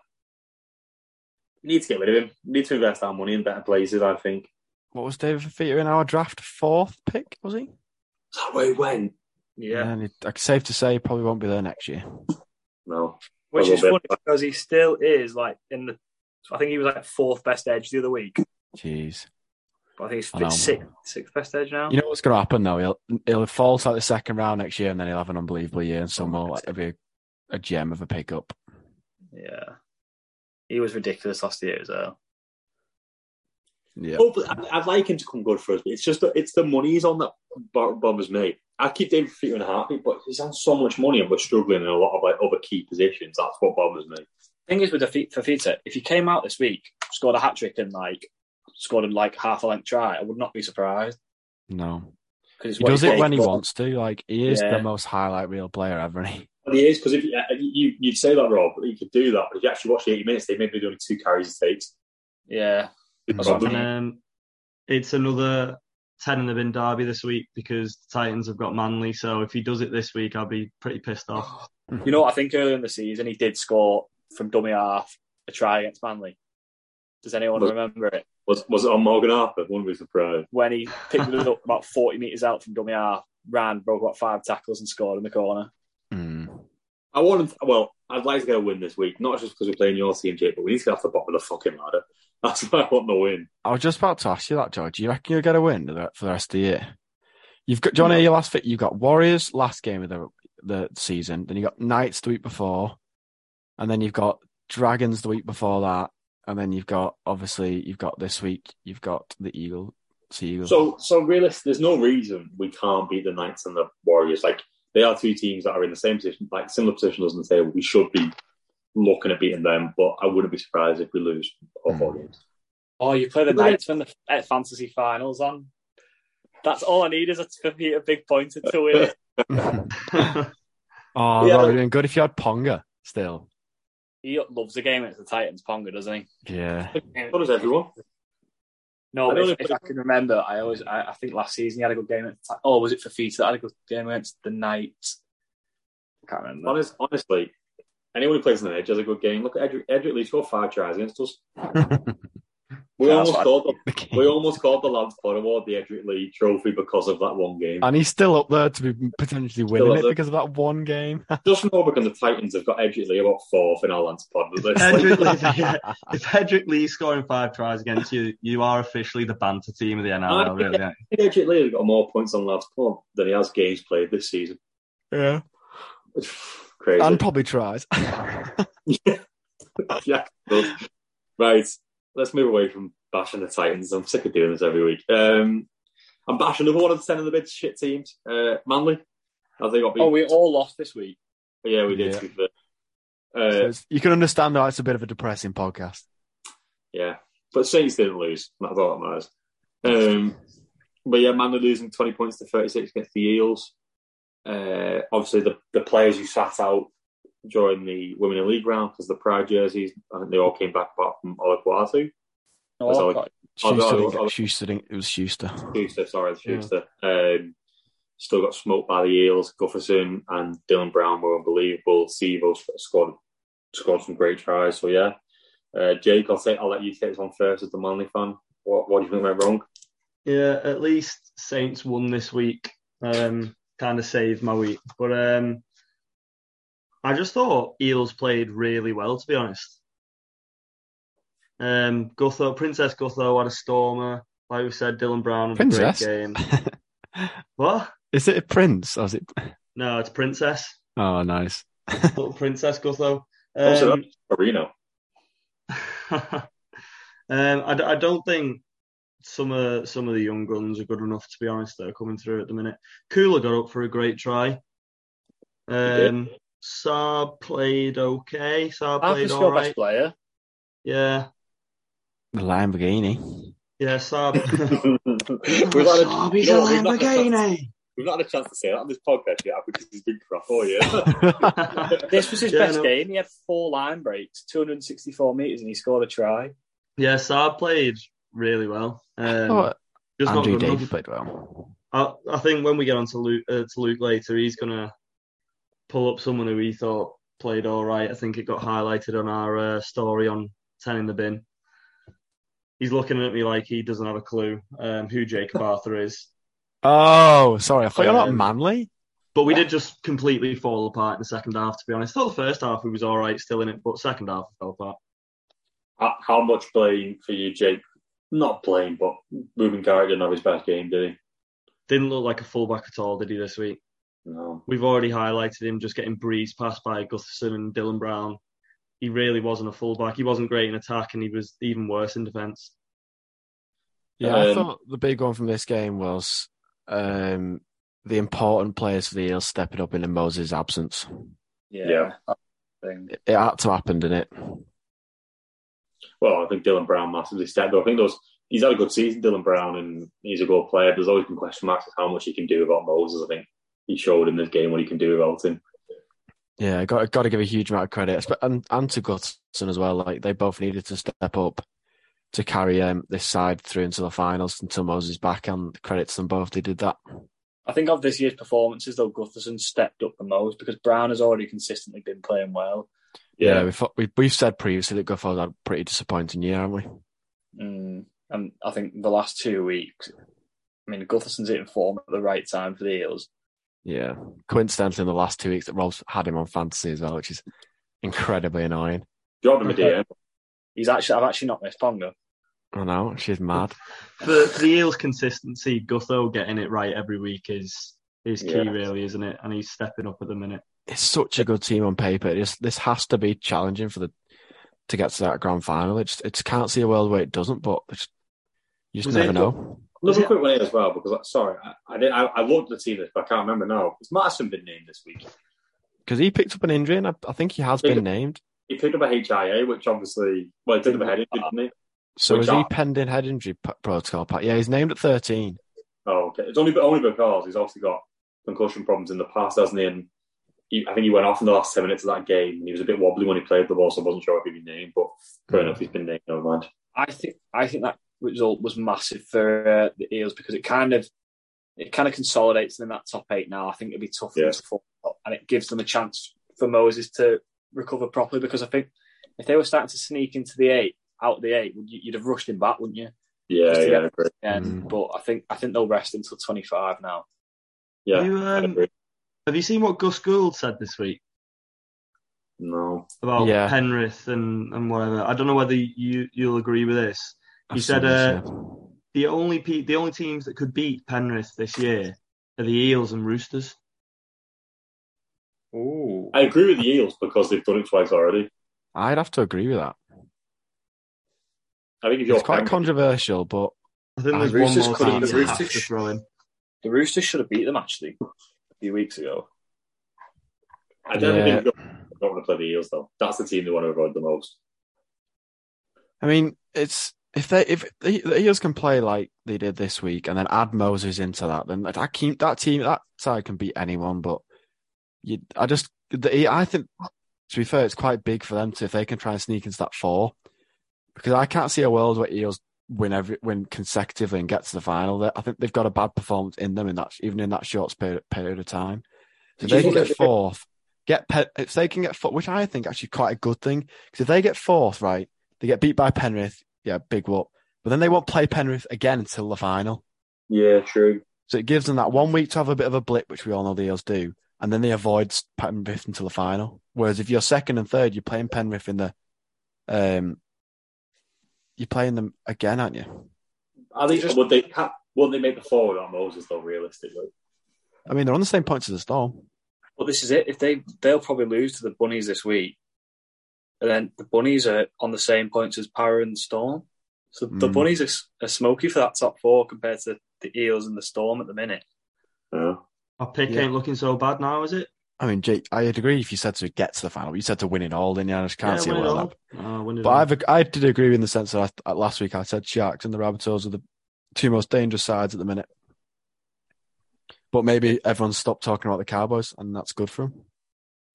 Speaker 2: We need to get rid of him. We need to invest our money in better places, I think.
Speaker 1: what was David Fafita in our draft fourth pick? Was he?
Speaker 2: Is that where he went?
Speaker 3: Yeah,
Speaker 1: and it, like, safe to say, he probably won't be there next year.
Speaker 2: No.
Speaker 3: which
Speaker 2: A
Speaker 3: is
Speaker 2: little
Speaker 3: funny
Speaker 2: bit.
Speaker 3: because he still is like in the. I think he was like fourth best edge the other week.
Speaker 1: Jeez,
Speaker 3: But I think it's,
Speaker 1: I know.
Speaker 3: it's sixth, sixth best edge now.
Speaker 1: You know what's going to happen though? He'll he'll fall to like, the second round next year, and then he'll have an unbelievable year, and someone will like, it'll be a, a gem of a pickup.
Speaker 3: yeah. He was ridiculous last year as well.
Speaker 1: Yeah,
Speaker 2: Hopefully, I- I'd like him to come good for us, but it's just that it's the money he's on that bo- bothers me. I keep David Fleetwood in a heartbeat, but he's on so much money and we're struggling in a lot of like other key positions. That's what bothers me.
Speaker 3: Thing is with Faf- Fafita, if he came out this week, scored a hat trick and like scored him like half a length try, I would not be surprised.
Speaker 1: no,
Speaker 3: Because
Speaker 1: he does it when he wants to. Like he is
Speaker 3: Yeah.
Speaker 1: the most highlight reel player ever. and he-
Speaker 2: And he is because if you, you you'd say that Rob, that he could do that, but if you actually watch the eighty minutes, they maybe do only two carries he takes.
Speaker 3: Yeah. That's what I
Speaker 4: And,
Speaker 3: mean.
Speaker 4: um, it's another 10 in the bin derby this week because the Titans have got Manly. So if he does it this week, I'll be pretty pissed off.
Speaker 1: Oh.
Speaker 3: You know what? I think earlier in the season he did score from dummy half a try against Manly. Does anyone
Speaker 2: Was-
Speaker 3: remember it?
Speaker 2: Was was it on Morgan Harper? Wouldn't be surprised.
Speaker 3: When he picked it up about 40 metres out from dummy half, ran, broke about five tackles and scored in the corner.
Speaker 1: Mm.
Speaker 2: I want him. To, well, I'd like to get a win this week, not just because we're playing your team, Jake, but we need to get off the bottom of the fucking ladder. That's why I want the win.
Speaker 1: I was just about to ask you that, George. Do you reckon you'll get a win for the- for the rest of the year? You've got Johnny. Your last fit. You've got Warriors last game of the the season. Then you have got Knights the week before, and then you've got Dragons the week before that, and then you've got obviously you've got this week. You've got the Eagle. Sea Eagles.
Speaker 2: So, so realist. There's no reason we can't beat the Knights and the Warriors. Like they are two teams that are in the same position, like similar position as on the table. We should be looking at beating them, but I wouldn't be surprised if we lose all four games.
Speaker 3: Oh, you play the
Speaker 2: But-
Speaker 3: Knights when the uh, fantasy finals on. That's all I need is a, for me a big pointer to win it.
Speaker 1: Oh, that
Speaker 2: Yeah.
Speaker 1: would have been good if you had Ponga still.
Speaker 3: He loves the game against the Titans, Ponga, doesn't he?
Speaker 1: Yeah.
Speaker 2: So does everyone.
Speaker 3: No,
Speaker 2: I
Speaker 3: but
Speaker 2: don't
Speaker 3: if, if
Speaker 2: know.
Speaker 3: I can remember, I always, I, I think last season he had a good game. At, oh, was it for Fafita that had a good game against the Knights? I can't remember.
Speaker 2: Honest, honestly, anyone who plays on the edge has a good game. Look at Edric. Edric Lee scored five tries against us. We
Speaker 3: Yeah, that's
Speaker 2: almost
Speaker 3: what I-
Speaker 2: called the we almost called the Lads Pod Award the Edric Lee Trophy because of that one game.
Speaker 1: and he's still up there to be potentially winning
Speaker 2: up
Speaker 1: it
Speaker 2: there.
Speaker 1: because of that one game.
Speaker 2: Just know because the Titans have got Edric Lee about fourth in our Lads Pod. But it's like-
Speaker 4: Edric Lee, yeah. if Hedrick Lee's scoring five tries against you, you are officially the banter team of the
Speaker 1: Oh,
Speaker 4: NRL, really. aren't
Speaker 2: I think Edric Lee has got more points on Lads Pod than he has games played this season.
Speaker 1: Yeah.
Speaker 2: Crazy.
Speaker 1: And probably tries.
Speaker 2: yeah. Right. Let's move away from bashing the Titans. I'm sick of doing this every week. Um, I'm bashing another one of the ten of the bid shit teams. Uh, Manly. Have they got beat?
Speaker 3: Oh, we all lost this week.
Speaker 2: Yeah, we did.
Speaker 1: Yeah.
Speaker 2: to be fair.
Speaker 1: So
Speaker 2: Uh,
Speaker 1: it's- you can understand why it's a bit of a depressing podcast.
Speaker 2: yeah, but Saints didn't lose. That's all that matters. Um, but yeah, Manly losing twenty points to thirty-six against the Eels. Uh, obviously, the, the players who sat out during the Women in League round because the Pride jerseys, I think they all came back apart from Olakwatu.
Speaker 3: No,
Speaker 2: That's all
Speaker 3: I've got-
Speaker 2: Oh, no,
Speaker 1: Schuster, didn't
Speaker 2: oh,
Speaker 1: get, Schuster didn't, it was Schuster.
Speaker 2: Schuster, sorry, the
Speaker 1: Yeah.
Speaker 2: Schuster. Um, still got smoked by the Eels. Gufferson and Dylan Brown were unbelievable. Sevo scored scored some great tries. So yeah, uh, Jake, I'll say I'll let you take this one first as the Manly fan. What, what do you think went wrong?
Speaker 4: you? Yeah, at least Saints won this week. Um, kind of saved my week. But um, I just thought Eels played really well, to be honest. Um, Gutho, Princess Gutho had a stormer. Like we said, Dylan Brown had a great
Speaker 1: Princess?
Speaker 4: game. What?
Speaker 1: is it a prince? Or is it?
Speaker 4: No, it's Princess.
Speaker 1: Oh, nice.
Speaker 4: Little Princess Gutho.
Speaker 2: Also,
Speaker 4: Um,
Speaker 2: Marino.
Speaker 4: um, I, d- I don't think some of some of the young guns are good enough to be honest that are coming through at the minute. Kula got up for a great try. Um, Saab played okay. Saab
Speaker 3: I've
Speaker 4: played
Speaker 3: just
Speaker 4: all
Speaker 3: got
Speaker 4: right.
Speaker 3: best player.
Speaker 4: Yeah,
Speaker 1: The Lamborghini.
Speaker 4: yeah. Saab.
Speaker 2: we've, had
Speaker 4: Saab is a
Speaker 2: no, we've not had a chance-
Speaker 4: Lamborghini.
Speaker 2: we've not had a chance to say that on this podcast yet because he's been crap all year.
Speaker 3: This was his
Speaker 4: Yeah,
Speaker 3: best
Speaker 4: no.
Speaker 3: game. He had four line breaks, 264 metres, and he scored a try.
Speaker 4: yeah, Saab played really well. Um,
Speaker 1: oh,
Speaker 4: just not
Speaker 1: Andrew
Speaker 4: good enough.
Speaker 1: Davy played well.
Speaker 4: I, I think when we get on to Luke, uh, to Luke later, he's going to pull up someone who he thought played all right. I think it got highlighted on our uh, story on 10 in the bin. He's looking at me like he doesn't have a clue um, who Jacob Arthur is.
Speaker 1: Oh, sorry. I thought you were not
Speaker 4: Um,
Speaker 1: manly.
Speaker 4: But we did just completely fall apart in the second half, to be honest. I thought the first half we was all right, still in it, but second half we fell apart.
Speaker 2: how, how much blame for you, Jake, not playing, but Ruben Garrett didn't have his best game, did
Speaker 4: Didn't look like a fullback at all, did he, this week?
Speaker 2: he? No.
Speaker 4: We've already highlighted him just getting breezed past by Gustafson and Dylan Brown. He really wasn't a fullback. He wasn't great in attack, and he was even worse in defence.
Speaker 1: Yeah, I
Speaker 2: Um,
Speaker 1: thought the big one from this game was um, the important players for the Eels stepping up in Moses' absence.
Speaker 2: Yeah.
Speaker 3: that thing.
Speaker 1: It, it had to happen, didn't it?
Speaker 2: Well, I think Dylan Brown massively stepped up. I think those he's had a good season, Dylan Brown, and he's a good player. There's always been question marks as how much he can do without Moses. I think he showed in this game what he can do without him.
Speaker 1: Yeah, got got to give a huge amount of credit, Espe- and and to Gutson as well. Like they both needed to step up to carry um, this side through into the finals until Moses is back, and credit to them both. They did that.
Speaker 3: I think of this year's performances, though, Gutherson stepped up the most because Brown has already consistently been playing well.
Speaker 1: Yeah, we thought, we we've said previously that Gutho had a pretty disappointing year, haven't we?
Speaker 3: Mm. And I think the last two weeks, I mean, Gutherson's in form at the right time for the Eels.
Speaker 1: Yeah. Coincidentally, in the last two weeks, that Rob's had him on fantasy as well, which is incredibly annoying.
Speaker 2: Drop him a DM.
Speaker 3: He's actually, I've actually not missed Ponga.
Speaker 1: I know she's mad.
Speaker 4: For, for the Eels' consistency, Gutho getting it right every week is is key,
Speaker 2: Yeah.
Speaker 4: really, isn't it? And he's stepping up at the minute.
Speaker 1: It's such a good team on paper. It's, this has to be challenging for the to get to that grand final. It's it's can't see a world where it doesn't, but it's, you just
Speaker 4: Was
Speaker 1: never
Speaker 4: it-
Speaker 1: know.
Speaker 2: Another
Speaker 4: Yeah.
Speaker 2: quick one here as well, because like, sorry, I, I did I, I looked at the team list, but I can't remember now. Has Madison been named this week?
Speaker 1: Because he picked up an injury, and I, I think he has been
Speaker 2: Jacob-
Speaker 1: named.
Speaker 2: He picked up a HIA, which obviously well, he did have a head injury, didn't he?
Speaker 1: So
Speaker 2: Which
Speaker 1: is he
Speaker 2: are-
Speaker 1: pending head injury p- protocol? Pat? Yeah, he's named at thirteen.
Speaker 2: Oh, okay. It's only only because he's obviously got concussion problems in the past, hasn't he? And he, I think he went off in the last ten minutes of that game, and he was a bit wobbly when he played the ball, so I wasn't sure if he'd be named. But fair enough, he's been named. Never mind.
Speaker 3: I think I think that result was massive for uh, the Eels because it kind of it kind of consolidates them in that top eight now. I think it'd be tough for
Speaker 2: Yeah.
Speaker 3: them to fall out, and it gives them a chance for Moses to recover properly because I think if they were starting to sneak into the eight out of the eight, would you- you'd have rushed him back, wouldn't you?
Speaker 2: Yeah,
Speaker 3: Just to
Speaker 2: yeah,
Speaker 3: get-
Speaker 2: I agree.
Speaker 3: And
Speaker 1: Mm.
Speaker 3: but I think I think they'll rest until twenty five now.
Speaker 2: Yeah,
Speaker 4: Have you,
Speaker 2: I
Speaker 4: um,
Speaker 2: agree.
Speaker 4: have you seen what Gus Gould said this week
Speaker 2: No,
Speaker 4: about
Speaker 1: Yeah.
Speaker 4: Penrith and, and whatever? I don't know whether you you'll agree with this.
Speaker 1: I've
Speaker 4: He said, uh,
Speaker 1: seen this,
Speaker 4: The only pe- the only teams that could beat Penrith this year are the Eels and Roosters.
Speaker 3: Ooh,
Speaker 2: I agree with the Eels because they've done it twice already.
Speaker 1: yeah. I'd have to agree with that.
Speaker 2: I think if you're
Speaker 1: It's quite
Speaker 2: Penrith-
Speaker 1: controversial, but
Speaker 4: I
Speaker 2: Uh,
Speaker 4: think
Speaker 1: Ah,
Speaker 4: there's
Speaker 3: Roosters
Speaker 4: one more
Speaker 3: could have
Speaker 4: team
Speaker 3: been
Speaker 4: you have to
Speaker 3: Roosters.
Speaker 4: throw in.
Speaker 3: the Roosters should have beat them actually a few weeks ago.
Speaker 2: I definitely
Speaker 1: Yeah.
Speaker 2: think they don't want to play the Eels though. That's the team they want to avoid the most.
Speaker 1: I mean, it's if they if the, the Eels can play like they did this week, and then add Moses into that, then that that keep that team that side can beat anyone. But you, I just the, I think to be fair, it's quite big for them to if they can try and sneak into that four, because I can't see a world where Eels win every win consecutively and get to the final. They- I think they've got a bad performance in them in that even in that short period, period of time. So if
Speaker 3: Do
Speaker 1: they
Speaker 3: you
Speaker 1: can
Speaker 3: think
Speaker 1: get fourth, get pe- if they can get fourth, which I think actually quite a good thing, because if they get fourth, right. They get beat by Penrith. Yeah, big whoop. But then they won't play Penrith again until the final.
Speaker 2: Yeah, true.
Speaker 1: So it gives them that one week to have a bit of a blip, which we all know the Eels do. And then they avoid Penrith until the final. Whereas if you're second and third, you're playing Penrith in the, um, you're playing them again, aren't you?
Speaker 2: I think
Speaker 3: Just-
Speaker 2: would they ha- would they make the four without Moses though? Realistically,
Speaker 1: I mean, they're on the same points as the Storm.
Speaker 3: Well, this is it. If they they'll probably lose to the Bunnies this week, and then the Bunnies are on the same points as Para and Storm. So the
Speaker 1: Mm.
Speaker 3: Bunnies are, s- are smoky for that top four compared to the Eels and the Storm at the minute.
Speaker 2: yeah.
Speaker 4: Our pick
Speaker 1: Yeah.
Speaker 4: ain't looking so bad now, is it?
Speaker 1: I mean, Jake, I'd agree if you said to get to the final. You said to win it all, didn't you? I just can't see a
Speaker 4: win it
Speaker 1: world.
Speaker 4: all.
Speaker 1: happening.
Speaker 4: Ah, win it
Speaker 1: But
Speaker 4: all.
Speaker 1: I've, I did agree in the sense that I, last week I said Sharks and the Rabbitohs are the two most dangerous sides at the minute. But maybe everyone's stopped talking about the Cowboys, and that's good for them.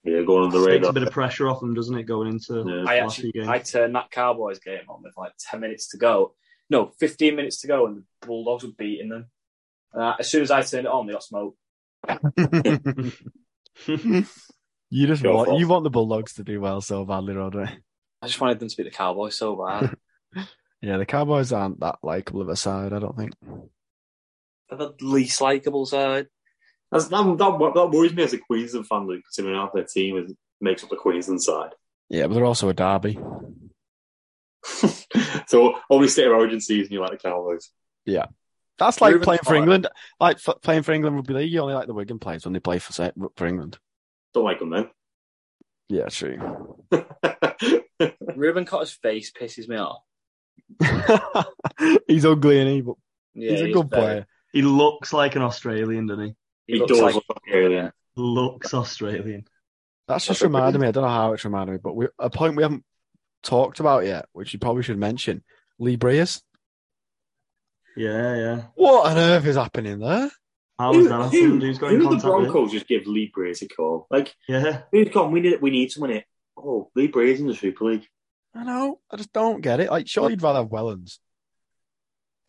Speaker 2: yeah, going on the
Speaker 4: takes
Speaker 2: radar.
Speaker 4: a bit of pressure off them, doesn't it, going into
Speaker 2: Yeah.
Speaker 4: the
Speaker 3: I
Speaker 4: last few
Speaker 3: actually
Speaker 4: games?
Speaker 3: I turned that Cowboys game on with like ten minutes to go. No, fifteen minutes to go, and the Bulldogs were beating them. And I- as soon as I turned it on, they got smoked.
Speaker 1: you just
Speaker 2: Your
Speaker 1: want
Speaker 2: fault.
Speaker 1: you want the Bulldogs to do well so badly, Rod. right?
Speaker 3: I just wanted them to beat the Cowboys so bad.
Speaker 1: Yeah, the Cowboys aren't that likable of a side, I don't think.
Speaker 3: They're the least likable side.
Speaker 2: That's, that, that that worries me as a Queensland fan, like, considering half their team is, makes up the Queensland side.
Speaker 1: Yeah, but they're also a derby.
Speaker 2: so only state of origin season you like the Cowboys.
Speaker 1: That's like
Speaker 2: Ruben
Speaker 1: playing for
Speaker 2: Foster.
Speaker 1: England. Like f- playing for England rugby league, you only like the Wigan players when they play for se- for England.
Speaker 2: Don't like them then.
Speaker 1: Yeah, true.
Speaker 3: Ruben Cotter's face pisses me off.
Speaker 1: he's ugly and evil.
Speaker 3: Yeah,
Speaker 1: he's a good
Speaker 3: very-
Speaker 1: player.
Speaker 4: He looks like an Australian, doesn't he?
Speaker 3: He,
Speaker 2: He
Speaker 3: looks
Speaker 2: does
Speaker 3: like
Speaker 2: look Australian.
Speaker 4: Looks Australian.
Speaker 1: That's just
Speaker 2: That's a
Speaker 1: reminded me. I don't know how it's reminded me, but we, a point we haven't talked about yet, which you probably should mention. Lee Breas.
Speaker 4: Yeah, yeah.
Speaker 1: What on earth is happening there?
Speaker 4: How is
Speaker 2: Who-
Speaker 4: that
Speaker 2: who-
Speaker 4: happened? Who's got
Speaker 2: who
Speaker 4: in
Speaker 2: the
Speaker 4: contact with him?
Speaker 2: Broncos just give Lee Breeze a call? Like,
Speaker 4: Yeah.
Speaker 2: who's gone? We need, we need someone here. Oh, Lee Breeze in the Super League.
Speaker 1: I know. I just don't get it. Like, surely you'd rather have Wellens.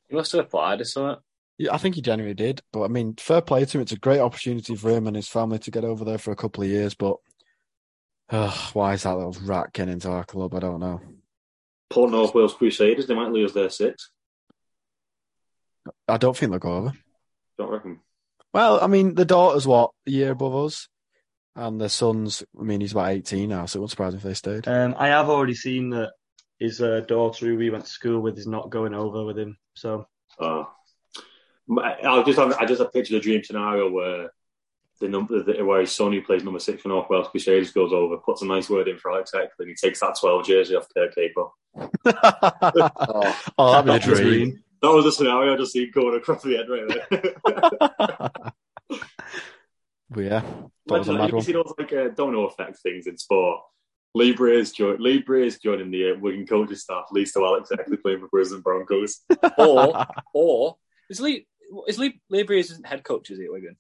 Speaker 3: he must have applied or something.
Speaker 1: Yeah, I think he genuinely did. But I mean, fair play to him. It's a great opportunity for him and his family to get over there for a couple of years. But ugh, why is that little rat getting into our club? I don't know.
Speaker 2: Port North Wales Crusaders, they might lose their six.
Speaker 1: I don't think they'll go over.
Speaker 2: Don't reckon.
Speaker 1: Well, I mean, the daughter's what a year above us, and the son's. I mean, he's about eighteen now, so it wouldn't surprise me if they stayed.
Speaker 4: Um, I have already seen that his uh, daughter, who we went to school with, is not going over with him. So
Speaker 2: Oh. I- I'll just have, I just have pictured a dream scenario where the number the, where his son who plays number six for North Wales Crusaders goes over, puts a nice word in for Alex Eckland, and he takes that twelve jersey off Kirk Capel.
Speaker 1: oh, that'd be the
Speaker 2: That was
Speaker 1: dream.
Speaker 2: That was the scenario I just seen going across the head right there.
Speaker 1: But yeah, that was a
Speaker 2: Imagine that.
Speaker 1: mad
Speaker 2: You
Speaker 1: one.
Speaker 2: see those like uh, domino effect things in sport. Lee Brears, jo- Lee Brears joining the uh, Wigan coaching staff leads to Alex Eckley playing for Brisbane Broncos.
Speaker 3: Or, or is Lee is Lee Libri isn't head coach is he at Wigan?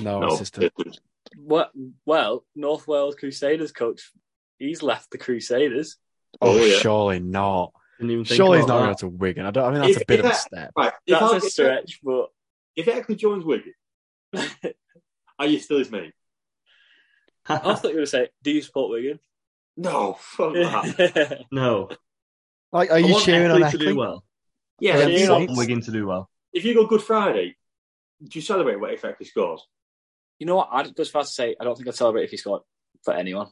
Speaker 1: No,
Speaker 2: no,
Speaker 1: assistant.
Speaker 2: it's-
Speaker 3: What? Well, North Wales Crusaders coach, he's left the Crusaders.
Speaker 1: Oh,
Speaker 2: Oh, yeah.
Speaker 1: surely not.
Speaker 4: didn't even think
Speaker 1: Surely he's
Speaker 4: about
Speaker 1: not
Speaker 4: that.
Speaker 1: going to Wigan. I don't. I mean, that's
Speaker 2: If-
Speaker 1: a bit
Speaker 2: if
Speaker 1: of a
Speaker 2: that-
Speaker 1: step.
Speaker 2: right. If,
Speaker 3: That's a
Speaker 2: Alex,
Speaker 3: stretch, but
Speaker 2: if Eckley joins Wigan, are you still his mate?
Speaker 3: I thought you were going to say, do you support Wigan?
Speaker 2: No, fuck that.
Speaker 4: no.
Speaker 1: Like, are
Speaker 4: I
Speaker 1: you
Speaker 4: want
Speaker 1: cheering on
Speaker 4: Eckley to
Speaker 1: Eckley?
Speaker 4: do well.
Speaker 2: Yeah,
Speaker 1: Yeah,
Speaker 2: if you,
Speaker 1: Saints.
Speaker 4: I want
Speaker 2: go,
Speaker 4: Wigan to do well.
Speaker 2: if you go Good Friday, do you celebrate what if Eckley scores?
Speaker 3: you know what? I just have to say, I don't think I'd celebrate if he scored for anyone.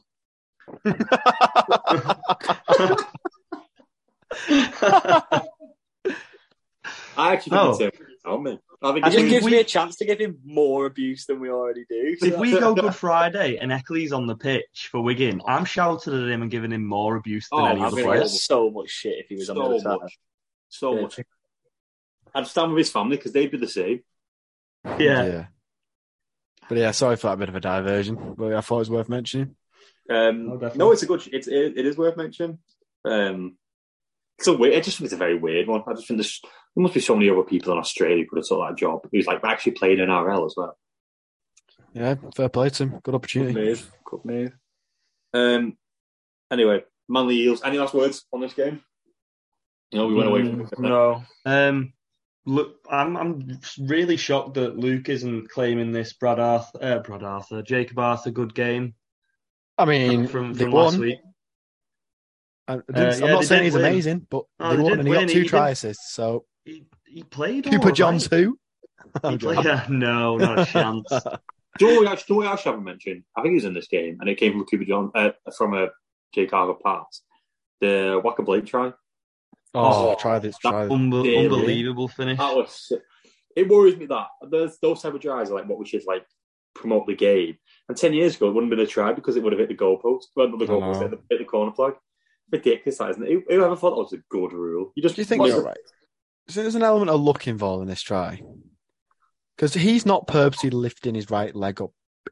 Speaker 2: I actually
Speaker 4: Oh.
Speaker 2: think it's him. Oh, man. I think
Speaker 4: I
Speaker 3: It
Speaker 2: it's
Speaker 3: just
Speaker 4: think
Speaker 2: him.
Speaker 3: gives
Speaker 4: we-
Speaker 3: me a chance to give him more abuse than we already do.
Speaker 4: if we go Good Friday and Eckley's on the pitch for Wigan, I'm shouting at him and giving him more abuse than
Speaker 2: Oh,
Speaker 4: any
Speaker 2: I'm
Speaker 4: other
Speaker 2: gonna
Speaker 4: player.
Speaker 2: go-
Speaker 3: so much shit if he was on the
Speaker 2: so
Speaker 3: other side.
Speaker 2: much. So
Speaker 3: Yeah.
Speaker 2: much. I'd stand with his family because they'd be the same.
Speaker 4: Yeah.
Speaker 1: But yeah, sorry for that bit of a diversion. But I thought it was worth mentioning.
Speaker 2: Um,
Speaker 4: No,
Speaker 2: no,
Speaker 4: definitely.
Speaker 2: it's a good. It's it, it is worth mentioning. Um, it's a weird. I just think it's a very weird one. I just think there's, there must be so many other people in Australia who could have took that job. Who's like actually played in RL as well.
Speaker 1: Yeah, fair play to him. Good opportunity.
Speaker 2: Move, good move. Um. Anyway, Manly Eels. Any last words on this game? You know, we went away from
Speaker 4: Mm,
Speaker 2: it.
Speaker 3: No.
Speaker 4: Um, look, I'm I'm really shocked that Luke isn't claiming this Brad Arthur, uh, Brad Arthur, Jacob Arthur, good game
Speaker 1: I
Speaker 4: from
Speaker 1: mean,
Speaker 4: from,
Speaker 1: they
Speaker 4: from
Speaker 1: won.
Speaker 4: last week.
Speaker 1: I, I didn't,
Speaker 4: Uh,
Speaker 1: I'm
Speaker 4: yeah,
Speaker 1: not
Speaker 4: they
Speaker 1: saying
Speaker 4: did
Speaker 1: he's
Speaker 4: win.
Speaker 1: amazing, but
Speaker 4: No,
Speaker 1: they
Speaker 4: they
Speaker 1: won
Speaker 4: did
Speaker 1: and he got
Speaker 4: win.
Speaker 1: two
Speaker 4: He
Speaker 1: try
Speaker 4: did-
Speaker 1: assists. So
Speaker 4: He he played. all
Speaker 1: Cooper
Speaker 4: right.
Speaker 1: Johns, who?
Speaker 4: He
Speaker 1: I'm
Speaker 4: played,
Speaker 1: joking.
Speaker 4: yeah, no, not a chance.
Speaker 2: Joey actually, Joey actually haven't mentioned. I think he was in this game, and it came from Cooper John uh, from a Jake Carver pass. The Waka Blake try.
Speaker 1: Oh,
Speaker 3: Oh,
Speaker 1: try this,
Speaker 2: that
Speaker 1: try this.
Speaker 4: Unbe-
Speaker 2: Yeah, really.
Speaker 4: unbelievable finish.
Speaker 2: That was sick. it worries me that those those type of drives are like what we should like promote the game. And ten years ago, it wouldn't have been a try because it would have hit the goalpost. Well, not the
Speaker 1: I know.
Speaker 2: goalpost, hit the, hit the corner flag. Ridiculous, that isn't it? Who- Whoever thought that was a good rule? You just
Speaker 1: Do you think
Speaker 2: like,
Speaker 1: you're right? So there's an element of luck involved in this try. Because he's not purposely lifting his right leg up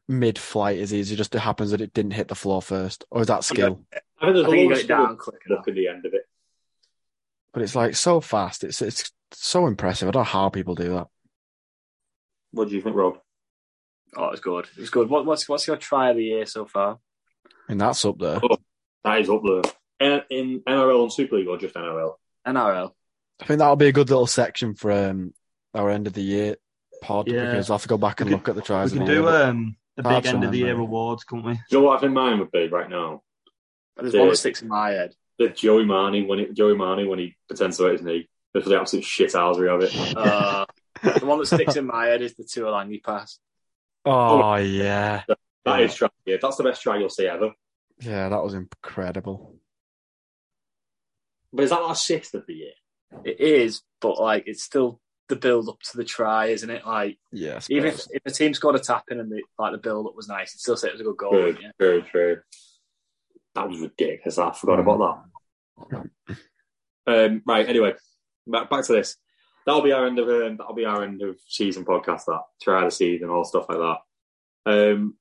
Speaker 1: mid flight, is he? It just happens that it didn't hit the floor first. Or is that skill?
Speaker 2: I think there's
Speaker 3: I think he
Speaker 2: a lot
Speaker 3: got
Speaker 2: of
Speaker 3: it down
Speaker 2: skill
Speaker 3: quick enough.
Speaker 2: look at the end of it.
Speaker 1: But it's like so fast. It's it's so impressive. I don't know how people do that.
Speaker 2: What do you think, Rob?
Speaker 3: Oh, it was good. It was good. What, what's what's your try of the year so far?
Speaker 1: And that's up there.
Speaker 2: That is up there in, in NRL and Super League or just NRL.
Speaker 3: NRL.
Speaker 1: I think that'll be a good little section for um, our end of the year pod
Speaker 4: Yeah.
Speaker 1: because I'll have to go back and
Speaker 4: We
Speaker 1: look at the
Speaker 4: we
Speaker 1: tries.
Speaker 4: could
Speaker 1: of the year,
Speaker 4: do
Speaker 1: but
Speaker 4: um, a
Speaker 1: Hard
Speaker 4: big end of the
Speaker 1: time,
Speaker 4: year
Speaker 1: really.
Speaker 4: awards, couldn't we?
Speaker 2: Do you know what I think mine would be right now?
Speaker 3: There's one
Speaker 2: Yeah.
Speaker 3: that sticks in my head.
Speaker 2: The Joey Marnie when it, Joey Marnie when he pretends to hurt his knee. This was the absolute shithousery of it.
Speaker 3: Uh, the one that sticks in my head is the Tuolani pass.
Speaker 1: Oh yeah,
Speaker 2: That
Speaker 1: Yeah.
Speaker 2: is try. Yeah, that's the best try you'll see ever.
Speaker 1: yeah, that was incredible.
Speaker 2: But is that not a sixth of the year?
Speaker 3: It is, but like it's still the build up to the try, isn't it? Like
Speaker 1: Yeah, I
Speaker 3: even if,
Speaker 1: suppose.
Speaker 3: if the team scored a tap in and the like the build up was nice, it'd still say it was a good goal.
Speaker 2: Very,
Speaker 3: wouldn't you?
Speaker 2: very true. That was ridiculous. I forgot about that. Um, right. Anyway, back, back to this. That'll be our end of um, that'll be our end of season podcast. That try the season, all stuff like that. Um,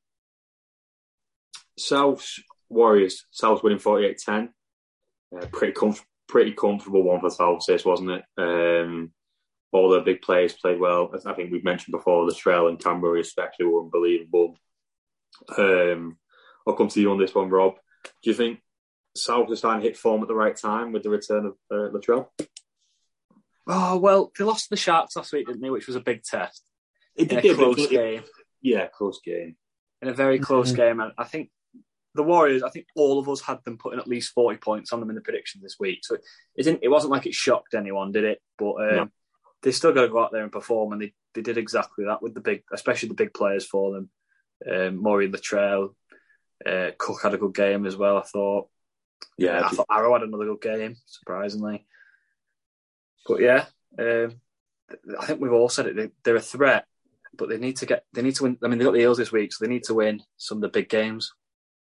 Speaker 2: South Warriors. South winning 48-10. Uh, pretty comf- pretty comfortable one for South. This wasn't it. Um, all the big players played well. As I think we've mentioned before, the Trail and Canberra especially were unbelievable. Um, I'll come to you on this one, Rob. Do you think South is starting to hit form at the right time with the return of uh, Latrell?
Speaker 3: Oh well, they lost to the Sharks last week, didn't they? Which was a big test
Speaker 2: It
Speaker 3: in a close game.
Speaker 2: Yeah, close game.
Speaker 3: in a very close game. And I think the Warriors, I think all of us had them putting at least 40 points on them in the predictions this week. So it, didn't, it wasn't like it shocked anyone, did it? But um,
Speaker 2: No.
Speaker 3: they still got to go out there and perform. And they, they did exactly that with the big, especially the big players for them. Um, Maury Latrell, uh, Cook had a good game as well, I thought.
Speaker 2: Yeah,
Speaker 3: I thought Arrow had another good game, surprisingly. But yeah, um, th- I think we've all said it. They, they're a threat, but they need to get. They need to win. I mean, they got the Eels this week, so they need to win some of the big games.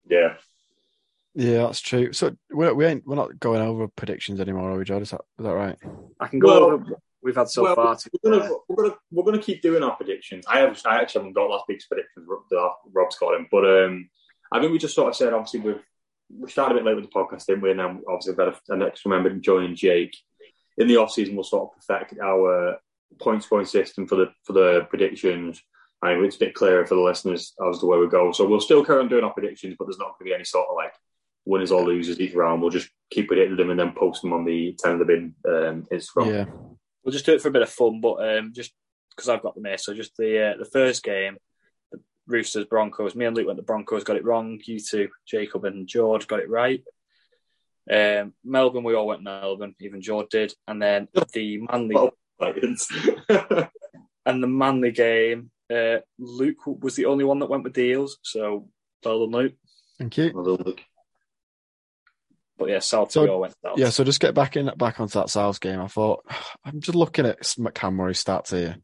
Speaker 2: yeah.
Speaker 1: yeah, that's true. So we're, we ain't we're not going over predictions anymore, are we, Jod? Is that is that right?
Speaker 3: I can go
Speaker 2: Well-
Speaker 3: over what we've had so
Speaker 2: Well,
Speaker 3: far. To,
Speaker 2: We're gonna,
Speaker 3: uh,
Speaker 2: we're gonna we're gonna keep doing our predictions. I have I actually haven't got last week's predictions. Rob- that Rob's got them, but um, I think we just sort of said obviously we we started a bit late with the podcast, didn't we? And then obviously we've had a, an extra member joining Jake in the off season. We'll sort of perfect our point scoring system for the for the predictions. And it's a bit clearer for the listeners as to where we go. So we'll still carry on doing our predictions, but there's not going to be any sort of like winners or losers each round. We'll just keep predicting them and then post them on the ten of the bin um, Instagram.
Speaker 1: Yeah,
Speaker 3: we'll just do it for a bit of fun, but um, just because I've got them here. So just the uh, the first game, the Roosters Broncos. Me and Luke went the Broncos, got it wrong. You two, Jacob and George, got it right. Um, Melbourne, we all went Melbourne. Even George did, and then the Manly.
Speaker 2: Well, Titans.
Speaker 3: and the Manly game, uh, Luke was the only one that went with the Eels, so well done, Luke.
Speaker 1: thank you.
Speaker 3: But yeah, South
Speaker 1: So-
Speaker 3: we all went South.
Speaker 1: Yeah, so just get back in back onto that South game. I thought I'm just looking at McCamroy's stats here.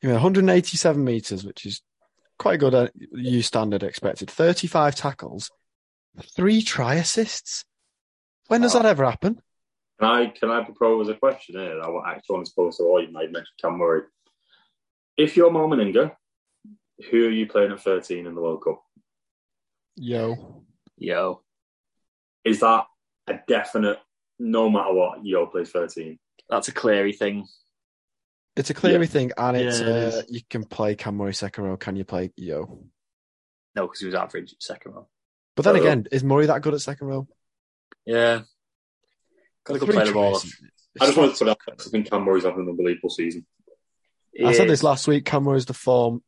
Speaker 1: He made 187 meters, which is quite a good uh, U standard expected. 35 tackles, three try assists. When does
Speaker 3: Wow.
Speaker 1: that ever happen?
Speaker 2: Can I can I propose a question here? that I actually want to pose to all you. I mentioned Cam Murray. If you're Mal Meninga, who are you playing at 13 in the World Cup?
Speaker 1: Yo,
Speaker 3: Yo.
Speaker 2: Is that a definite? No matter what, Yo plays 13.
Speaker 3: That's a Cleary thing.
Speaker 1: it's a Cleary thing, and it's
Speaker 4: Yeah, it
Speaker 1: uh,
Speaker 4: is.
Speaker 1: you can play Camroy Sekiro. Can you play Yo?
Speaker 3: No, because he was average second row.
Speaker 1: But then
Speaker 2: Oh.
Speaker 1: again, is Murray that good at second row?
Speaker 3: Yeah. Got to go
Speaker 1: Three
Speaker 3: play the ball.
Speaker 1: tries.
Speaker 2: I just wanted to put out. I think Cam Murray's having an unbelievable season.
Speaker 1: I said
Speaker 3: Yeah.
Speaker 1: this last week. Camera is the form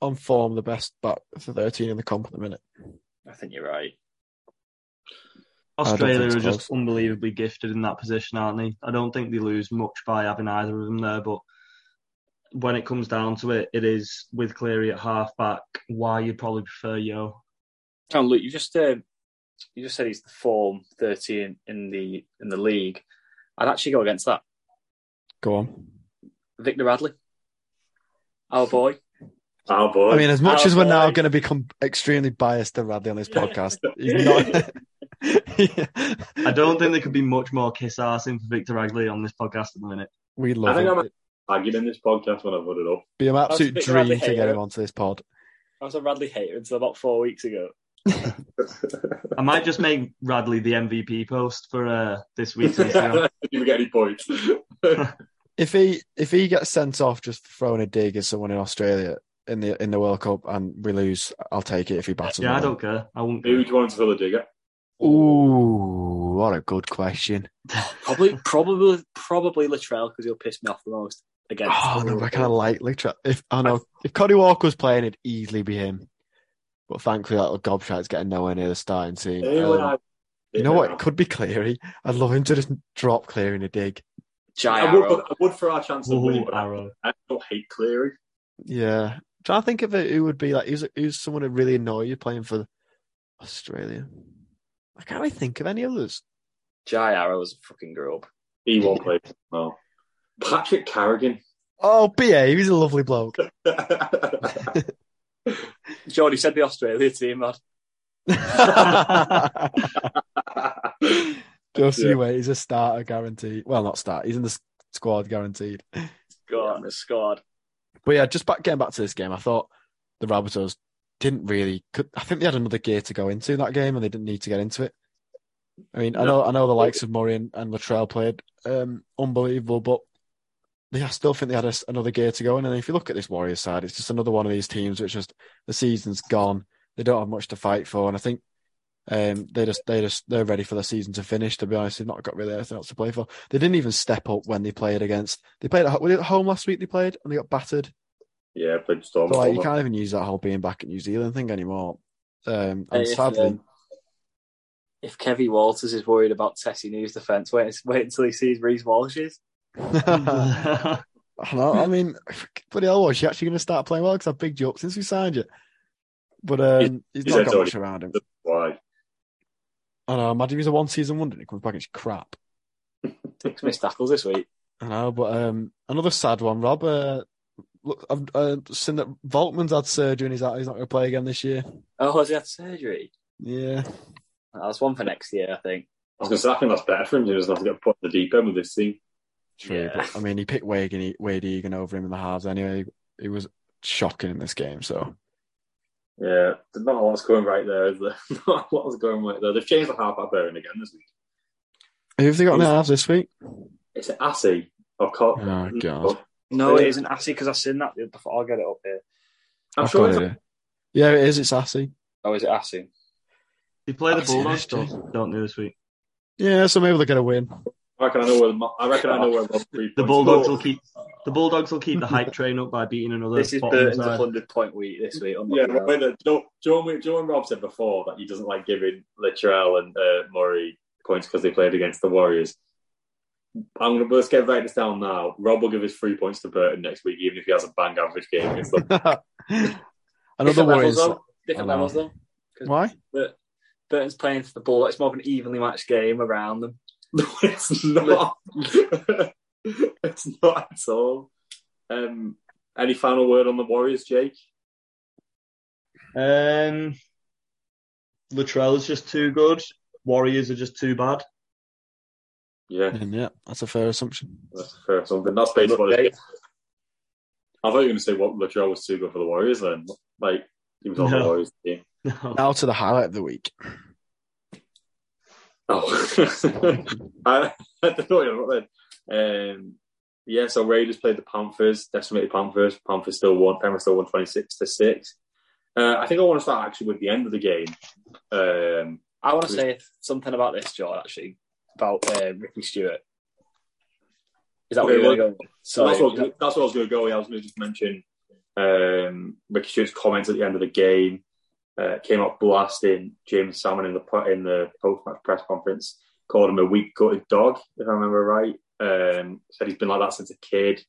Speaker 1: on form, the best back for thirteen in the comp at the minute.
Speaker 3: I think you're right.
Speaker 1: don't
Speaker 4: Australia
Speaker 1: think
Speaker 4: are
Speaker 1: it's
Speaker 4: just
Speaker 1: close.
Speaker 4: unbelievably gifted in that position, aren't they? I don't think they lose much by having either of them there, but when it comes down to it, it is with Cleary at halfback why you'd probably prefer Yo.
Speaker 3: Oh, Luke, you just um, you just said he's the form 13 in the in the league. I'd actually go against that.
Speaker 1: Go on.
Speaker 3: Victor Radley, our boy.
Speaker 2: Oh boy!
Speaker 1: I mean, as much
Speaker 3: Our
Speaker 1: as we're now
Speaker 3: boy.
Speaker 1: going to become extremely biased to Radley on this podcast, he's not.
Speaker 4: I don't think there could be much more kiss assing for Victor Agley on this podcast at the minute.
Speaker 1: We
Speaker 2: I
Speaker 1: love
Speaker 2: think
Speaker 1: him.
Speaker 2: I'm
Speaker 1: It'd
Speaker 2: arguing in this podcast when I put it up.
Speaker 1: be an absolute
Speaker 3: That's a bit
Speaker 1: dream
Speaker 3: Radley
Speaker 1: to get
Speaker 3: hater.
Speaker 1: him onto this pod.
Speaker 3: I was a Radley hater until about four weeks ago.
Speaker 4: I might just make Radley the MVP post for uh, this week's Instagram.
Speaker 2: Did you get any points?
Speaker 1: If he if he gets sent off just for throwing a dig at someone in Australia in the in the World Cup and we lose, I'll take it if he battles.
Speaker 4: yeah, I don't care. I won't.
Speaker 2: Who
Speaker 4: Care.
Speaker 2: would you want to fill the digger?
Speaker 1: Ooh, what a good question.
Speaker 3: Probably, probably, probably Latrell because he'll piss me off the most against.
Speaker 1: Oh, no, I kind of lightly tra- if I know if Cody Walker was playing, it'd easily be him. But thankfully, that little gobshite's getting nowhere near the starting team.
Speaker 2: Who would
Speaker 1: Um,
Speaker 2: I-
Speaker 1: you know what? It could be Cleary. I'd love him to just drop Cleary in a dig.
Speaker 3: Jai
Speaker 2: I would,
Speaker 3: Arrow.
Speaker 2: I would for our chance of winning,
Speaker 4: Ooh,
Speaker 2: but I,
Speaker 4: Arrow.
Speaker 2: I don't hate Cleary.
Speaker 1: Yeah, trying to think of it, who would be like who's who's someone who really annoy you playing for Australia. I can't really think of any others.
Speaker 3: Jai Arrow was a fucking grub.
Speaker 2: He won't play. No. Patrick Carrigan.
Speaker 1: Oh, BA, he's a lovely bloke.
Speaker 3: Jordan, you said the Australia team, man.
Speaker 1: Just
Speaker 2: Yeah.
Speaker 1: you wait, he's a starter guaranteed. Well, not start. He's in the s- squad guaranteed.
Speaker 3: Scored, scored.
Speaker 1: But yeah, just back getting back to this game, I thought the Rabbitohs didn't really. Could, I think they had another gear to go into in that game, and they didn't need to get into it. I mean, I know I know the likes of Murray and, and Latrell played um, unbelievable, but they, I still think they had a s another gear to go in. And if you look at this Warriors side, it's just another one of these teams which just the season's gone. They don't have much to fight for, and I think um, they just they just they're ready for the season to finish. To be honest, they've not got really anything else to play for. They didn't even step up when they played against. They played at, ho- was it at home last week. They played and they got battered.
Speaker 2: yeah, played Storm.
Speaker 1: So like, you can't even use that whole being back at New Zealand thing anymore. Um, and
Speaker 3: Hey, if,
Speaker 1: sadly,
Speaker 3: um, if Kevy Walters is worried about Tessie News defence, wait, wait until he sees Reese Walsh's.
Speaker 1: I, know, I mean, bloody hell, was she actually going to start playing well? Because I've bigged you up since we signed you. But um, he's,
Speaker 2: he's
Speaker 1: not got
Speaker 2: already-
Speaker 1: much around him.
Speaker 2: Why?
Speaker 1: I know, imagine if he's a one season wonder and he comes back and it's crap.
Speaker 3: Six missed tackles this week.
Speaker 1: I know, but um, another sad one, Rob. Uh, look, I've uh, seen that Volkman's had surgery and he's, out, he's not going to play again this year.
Speaker 3: Oh, has he had surgery?
Speaker 1: Yeah.
Speaker 3: That's one for next year, I think.
Speaker 2: I was going to say, I think that's better for him. He doesn't have to get put in the deep end with this team.
Speaker 1: True,
Speaker 3: Yeah.
Speaker 1: but I mean, he picked Wade, and he, Wade Egan over him in the halves anyway. He was shocking in this game, so.
Speaker 2: Yeah, there's not a lot's going right there. Is there? not a lot's going right there. They've changed the halfback pairing again this week.
Speaker 1: Who have they got in the
Speaker 2: He's-
Speaker 1: halves this week?
Speaker 2: It's Assy or Cot.
Speaker 1: Oh, God.
Speaker 3: No,
Speaker 2: Yeah.
Speaker 3: it isn't Assy because I've seen that before. I'll get it up here.
Speaker 2: I'm
Speaker 1: I've
Speaker 2: sure
Speaker 1: got
Speaker 2: it's
Speaker 1: it here. Yeah, it is. It's Assy.
Speaker 3: Oh, is it Assy?
Speaker 4: they play the
Speaker 1: I've seen it,
Speaker 4: Bulldogs,
Speaker 1: actually.
Speaker 4: don't- don't they, this week?
Speaker 1: Yeah, so maybe they'll get a win.
Speaker 2: I reckon I know where. the- I reckon I know where. Rob three
Speaker 4: The
Speaker 2: points
Speaker 4: Bulldogs
Speaker 2: go.
Speaker 4: will keep the Bulldogs will keep the hype train up by beating another.
Speaker 3: This is
Speaker 4: bottom
Speaker 3: Burton's
Speaker 4: side.
Speaker 3: 100 point week this week.
Speaker 2: Yeah, but wait, the- Joe, Joe, Joe and Rob said before that he doesn't like giving Littrell and uh, Murray points because they played against the Warriors. I'm going to let's get right this down now. Rob will give his three points to Burton next week, even if he has a bang average game against them.
Speaker 1: Another
Speaker 3: Different
Speaker 1: worry. is-
Speaker 3: levels, though. Different
Speaker 1: I know.
Speaker 3: levels, though.
Speaker 1: Why?
Speaker 3: Burton's playing for the ball. It's more of an evenly matched game around them.
Speaker 2: No, it's not. it's not at all. Um, any final word on the Warriors, Jake?
Speaker 4: Um, Latrell is just too good. Warriors are just too bad.
Speaker 2: Yeah,
Speaker 1: And yeah, that's a fair assumption.
Speaker 2: that's fair. Something that's basically what it is. I thought you were going to say what Littrell was too good for the Warriors. Then, like he was on the
Speaker 4: No.
Speaker 2: Warriors team.
Speaker 3: Oh,
Speaker 4: No.
Speaker 1: Now to the highlight of the week.
Speaker 2: Oh, I, I don't know what then. Um, yeah, so Raiders played the Panthers, decimated Panthers. Panthers still won. Penrith still won twenty six to six. Uh, I think I want to start actually with the end of the game. Um,
Speaker 3: I want to say something about this, John, actually, about uh, Ricky Stewart. Is that what
Speaker 2: Okay,
Speaker 3: you're going to go?
Speaker 2: so that's,
Speaker 3: Sorry.
Speaker 2: what, that's what I was going to go with. I was going to just mention um, Ricky Stewart's comments at the end of the game. Uh, came out blasting James Salmon in the po- in the post match press conference. Called him a weak gutted dog, if I remember right. Um, said he's been like that since a kid.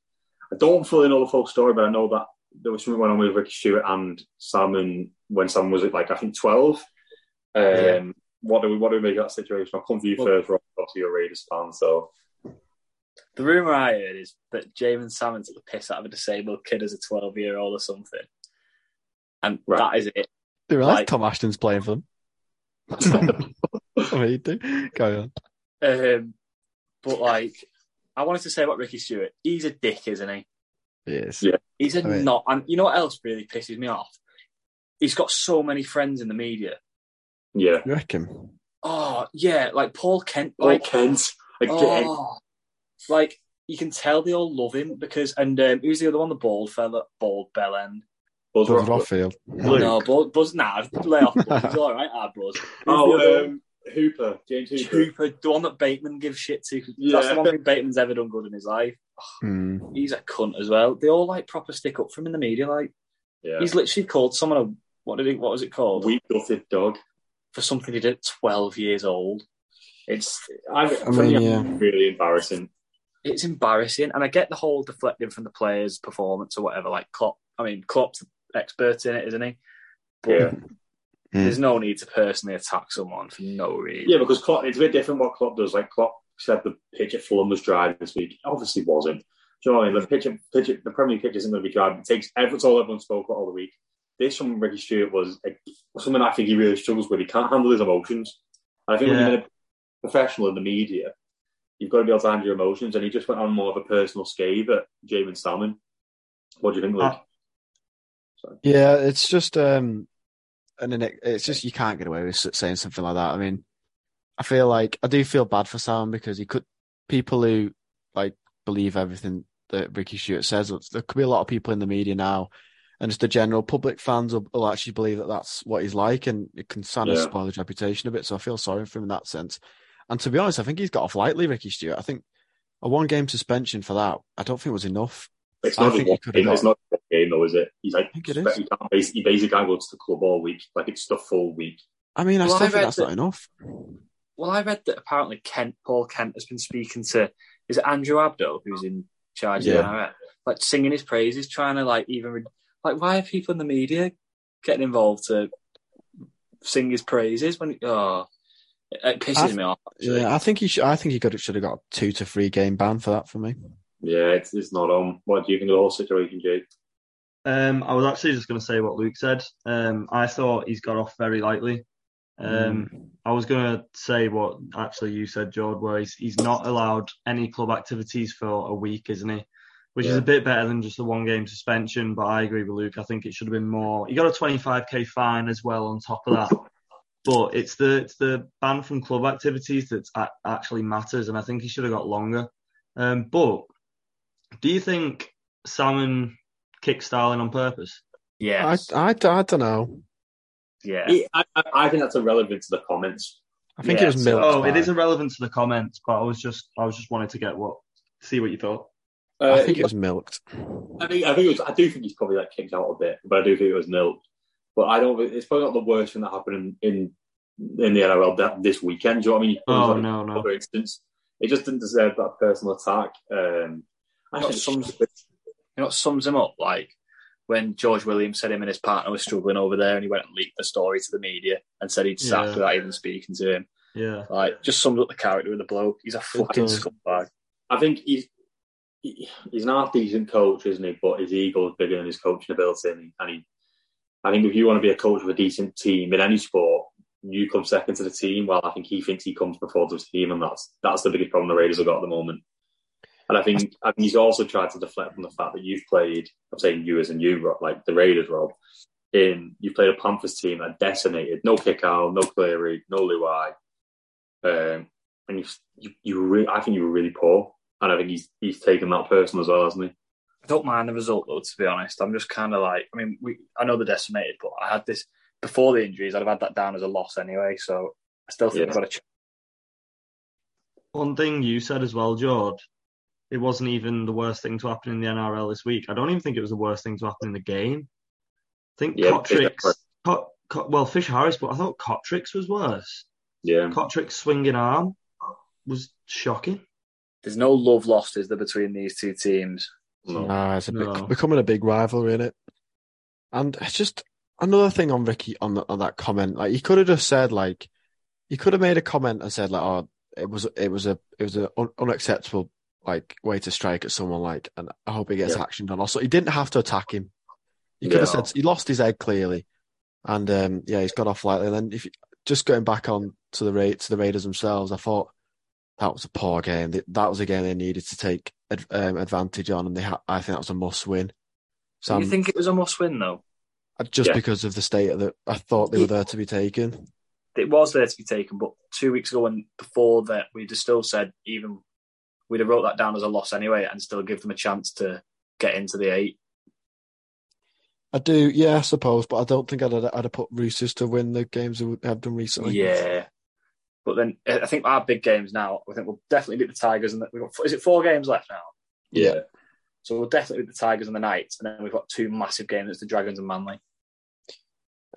Speaker 2: I don't fully know the full story, but I know that there was something going on with Ricky Stewart and Salmon when Salmon was like I think twelve. Um,
Speaker 3: Yeah.
Speaker 2: What do we what do we make of that situation? I'll come to you
Speaker 3: Well-
Speaker 2: first, Rob. Obviously, you're a Raiders fan, so
Speaker 3: The rumor I heard is that Jamin Salmon took the piss out of a disabled kid as a 12 year old or something. And
Speaker 2: Right.
Speaker 3: that is it.
Speaker 1: Do you realise
Speaker 3: Like-
Speaker 1: Tom Ashton's playing for them? I mean, you do. Carry on.
Speaker 3: Um, but, like, I wanted to say about Ricky Stewart. He's a dick, isn't he?
Speaker 1: Yes.
Speaker 2: Yeah.
Speaker 3: He's a
Speaker 1: I mean-
Speaker 3: not. And you know what else really pisses me off? He's got so many friends in the media.
Speaker 2: yeah.
Speaker 1: You reckon?
Speaker 3: Oh, yeah. Like, Paul Kent.
Speaker 2: Like
Speaker 3: Like,
Speaker 2: Kent Oh, again.
Speaker 3: Oh, like you can tell they all love him because and um, who's the other one? The bald fella, bald bell end.
Speaker 2: Buzz
Speaker 1: Buzz
Speaker 2: Rothwell.
Speaker 1: Rothfield.
Speaker 4: Luke.
Speaker 3: No, buzz, buzz nah, lay off. Buzz. He's all right, ah, buzz. Who's the other
Speaker 2: Oh,
Speaker 3: one?
Speaker 2: um, Hooper, James Hooper.
Speaker 3: Cooper, the one that Bateman gives shit to. That's
Speaker 2: Yeah.
Speaker 3: the one thing Bateman's ever done good in his life.
Speaker 1: Hmm.
Speaker 3: He's a cunt as well. They all like proper stick up for him in the media. Like
Speaker 2: Yeah.
Speaker 3: he's literally called someone a what did he? What was it called?
Speaker 2: weak gutted dog.
Speaker 3: for something he did at twelve years old.
Speaker 2: It's I, for
Speaker 1: mean,
Speaker 2: me,
Speaker 1: yeah.
Speaker 2: really embarrassing.
Speaker 3: it's embarrassing. And I get the whole deflecting from the players'
Speaker 1: Hmm.
Speaker 3: performance or whatever. Like Klopp, I mean, Klopp's the expert in it, isn't he? But
Speaker 2: Yeah.
Speaker 1: Mm.
Speaker 3: There's no need to personally attack someone for no reason.
Speaker 2: Yeah, because Klopp, it's a bit different what Klopp does. Like Klopp said, the pitch at Fulham was dry this week. It obviously wasn't. Surely the pitch, at- pitch at- the Premier League pitch isn't going to be dry. It takes efforts. All everyone spoke about all the week. This from Ricky Stewart was a, something I think he really struggles with. He can't handle his emotions. And I think when
Speaker 4: Yeah.
Speaker 2: you're a professional in the media, you've got to be able to handle your emotions. And he just went on more of a personal scathe at Jamin Salmon. What do you think, Luke?
Speaker 4: Ah.
Speaker 1: Yeah, it's just um, and then it- it's just you can't get away with s- saying something like that. I mean, I feel like I do feel bad for Sam because he could people who like believe everything that Ricky Stewart says. There could be a lot of people in the media now, and just the general public fans will, will actually believe that that's what he's like, and it can kind of
Speaker 2: Yeah.
Speaker 1: spoil his reputation a bit. So I feel sorry for him in that sense. And to be honest, I think he's got off lightly, Ricky Stewart. I think a one game suspension for that, I don't think was enough.
Speaker 2: It's
Speaker 1: I
Speaker 2: not, just
Speaker 1: think he
Speaker 2: one
Speaker 1: could've
Speaker 2: game, it's not just one game, though, is it? He's like,
Speaker 1: I think it is.
Speaker 2: he can't base- he basically can't go to the club all week. Like, it's the full week.
Speaker 1: I mean, I
Speaker 3: Well,
Speaker 1: still
Speaker 3: I
Speaker 1: think
Speaker 3: read
Speaker 1: that's
Speaker 3: that-
Speaker 1: not enough.
Speaker 3: Well, I read that apparently Kent, Paul Kent, has been speaking to is it Andrew Abdo who's in charge
Speaker 1: Yeah.
Speaker 3: of the NRL, like singing his praises, trying to like even re- like why are people in the media getting involved to sing his praises when oh it, it pisses
Speaker 1: I've-
Speaker 3: me off. actually.
Speaker 1: Yeah, I think he should. I think he could should have got a two to three game ban for that for me.
Speaker 2: Yeah, it's, it's not on. What do you think of the whole situation, Jake?
Speaker 4: Um, I was actually just going to say what Luke said. Um, I thought he's got off very lightly. Um, I was going to say what actually you said, Jord, where he's, he's not allowed any club activities for a week, isn't he? Which is
Speaker 2: Yeah.
Speaker 4: a bit better than just a one game suspension, but I agree with Luke. I think it should have been more. He got a 25k fine as well on top of that. But it's the it's the ban from club activities that a- actually matters, and I think he should have got longer. Um, but do you think Salmon kicked Starling on purpose?
Speaker 3: yeah,
Speaker 1: I, I, don't know.
Speaker 3: yeah.
Speaker 2: I, I, I think that's irrelevant to the comments.
Speaker 1: I think
Speaker 3: Yeah,
Speaker 1: it was
Speaker 3: so-
Speaker 1: milk.
Speaker 4: oh, it is irrelevant to the comments, but I was just I was just wanting to get what see what you thought.
Speaker 2: Uh,
Speaker 1: I think it was milked.
Speaker 2: I think I think it was. I do think he's probably like kicked out a bit, but I do think it was nil. But I don't. It's probably not the worst thing that happened in in, in the NRL that, this weekend. Do you know what I mean?
Speaker 4: Oh
Speaker 2: Like,
Speaker 4: no, no.
Speaker 2: other instance, it just didn't deserve that personal attack. Um, I
Speaker 3: Got
Speaker 2: think
Speaker 3: some-
Speaker 2: it's-
Speaker 3: you know what sums him up? Like when George Williams said him and his partner were struggling over there and he went and leaked the story to the media and said he'd sacked
Speaker 4: Yeah.
Speaker 3: without even speaking to him.
Speaker 4: Yeah.
Speaker 3: Like just sums up the character of the bloke. He's a fucking
Speaker 4: does.
Speaker 3: scumbag.
Speaker 2: I think he's he- he's an half decent coach, isn't he? But his ego is bigger than his coaching ability, and he, and he I think if you want to be a coach of a decent team in any sport, you come second to the team. Well, I think he thinks he comes before the team, and that's that's the biggest problem the Raiders have got at the moment. And I think I think he's also tried to deflect from the fact that you've played. I'm saying you as in you, Rob, like the Raiders, Rob. In you played a Panthers team that decimated, no kick out, no Cleary, no Luai, um, and you you, you were re- I think you were really poor. And I think he's he's taken that personal as well, hasn't he?
Speaker 3: I don't mind the result though, to be honest. I'm just kind of like, I mean, we I know they're decimated, but I had this before the injuries. I'd have had that down as a loss anyway. So I still think
Speaker 2: Yeah.
Speaker 3: they've got a chance.
Speaker 4: One thing you said as well, George, it wasn't even the worst thing to happen in the NRL this week. I don't even think it was the worst thing to happen in the game. I think
Speaker 2: Yeah,
Speaker 4: Cottricks,
Speaker 2: Fisher-
Speaker 4: Co- Co- well, Fish Harris, but I thought Cottricks was worse.
Speaker 2: Yeah.
Speaker 4: Cottricks' swinging arm was shocking.
Speaker 3: There's no love lost, is there, between these two teams?
Speaker 2: No.
Speaker 1: Nah, it's a big,
Speaker 4: oh, No.
Speaker 1: becoming a big rivalry in it. And it's just another thing on Ricky on, the, on that comment. Like he could have just said like he could have made a comment and said like oh it was it was a it was an un- unacceptable like way to strike at someone like and I hope he gets
Speaker 2: Yeah.
Speaker 1: action done. Also, he didn't have to attack him. He could have
Speaker 2: No.
Speaker 1: said he lost his head clearly, and um, yeah, he's got off lightly. And then if you, just going back on to the Ra- to the Raiders themselves, I thought that was a poor game. Th- That was a game they needed to take ad- um, advantage on, and they ha- I think that was a must win. So
Speaker 3: Do you
Speaker 1: I'm-
Speaker 3: think it was a must win though?
Speaker 1: just
Speaker 2: Yeah.
Speaker 1: because of the state that I thought they were there to be taken.
Speaker 3: it was there to be taken, but two weeks ago and before that, we'd have still said even we'd have wrote that down as a loss anyway, and still give them a chance to get into the eight.
Speaker 1: I do, yeah, I suppose, but I don't think I'd I'd have put Roosters to win the games that I've done recently.
Speaker 3: Yeah, but then uh, I think our big games now. I think we'll definitely beat the Tigers, and the- we've got is it four games left now?
Speaker 1: Yeah.
Speaker 3: So we'll definitely beat the Tigers and the Knights, and then we've got two massive games: it's the Dragons and Manly.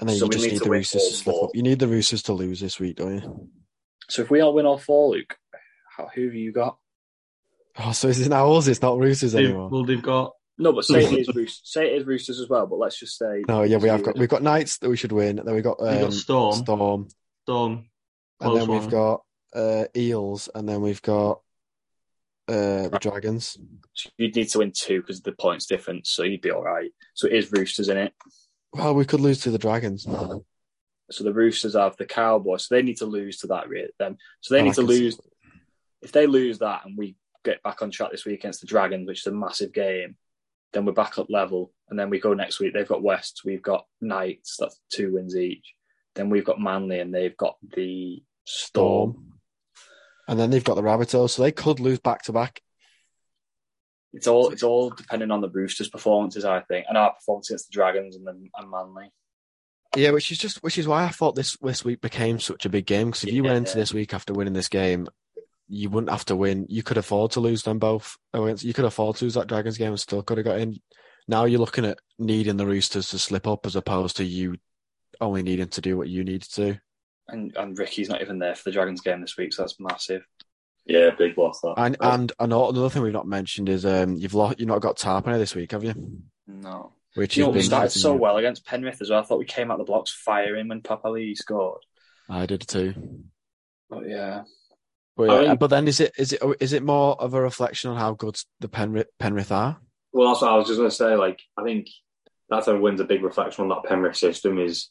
Speaker 1: and then
Speaker 3: So
Speaker 1: you
Speaker 3: we
Speaker 1: just
Speaker 3: need
Speaker 1: need
Speaker 3: to
Speaker 1: the
Speaker 3: win
Speaker 1: Roosters to
Speaker 3: all
Speaker 1: slip
Speaker 3: four.
Speaker 1: up. You need the Roosters to lose this week, don't you?
Speaker 3: So if we all win all four, Luke, how, who have you got?
Speaker 1: Oh, so it's now ours. It's not Roosters
Speaker 4: They've-
Speaker 1: anymore.
Speaker 4: well, they've got
Speaker 3: No, but say it is Roosters. Say it is Roosters as well. But let's just say.
Speaker 1: No, yeah, we have got we've got Knights that we should win. Then we've got, um,
Speaker 4: We've got Storm.
Speaker 1: Storm,
Speaker 4: Storm.
Speaker 1: and
Speaker 4: Close
Speaker 1: then
Speaker 4: one.
Speaker 1: we've got uh, Eels, and then we've got uh, the Dragons.
Speaker 3: You'd need to win two because of the points difference, so you'd be all right. So it is Roosters in it.
Speaker 1: Well, we could lose to the Dragons.
Speaker 3: So the Roosters have the Cowboys. So they need to lose to that rate then. So they
Speaker 1: And Oh, I
Speaker 3: need to
Speaker 1: can see-
Speaker 3: lose. If they lose that and we get back on track this week against the Dragons, which is a massive game, then we're back up level. And then we go next week. They've got West. We've got Knights. That's two wins each. Then we've got Manly and they've got the Storm.
Speaker 1: Storm, and then they've got the Rabbitohs, so they could lose back to back.
Speaker 3: It's all it's all depending on the Roosters' performances, I think, and our performance against the Dragons and then and Manly.
Speaker 1: Yeah, which is just which is why I thought this this week became such a big game because if you went into
Speaker 3: Yeah.
Speaker 1: this week after winning this game, you wouldn't have to win. You could afford to lose them both. Against, you could afford to lose that Dragons game and still could have got in. Now you're looking at needing the Roosters to slip up as opposed to you only needing to do what you need to. do.
Speaker 3: And and Ricky's not even there for the Dragons game this week, so that's massive.
Speaker 2: Yeah, big loss that.
Speaker 1: And
Speaker 3: Oh.
Speaker 1: and and another thing we've not mentioned is um you've lost you've not got Tarpon this week, have you?
Speaker 3: No,
Speaker 1: Which
Speaker 3: you know,
Speaker 1: has
Speaker 3: we
Speaker 1: been
Speaker 3: started
Speaker 1: hurting
Speaker 3: so
Speaker 1: you.
Speaker 3: well against Penrith as well. I thought we came out the blocks firing when Papa Lee scored.
Speaker 1: I did too.
Speaker 3: But yeah,
Speaker 1: But,
Speaker 2: I
Speaker 1: yeah,
Speaker 2: think-
Speaker 1: but then is it is it is it more of a reflection on how good the Penrith Penrith are?
Speaker 2: Well, that's what I was just going to say. Like, I think that's a wins a big reflection on that Penrith system is,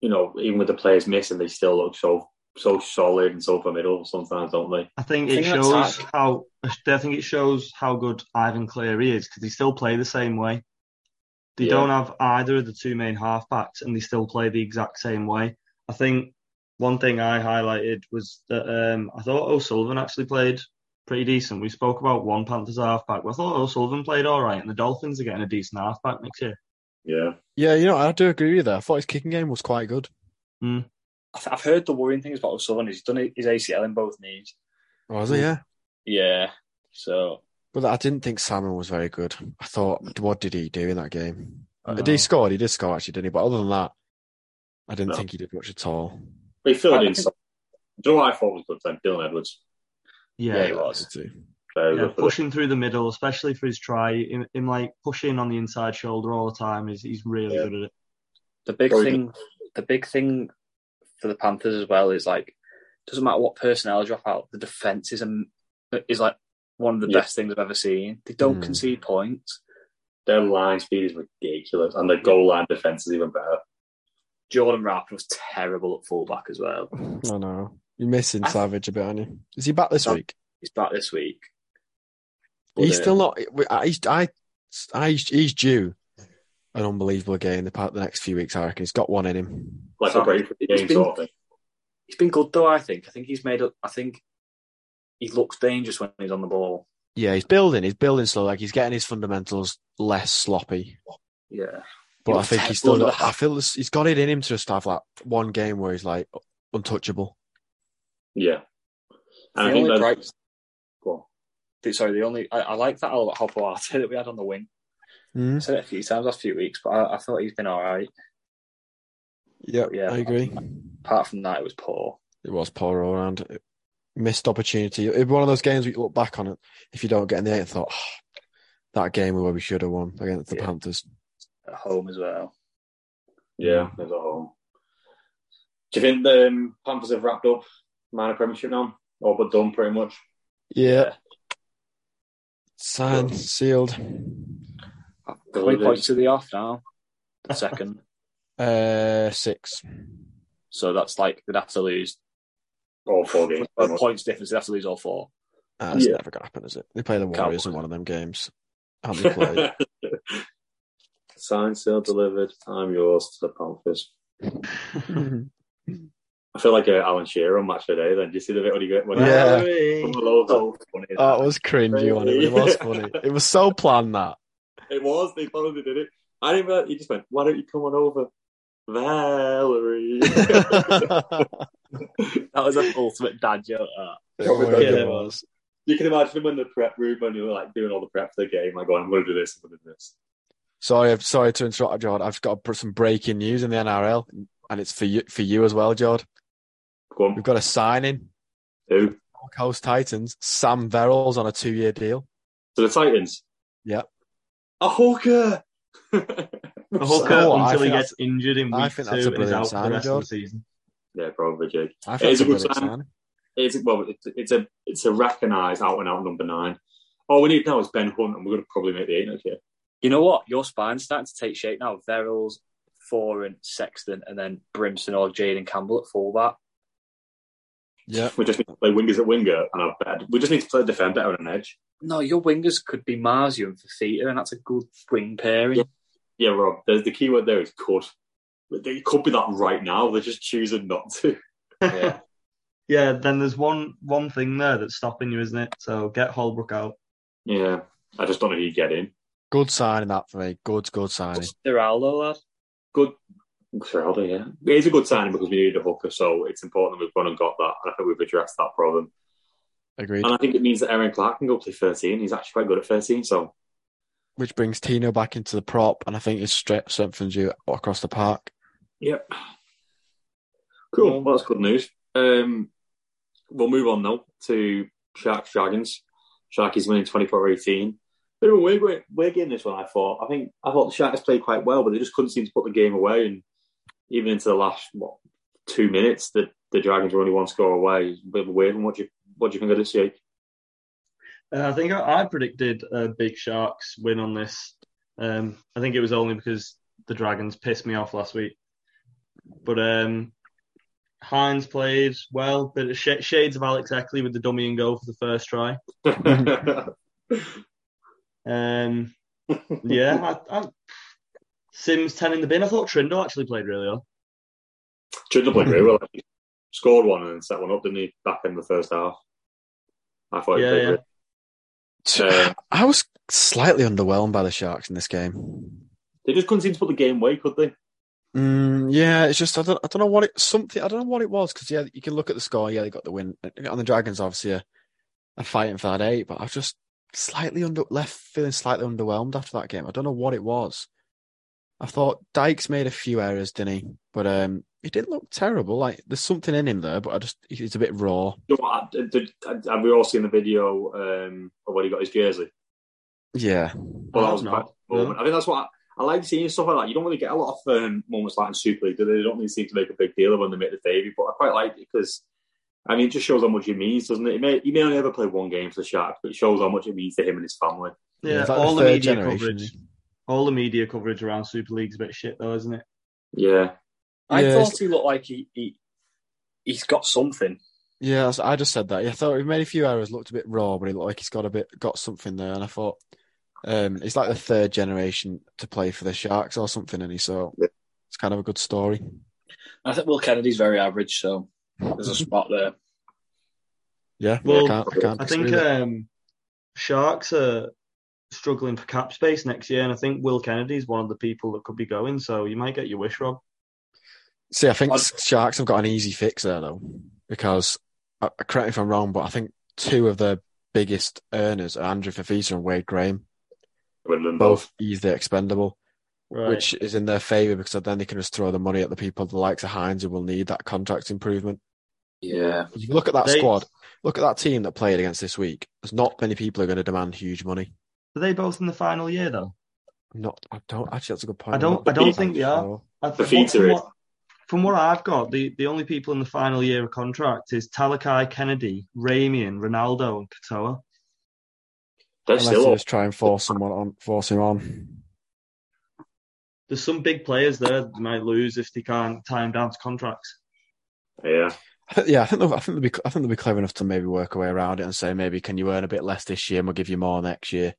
Speaker 2: you know, even with the players missing, they still look so so solid and so formidable sometimes, don't they?
Speaker 4: I think
Speaker 3: I
Speaker 4: it
Speaker 3: think that's
Speaker 4: shows how I think it shows how good Ivan Cleary is because they still play the same way. They
Speaker 2: Yeah.
Speaker 4: don't have either of the two main halfbacks, and they still play the exact same way. I think one thing I highlighted was that um, I thought O'Sullivan actually played pretty decent. We spoke about one Panthers halfback, but I thought O'Sullivan played all right, and the Dolphins are getting a decent halfback next year.
Speaker 2: Yeah.
Speaker 1: Yeah, you know, I do agree with you there. I thought his kicking game was quite good.
Speaker 3: I th- I've heard the worrying things about O'Sullivan. is He's done his ACL in both knees.
Speaker 1: Was it? Yeah.
Speaker 3: Yeah, so
Speaker 1: But I didn't think Salmon was very good. I thought, what did he do in that game? Uh,
Speaker 4: No.
Speaker 1: Did he score? He did score, actually, didn't he? But other than that, I didn't
Speaker 2: No.
Speaker 1: think he did much at all.
Speaker 2: They filled
Speaker 3: I
Speaker 2: in.
Speaker 3: think-
Speaker 2: so- Do you know what I thought was good then? Dylan Edwards.
Speaker 4: Yeah,
Speaker 3: yeah, he was.
Speaker 2: Very
Speaker 4: Yeah,
Speaker 2: good for
Speaker 4: pushing through the middle, especially for his try, him, him like pushing on the inside shoulder all the time. Is he's really
Speaker 2: Yeah.
Speaker 4: good at it.
Speaker 3: The big
Speaker 2: Very
Speaker 3: thing, the big thing for the Panthers as well is like, doesn't matter what personnel drop out, the defense is a, is like one of the
Speaker 2: Yeah.
Speaker 3: best things I've ever seen. They don't
Speaker 1: Mm.
Speaker 3: concede points.
Speaker 2: Their line speed is ridiculous, and their goal line defense is even better.
Speaker 3: Jordan Rapp was terrible at fullback as well.
Speaker 1: I know. You're missing
Speaker 3: I-
Speaker 1: Savage a bit, aren't you? Is he back this
Speaker 3: No.
Speaker 1: week?
Speaker 3: He's back this week. But,
Speaker 1: He's
Speaker 3: uh,
Speaker 1: still not. I- He's, I, I, he's due an unbelievable game the, part, the next few weeks, I reckon. He's got one in him.
Speaker 2: Like a
Speaker 3: Sorry.
Speaker 2: break for the
Speaker 3: It's
Speaker 2: game
Speaker 3: been-
Speaker 2: sort of thing.
Speaker 3: He's been good though. I think. I think he's made. up I think he looks dangerous when he's on the ball.
Speaker 1: Yeah, he's building. He's building slow. Like, he's getting his fundamentals less sloppy.
Speaker 3: Yeah.
Speaker 1: But I
Speaker 3: He was
Speaker 1: think he's still
Speaker 3: terrible
Speaker 1: got.
Speaker 3: at
Speaker 1: I feel this- he's got it in him to just have like one game where he's like untouchable.
Speaker 2: Yeah. And
Speaker 3: The
Speaker 2: I think
Speaker 3: only
Speaker 2: that's
Speaker 3: bright,
Speaker 2: Go on.
Speaker 3: the- sorry, the only I, I like that Albert Hopper that we had on the wing.
Speaker 1: Mm-hmm. Hmm.
Speaker 3: I said it a few times last few weeks, but I, I thought he's been all right.
Speaker 1: Yep,
Speaker 3: Yeah.
Speaker 1: I agree.
Speaker 3: Apart from that, it was poor.
Speaker 1: It was poor all round. Missed opportunity. It was one of those games we look back on it. If you don't get in the eight, and thought "Oh, that game where we should have won against the
Speaker 3: Yeah.
Speaker 1: Panthers.
Speaker 3: at home as well.
Speaker 2: Yeah, there's a home. Do you think the um, Panthers have wrapped up minor premiership now? Or but done pretty much?
Speaker 1: Yeah. Signed, sealed.
Speaker 3: How
Speaker 2: Believe
Speaker 3: many
Speaker 2: it.
Speaker 3: points are they off now? The second.
Speaker 1: Uh, six.
Speaker 3: so that's like they'd have to lose
Speaker 2: All four games.
Speaker 3: a
Speaker 2: pretty much.
Speaker 3: points difference, they'd have to lose all four.
Speaker 1: Ah, That's
Speaker 2: Yeah.
Speaker 1: never gonna happen, is it? They play the
Speaker 3: Cowboys.
Speaker 1: Warriors in one of them games. Haven't they played?
Speaker 2: Signed, sealed, delivered. I'm yours to the Panthers. I feel like uh, Alan Shearer on match today. Then do you see the bit when he got when he-
Speaker 1: Yeah.
Speaker 2: Some of the loads of funny.
Speaker 1: oh, it was cringy, wasn't it? It was funny. It was so planned that.
Speaker 2: It was. They finally did it. I didn't. Realize, he just went. Why don't you come on over, Valerie?
Speaker 3: That was an ultimate dad joke. that.
Speaker 1: Probably
Speaker 2: Yeah.
Speaker 1: it was.
Speaker 2: you can imagine him in the prep room when you were like doing all the prep for the game. Like, going, I'm going to do this. I'm going to do this.
Speaker 1: Sorry, I'm sorry to interrupt, Jord. I've got some breaking news in the NRL, and it's for you, for you as well, Jord.
Speaker 2: Go on.
Speaker 1: We've got a signing.
Speaker 2: Who?
Speaker 1: Coast Titans. Sam Verrills on a two-year deal.
Speaker 2: To the Titans.
Speaker 1: Yeah.
Speaker 2: a hooker.
Speaker 4: A hooker
Speaker 1: Oh, I
Speaker 4: until he
Speaker 1: think
Speaker 4: gets injured in
Speaker 1: I
Speaker 4: week two
Speaker 1: think that's a
Speaker 4: and is
Speaker 1: brilliant
Speaker 4: out for the
Speaker 1: signing,
Speaker 4: rest of
Speaker 1: George.
Speaker 4: the season.
Speaker 2: yeah, probably Jake.
Speaker 1: I think it's
Speaker 2: It's
Speaker 1: a
Speaker 2: a
Speaker 1: good
Speaker 2: good sign.
Speaker 1: sign.
Speaker 2: It's well, it's, it's a it's a recognised out and out number nine. All we need now is Ben Hunt, and we're going to probably make the eight next year.
Speaker 3: You know what? Your spine's starting to take shape now. Verrills, Foran, Sexton, and then Brimson or Jaden Campbell at fullback.
Speaker 1: Yeah.
Speaker 2: We just need to play wingers at winger, and I bet we just need to play defend better on an edge.
Speaker 3: No, your wingers could be Marzio and Fafita, and that's a good wing pairing.
Speaker 2: Yeah. Yeah, Rob. There's the key word there is could. It could be that right now. They're just choosing not to.
Speaker 3: Yeah.
Speaker 4: Yeah, then there's one one thing there that's stopping you, isn't it? So get Holbrook out.
Speaker 2: Yeah, I just don't know who you get in.
Speaker 1: Good signing that for me. Good, good signing.
Speaker 3: Geraldo, lad.
Speaker 2: Good. Geraldo, yeah. It is a good signing because we needed a hooker, so it's important that we've gone and got that. And I think we've addressed that problem.
Speaker 1: Agreed.
Speaker 2: And I think it means that Aaron Clark can go play 13. He's actually quite good at 13, so
Speaker 1: Which brings Tino back into the prop, and I think it stre- strengthens you across the park.
Speaker 2: Yep. Cool.
Speaker 3: Yeah.
Speaker 2: Well, that's good news. Um, we'll move on now to Sharks Dragons. Sharkies winning 24 18. Bit of a weird, weird, weird game this one, I thought. I think I thought the Sharks played quite well, but they just couldn't seem to put the game away. And even into the last, what, two minutes, the, the Dragons were only one score away. It's a bit of a weird one. What do you, what do you think of this, Jake?
Speaker 4: Uh, I think I, I predicted a big Sharks win on this. Um, I think it was only because the Dragons pissed me off last week. But um, Hines played well, but sh- shades of Alex Eckley with the dummy and goal for the first try. Um, yeah, I, I, Sims ten in the bin. I thought Trindle actually played really well.
Speaker 2: Trindle
Speaker 4: Hmm.
Speaker 2: played really well. actually. Scored one and set one up, didn't he, back in the first half? I thought he
Speaker 4: Yeah,
Speaker 2: played
Speaker 4: yeah.
Speaker 2: really Uh,
Speaker 1: I was slightly underwhelmed by the Sharks in this game.
Speaker 2: They just couldn't seem to put the game away, could they?
Speaker 1: Mm, yeah, it's just I don't I don't know what it something I don't know what it was because yeah you can look at the score yeah they got the win and the Dragons obviously are, are fighting for that eight but I've just slightly under left feeling slightly underwhelmed after that game I don't know what it was I thought Dykes made a few errors didn't he but um he didn't look terrible like there's something in him there but I just he's a bit raw
Speaker 2: You know what, I- did- I- Have we all seen the video um, of when he got his jersey?
Speaker 1: yeah
Speaker 2: Well,
Speaker 4: I
Speaker 2: that was
Speaker 4: have
Speaker 2: quite
Speaker 4: not,
Speaker 2: a moment. I think that's what I, I like seeing stuff like that. You don't really get a lot of um, moments like in Super League. do They They don't really seem to make a big deal of when they make the debut, but I quite like it because. I mean, it just shows how much he means, doesn't it? He may, he may only ever play one game for the Sharks, but it shows how much it means to him and his family.
Speaker 4: Yeah,
Speaker 1: it's like
Speaker 4: all the
Speaker 1: third
Speaker 4: media
Speaker 1: generation.
Speaker 4: coverage, all the media coverage around Super League's a bit shit though, isn't it?
Speaker 2: Yeah.
Speaker 3: I
Speaker 1: Yeah,
Speaker 3: thought he looked like he, he, he's got something.
Speaker 1: Yeah, that's- I just said that. Yeah, I thought he made a few errors, looked a bit raw, but he looked like he's got a bit got something there. And I thought, um, he's like the third generation to play for the Sharks or something, and he so
Speaker 2: Yeah.
Speaker 1: it's kind of a good story.
Speaker 3: I think Will Kennedy's very average, so there's a spot there.
Speaker 1: Yeah,
Speaker 4: Well,
Speaker 1: I can't, I can't
Speaker 4: I think
Speaker 1: disagree with
Speaker 4: um, Sharks are struggling for cap space next year, and I think Will Kennedy is one of the people that could be going. So you might get your wish, Rob.
Speaker 1: it. See, I think
Speaker 3: I'd-
Speaker 1: Sharks have got an easy fix there though, because uh, correct me if I'm wrong, but I think two of their biggest earners are Andrew Fafita and Wade Graham,
Speaker 2: Win them
Speaker 1: both easily expendable.
Speaker 4: Right.
Speaker 1: which is in their favour because then they can just throw the money at the people, the likes of Hines, who will need that contract improvement.
Speaker 2: Yeah.
Speaker 1: If you look at that
Speaker 4: They-
Speaker 1: squad, look at that team that played against this week. There's not many people who are going to demand huge money.
Speaker 4: Are they both in the final year though?
Speaker 1: Not, I don't actually. That's a good point.
Speaker 4: I
Speaker 1: I'm
Speaker 4: don't-
Speaker 1: not
Speaker 4: I don't
Speaker 1: quite
Speaker 4: think they are.
Speaker 1: sure.
Speaker 4: I-
Speaker 2: The
Speaker 4: from-
Speaker 2: feature
Speaker 4: from
Speaker 2: is-
Speaker 4: what, from what I've got, the, the only people in the final year of contract is Talakai Kennedy, Ramian, Ronaldo, and Katoa.
Speaker 2: They're
Speaker 1: Unless they
Speaker 2: still up.
Speaker 1: just try and force someone on, force him on.
Speaker 4: There's some big players there that might lose if they can't tie them down to contracts.
Speaker 2: Yeah.
Speaker 1: I think- Yeah, I think they'll, I think they'll be I think they'll be clever enough to maybe work a way around it and say maybe can you earn a bit less this year and we'll give you more next year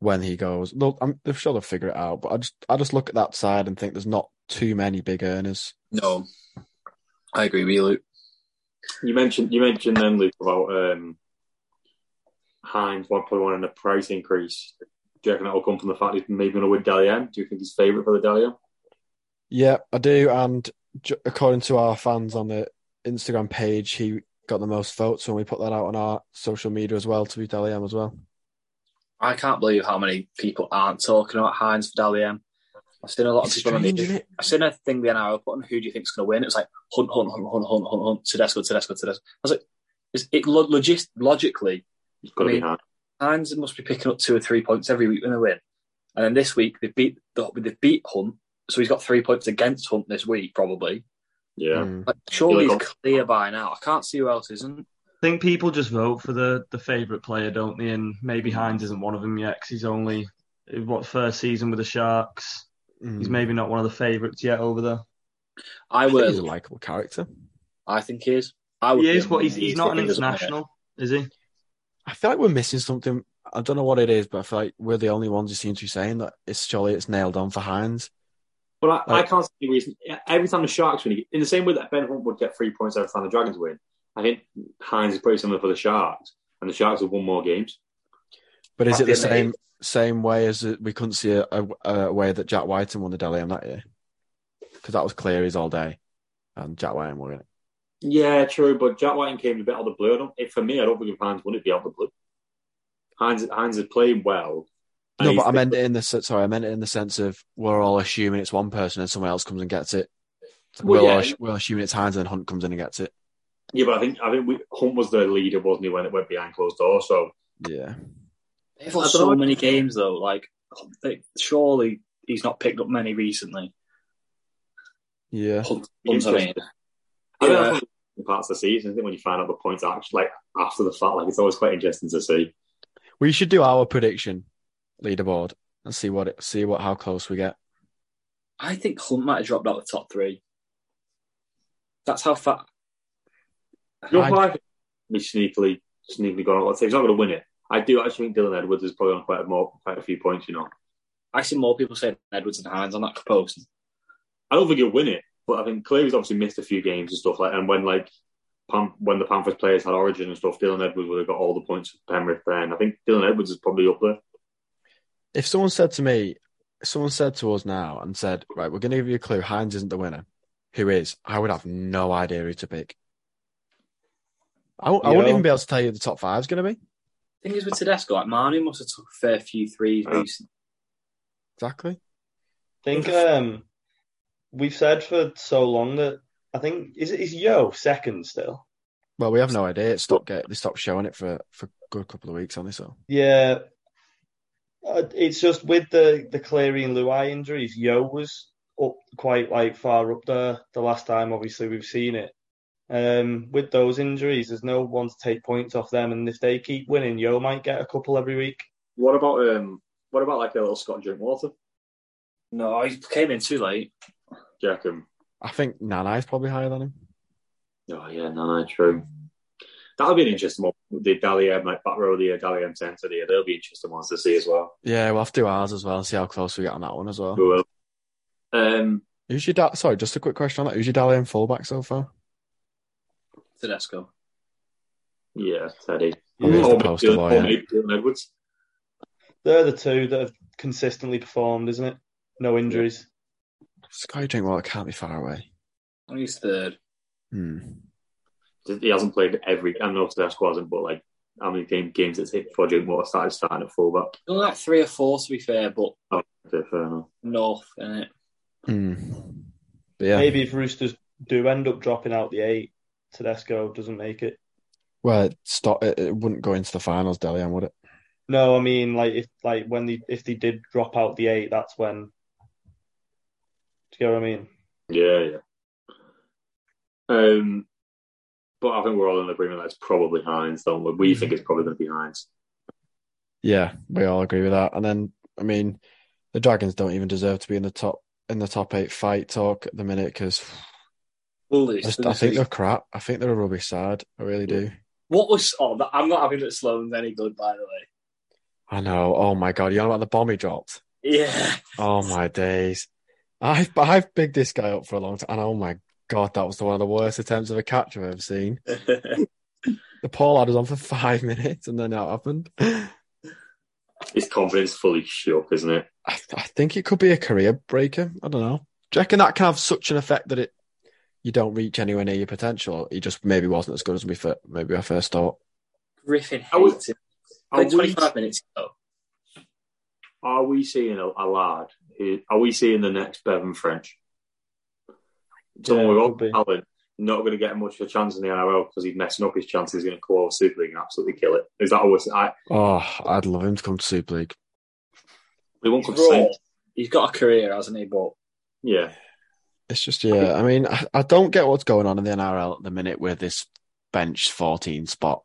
Speaker 1: when he goes. They'll, I'm, I'm sure they'll figure it out. But I just I just look at that side and think there's not too many big earners.
Speaker 3: No, I agree with you, Luke.
Speaker 2: You mentioned you mentioned then Luke about um, Hines one point one and a price increase. Do you reckon that'll come from the fact he's maybe going to win Dalian? Do you think he's favourite for the Dalian?
Speaker 1: Yeah, I do. And ju- according to our fans on the Instagram page, he got the most votes when we put that out on our social media as well, to be Dally M as well.
Speaker 3: I can't believe how many people aren't talking about Hines for Dally M. I've seen a lot
Speaker 1: It's
Speaker 3: of people on
Speaker 1: strange,
Speaker 3: the
Speaker 1: isn't it?
Speaker 3: I've seen a thing the NRL put on who do you think's going to win. It was like Hunt, Hunt, Hunt, Hunt, Hunt, Hunt, Hunt, Tedesco, Tedesco, Tedesco. I was like, is it lo- logis- logically,
Speaker 2: He's going to
Speaker 3: Me.
Speaker 2: be Hines.
Speaker 3: Hines must be picking up two or three points every week when they win. And then this week they beat the, they beat Hunt, so he's got three points against Hunt this week probably.
Speaker 2: Yeah.
Speaker 1: Mm.
Speaker 3: Like, surely
Speaker 2: Yeah,
Speaker 3: he's clear by now. I can't see who else isn't.
Speaker 4: I think people just vote for the, the favourite player, don't they? And maybe Hines isn't one of them yet because he's only, what, first season with the Sharks.
Speaker 1: Mm.
Speaker 4: He's maybe not one of the favourites yet over there.
Speaker 1: I
Speaker 3: I
Speaker 1: think
Speaker 3: would.
Speaker 1: he's a likable character.
Speaker 3: I think he is. I would
Speaker 4: He
Speaker 3: be
Speaker 4: is, but he's,
Speaker 3: amazed
Speaker 4: he's not
Speaker 3: if
Speaker 4: an
Speaker 3: he doesn't win it.
Speaker 4: international, is he?
Speaker 1: I feel like we're missing something. I don't know what it is, but I feel like we're the only ones who seem to be saying that it's surely it's nailed on for Hines.
Speaker 2: But I, I
Speaker 1: Like-
Speaker 2: can't see any reason. Every time the Sharks win, in the same way that Ben Hunt would get three points every time the Dragons win, I think Hines is pretty similar for the Sharks, and the Sharks have won more games.
Speaker 1: But is
Speaker 3: That'd
Speaker 1: it the
Speaker 3: be amazing.
Speaker 1: same same way as uh, we couldn't see a, a, a way that Jack Whiten won the Deli on that year? Because that was Cleary's all day, and Jack Whiten won it.
Speaker 2: Yeah, true. But Jack Whiting came a bit out of the blue. I don't, if- for me, I don't think if Hines won it, it'd be out of the blue. Hines, Hines is playing well. and
Speaker 1: No,
Speaker 2: he's-
Speaker 1: but I meant it in the se- sorry, I meant it in the sense of we're all assuming it's one person and someone else comes and gets it.
Speaker 2: Well,
Speaker 1: we're,
Speaker 2: yeah.
Speaker 1: all, ass- we're assuming it's Hines and then Hunt comes in and gets it.
Speaker 2: Yeah, but I think I think we, Hunt was the leader, wasn't he, when it went behind closed doors? So
Speaker 1: Yeah,
Speaker 3: They've lost
Speaker 2: I don't
Speaker 3: so
Speaker 2: know.
Speaker 3: many games though. Like, they, surely he's not picked up many recently.
Speaker 1: yeah.
Speaker 3: Hunt, Hunt, I mean.
Speaker 2: I think
Speaker 3: Yeah.
Speaker 2: that's one of the parts of the season, isn't it? When you find out the points actually, like after the fact, like it's always quite interesting to see.
Speaker 1: We should do our prediction leaderboard and see what it see what how close we get.
Speaker 3: I think Hunt might have dropped out of the top three. That's how far.
Speaker 2: You know
Speaker 1: I-
Speaker 2: what I think? He's sneakily, sneakily gone. Let's say he's not going to win it. I do actually think Dylan Edwards is probably on quite a more, quite a few points. You know,
Speaker 3: I see more people saying Edwards and Hines on that post.
Speaker 2: I don't think he'll win it, but I think Cleary's obviously missed a few games and stuff like. And when like Pan, when the Panthers players had Origin and stuff, Dylan Edwards would have got all the points for Penrith. Then I think Dylan Edwards is probably up there.
Speaker 1: If someone said to me, if someone said to us now and said, right, we're going to give you a clue. Hines isn't the winner. Who is? I would have no idea who to pick. I, w- I wouldn't
Speaker 4: Yeah.
Speaker 1: even be able to tell you who the top five's going to be
Speaker 3: Thing is with Tedesco, like Marnie must have took a fair few threes
Speaker 2: Yeah.
Speaker 3: recently.
Speaker 1: exactly.
Speaker 4: I think um, we've said for so long that I think, is it is Yo second still?
Speaker 1: Well, we have no idea. It stopped get, they stopped showing it for for a good couple of weeks on this. So
Speaker 4: Yeah, Uh, it's just with the the Cleary and Luai injuries, Yo was up quite like far up there the last time. Obviously, we've seen it. Um, with those injuries, there's no one to take points off them, and if they keep winning, Yo might get a couple every week.
Speaker 2: What about um? What about like a little Scott Drinkwater?
Speaker 3: No, he came in too late.
Speaker 2: Do you reckon?
Speaker 1: I think Nanai's probably higher than him.
Speaker 2: Oh yeah, no, no, true. That'll be an interesting one. The Dally M, like back row of the year, Dally M centre of the year. They'll be interesting ones to see as well.
Speaker 1: Yeah, we'll have to do ours as well and see how close we get on that one as well.
Speaker 2: We will. Um,
Speaker 1: Who's your da- sorry? Just a quick question on that. Who's your Dally and fullback so far?
Speaker 3: Tedesco.
Speaker 2: yeah, Teddy.
Speaker 1: Oh, he's the
Speaker 2: Or maybe
Speaker 1: poster
Speaker 2: Dylan-
Speaker 1: boy,
Speaker 2: or
Speaker 1: yeah.
Speaker 2: maybe Dylan Edwards.
Speaker 4: They're the two that have consistently performed, isn't it? No injuries.
Speaker 1: Sky Drinkwater can't be far away.
Speaker 3: I think he's third.
Speaker 1: Hmm.
Speaker 2: He hasn't played every. I know Tedesco hasn't, but like how many game, games it's hit before Drinkwater started starting at fullback.
Speaker 3: Only like three or four to be fair, but
Speaker 2: Okay, fair enough.
Speaker 3: North in it.
Speaker 1: Hmm. But yeah,
Speaker 4: Maybe if Roosters do end up dropping out the eight, Tedesco doesn't make it.
Speaker 1: well, it, stop, it, it wouldn't go into the finals, Delian, would it?
Speaker 4: No, I mean like if like when they if they did drop out the eight, that's when. Do you know what I mean?
Speaker 2: Yeah, yeah. Um, but I think we're all in agreement that it's probably Hines, don't we? We think it's probably going to be Hines.
Speaker 1: Yeah, we all agree with that. And then, I mean, the Dragons don't even deserve to be in the top in the top eight fight talk at the minute because
Speaker 3: We'll
Speaker 1: I,
Speaker 3: lose.
Speaker 1: just- I think they're crap. I think they're a rubbish side. I really do.
Speaker 3: What was? Oh, that- I'm not having that Sloan's any good, by the way.
Speaker 1: I know. Oh my god, you know about the bomb he dropped?
Speaker 3: Yeah,
Speaker 1: Oh my days. I've I've bigged this guy up for a long time, and oh my god, that was one of the worst attempts of a catch I've ever seen. The poor lad was on for five minutes, and then that happened.
Speaker 2: His confidence fully shook, isn't it?
Speaker 1: I, I think it could be a career breaker. I don't know. Do you reckon that can have such an effect that it you don't reach anywhere near your potential? He just maybe wasn't as good as we fir- maybe I first thought.
Speaker 3: Griffin
Speaker 2: I was-
Speaker 3: hates him.
Speaker 2: Are
Speaker 3: Played
Speaker 2: we,
Speaker 3: 25 minutes ago.
Speaker 2: are we seeing a, a lad? Who, are we seeing the next Bevan French? Someone
Speaker 4: Yeah,
Speaker 2: with all
Speaker 4: could be.
Speaker 2: talent, not going to get much of a chance in the NRL because he's messing up his chances. He's going to call over Super League and absolutely kill it. Is that always? I,
Speaker 1: Oh, I'd love him to come to Super League.
Speaker 2: He won't come
Speaker 3: He's,
Speaker 2: to Saints.
Speaker 3: raw. He's got a career, hasn't he? But
Speaker 2: Yeah,
Speaker 1: It's just yeah. I mean, I, I don't get what's going on in the NRL at the minute with this bench fourteen spot.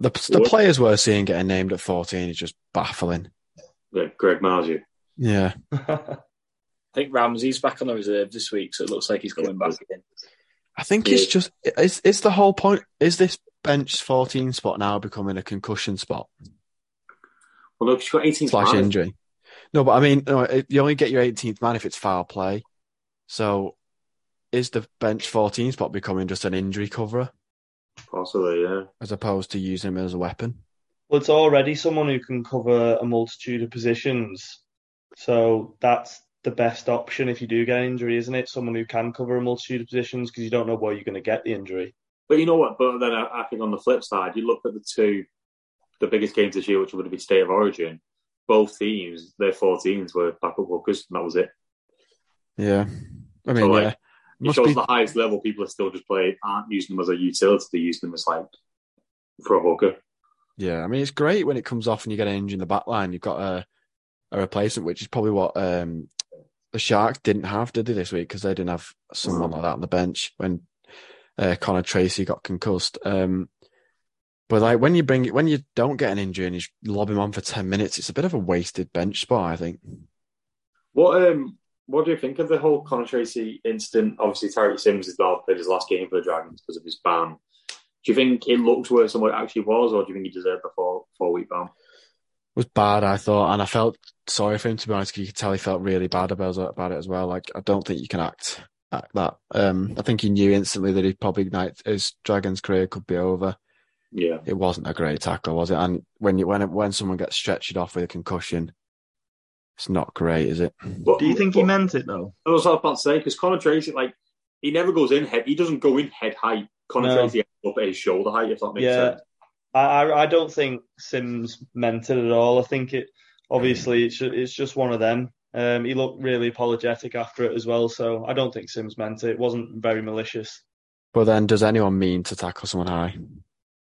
Speaker 1: The the
Speaker 2: What?
Speaker 1: players we're seeing getting named at fourteen is just baffling.
Speaker 2: yeah Greg Marzio.
Speaker 1: Yeah,
Speaker 3: I think Ramsey's back on the reserve this week, so it looks like he's coming back again.
Speaker 1: I think
Speaker 2: Yeah.
Speaker 1: it's just it's it's the whole point. Is this bench fourteen spot now becoming a concussion spot
Speaker 2: Well, no, 'cause you've got 18
Speaker 1: slash
Speaker 2: finals.
Speaker 1: injury? No, but I mean, no, it, you only get your eighteenth man if it's foul play. So, is the bench fourteen spot becoming just an injury coverer
Speaker 2: Possibly, yeah.
Speaker 1: as opposed to using him as a weapon?
Speaker 4: Well, it's already someone who can cover a multitude of positions. So that's the best option if you do get an injury, isn't it? Someone who can cover a multitude of positions because you don't know where you're going to get the injury.
Speaker 2: But you know what? But then I, I think on the flip side, you look at the two, the biggest games this year, which would have been State of Origin. Both teams, their 14s were backup hookers, and that was it.
Speaker 1: Yeah, I mean,
Speaker 2: So, like,
Speaker 1: yeah,
Speaker 2: It
Speaker 1: must
Speaker 2: shows
Speaker 1: be
Speaker 2: the highest level people are still just playing, aren't using them as a utility, they're using them as like for a hooker.
Speaker 1: Yeah, I mean it's great when it comes off and you get an injury in the back line. You've got a a replacement, which is probably what um, the Sharks didn't have, did they this week? Because they didn't have someone like that on the bench when uh, Connor Tracy got concussed. Um, but like when you bring when you don't get an injury and you just lob him on for ten minutes, it's a bit of a wasted bench spot, I think.
Speaker 2: What um what do you think of the whole Conor Tracy incident? Obviously, Tyreek Sims has now played his last game for the Dragons because of his ban. Do you think it looked worse than what it actually was, or do you think he deserved the four four week ban?
Speaker 1: It was bad, I thought, and I felt sorry for him to be honest. 'cause you could tell he felt really bad about about it as well. Like I don't think you can act act that. Um, I think he knew instantly that he probably like, his Dragons career could be over.
Speaker 2: Yeah,
Speaker 1: it wasn't a great tackle, was it? And when you when when someone gets stretched off with a concussion, it's not great, is it?
Speaker 2: but
Speaker 4: Do you think he
Speaker 2: but-
Speaker 4: meant it though?
Speaker 2: That was what I was about to say because Conor Tracy, like, he never goes in head. He doesn't go in head height. Conor
Speaker 4: No.
Speaker 2: Tracy ends up at his shoulder height, if that makes
Speaker 4: Yeah.
Speaker 2: sense.
Speaker 4: I, I I don't think Sims meant it at all. I think it obviously it's ju- it's just one of them. Um, he looked really apologetic after it as well, so I don't think Sims meant it. It wasn't very malicious.
Speaker 1: But then, does anyone mean to tackle someone high?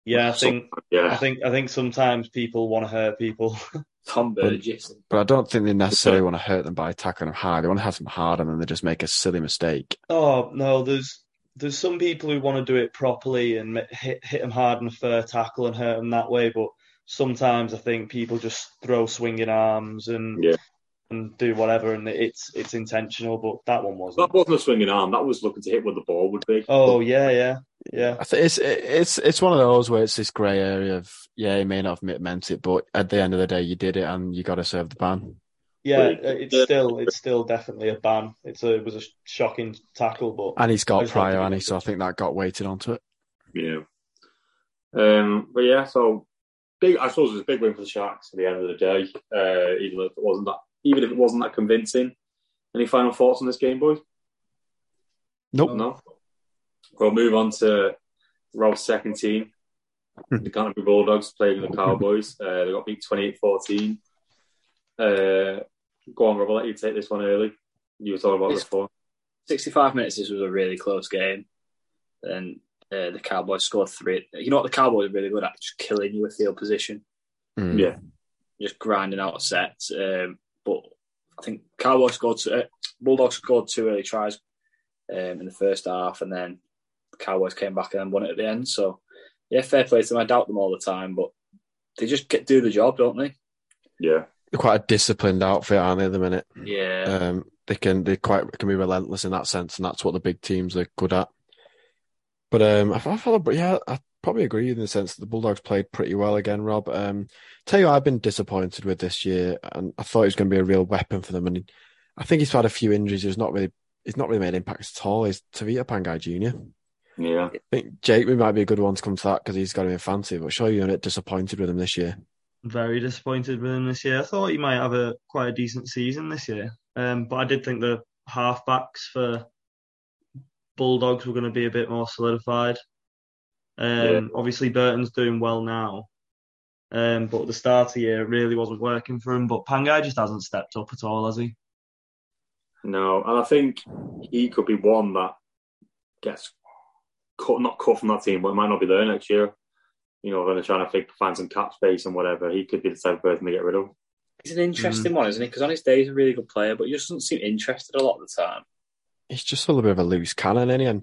Speaker 4: Yeah, I
Speaker 2: So-
Speaker 4: think I
Speaker 2: Yeah,
Speaker 4: think I think sometimes people want to hurt people.
Speaker 3: Tom Burgess.
Speaker 1: But I don't think they necessarily want to hurt them by tackling them high. They want to have them hard, and then they just make a silly mistake.
Speaker 4: Oh no, there's there's some people who want to do it properly and ma- hit hit them hard in a fair tackle and hurt them that way, but sometimes I think people just throw swinging arms and
Speaker 2: Yeah.
Speaker 4: and do whatever, and it's it's intentional, but that one wasn't.
Speaker 2: that wasn't a swinging arm. That was looking to hit where the ball would be.
Speaker 4: Oh yeah, yeah, yeah.
Speaker 1: I think it's it's it's one of those where it's this grey area of yeah, you may not have meant it, but at the end of the day, you did it, and you got to serve the ban.
Speaker 4: Yeah, uh,
Speaker 2: Well,
Speaker 4: it's still it's still definitely a ban. It's a, it was a sh- shocking tackle, but
Speaker 1: And he's got
Speaker 4: That's not
Speaker 1: prior,
Speaker 4: the-
Speaker 1: and he so I think that got weighted onto it.
Speaker 2: Yeah. Um, but yeah, so big. I suppose it was a big win for the Sharks at the end of the day. Uh, even if it wasn't that, even if it wasn't that convincing. Any final thoughts on this game, boys?
Speaker 1: Nope.
Speaker 2: No. We'll move on to Rob's second team. The Canterbury Bulldogs playing the Cowboys. Uh, they got beat 28-14. Uh, go on, Rob. I'll let you take this one early. You were talking about this before.
Speaker 3: 65 minutes, this was a really close game. And uh, the Cowboys scored three. You know what the Cowboys are really good at? Just killing you with field position,
Speaker 1: Mm.
Speaker 2: Yeah.
Speaker 3: just grinding out sets. Um, but I think Cowboys scored, two, uh, Bulldogs scored two early tries um, in the first half, and then the Cowboys came back and won it at the end. So, yeah, fair play to them. I doubt them all the time, but they just get, do the job, don't they?
Speaker 2: Yeah.
Speaker 1: They're quite a disciplined outfit, aren't they? At the minute.
Speaker 3: Yeah.
Speaker 1: Um, they can they quite can be relentless in that sense, and that's what the big teams are good at. But um, I, I feel, yeah, I probably agree in the sense that the Bulldogs played pretty well again, Rob. Um, tell you, what I've been disappointed with this year, and I thought he was going to be a real weapon for them, and I think he's had a few injuries. He's not really he's not really made impacts at all. He's Tavita Pangai Junior.
Speaker 2: Yeah.
Speaker 1: I think Jake might be a good one to come to that because he's got him in fancy. But sure, you're a bit disappointed with him this year.
Speaker 4: very disappointed with him this year. I thought he might have a quite a decent season this year, um, but I did think the halfbacks for Bulldogs were going to be a bit more solidified. Um,
Speaker 2: Yeah.
Speaker 4: Obviously, Burton's doing well now, um, but at the start of the year it really wasn't working for him. But Pangai just hasn't stepped up at all, has he?
Speaker 2: No, and I think he could be one that gets cut, not cut from that team, but might not be there next year. You know, when they're trying to fig- find some cap space and whatever, he could be the type of person to get rid of.
Speaker 3: He's an interesting
Speaker 1: Mm.
Speaker 3: one, isn't he? Because on his day, he's a really good player, but he just doesn't seem interested a lot of the time.
Speaker 1: He's just a little bit of a loose cannon, is And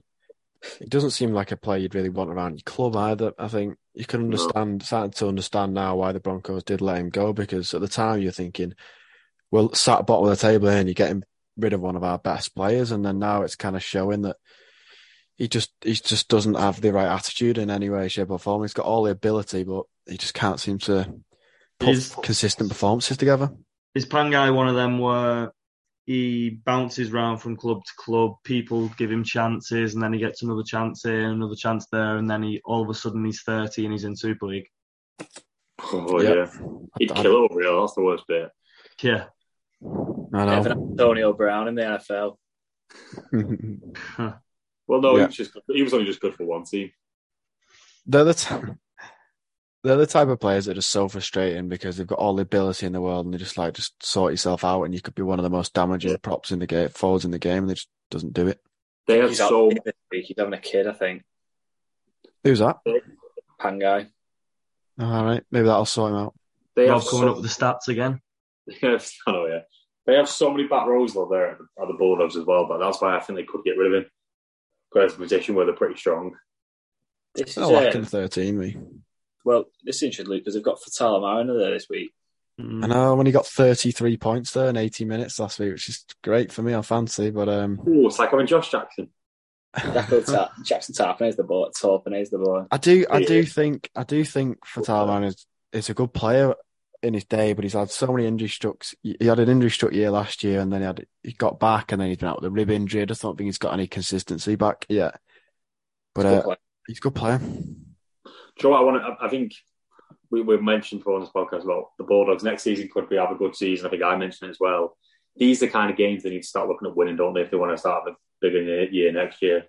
Speaker 1: it doesn't seem like a player you'd really want around your club either. I think you can understand, starting to understand now why the Broncos did let him go because at the time you're thinking, well, sat bottom of the table here and you're getting rid of one of our best players, and then now it's kind of showing that he just he just doesn't have the right attitude in any way, shape, or form. He's got all the ability, but he just can't seem to put
Speaker 4: He's-
Speaker 1: consistent performances together.
Speaker 4: Is Pangai one of them where he bounces round from club to club, people give him chances, and then he gets another chance here, another chance there, and then he all of a sudden he's 30 and he's in Super League?
Speaker 2: Oh,
Speaker 1: Yeah.
Speaker 2: yeah. He'd
Speaker 1: I- I-
Speaker 2: kill it over here. That's the worst bit.
Speaker 4: Yeah.
Speaker 1: I
Speaker 3: Evan
Speaker 1: know.
Speaker 3: Antonio Brown in the NFL.
Speaker 2: Well, no,
Speaker 1: Yeah.
Speaker 2: he, was just, he was only just good for one team.
Speaker 1: they're the t- they're the type of players that are just so frustrating because they've got all the ability in the world and they just like just sort yourself out and you could be one of the most damaging
Speaker 2: Yeah.
Speaker 1: props in the game forwards in the game and they just doesn't do it.
Speaker 2: They had
Speaker 3: He's out
Speaker 2: so
Speaker 3: this week. He's having a kid, I think.
Speaker 1: Who's that?
Speaker 3: Pangai.
Speaker 1: All right, maybe that'll sort him out.
Speaker 2: they
Speaker 4: Rob
Speaker 2: have
Speaker 4: coming
Speaker 2: so,
Speaker 4: up with the stats again.
Speaker 2: Yes, I know, yeah. They have so many back rows though there at the- at the Bulldogs as well, but that's why I think they could get rid of him. Because it's a position where they're pretty strong.
Speaker 3: This is
Speaker 1: They're lacking
Speaker 3: uh,
Speaker 1: thirteen. We.
Speaker 3: well, this is interesting, Luke, because they've got Fatala Mariner there this week.
Speaker 1: I
Speaker 4: Mm.
Speaker 1: know when he got thirty three points there in eighty minutes last week, which is great for me on fancy, but um,
Speaker 2: Ooh, it's like having Josh Jackson.
Speaker 3: Jacko Ta- Jackson Tarpon the boy. Torpin is the boy.
Speaker 1: I do, I do
Speaker 2: Yeah.
Speaker 1: think, I do think Fatal Man is is a good player in his day, but he's had so many injury strucks. He he had an injury struck year last year, and then he had he got back, and then he's been out with a rib injury. I just don't think he's got any consistency back yet. But
Speaker 3: Good
Speaker 1: uh,
Speaker 3: player.
Speaker 1: he's a good player.
Speaker 2: Do you know what I want to, I think we, we mentioned before on this podcast about the Bulldogs next season could be have a good season. I think I mentioned it as well. These are the kind of games they need to start looking at winning, don't they, if they want to start the bigger year next year.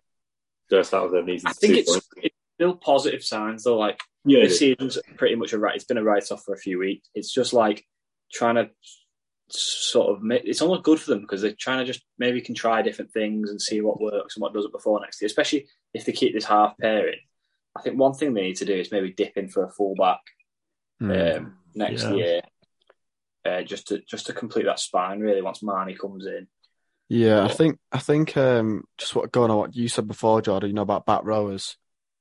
Speaker 2: They're gonna start with their needs.
Speaker 3: I think it's, it's still positive signs, though. Like,
Speaker 2: yeah,
Speaker 3: this season's pretty much a right. It's been a write off for a few weeks. It's just like trying to sort of make it's almost good for them because they're trying to just maybe can try different things and see what works and what doesn't before next year. Especially if they keep this half pairing. I think one thing they need to do is maybe dip in for a fullback
Speaker 1: Mm.
Speaker 3: um, next
Speaker 4: Yeah.
Speaker 3: year, uh, just to just to complete that spine really. Once Marnie comes in,
Speaker 1: Yeah, I think, I think, um, just what going on what you said before, Jordan. You know about back rowers.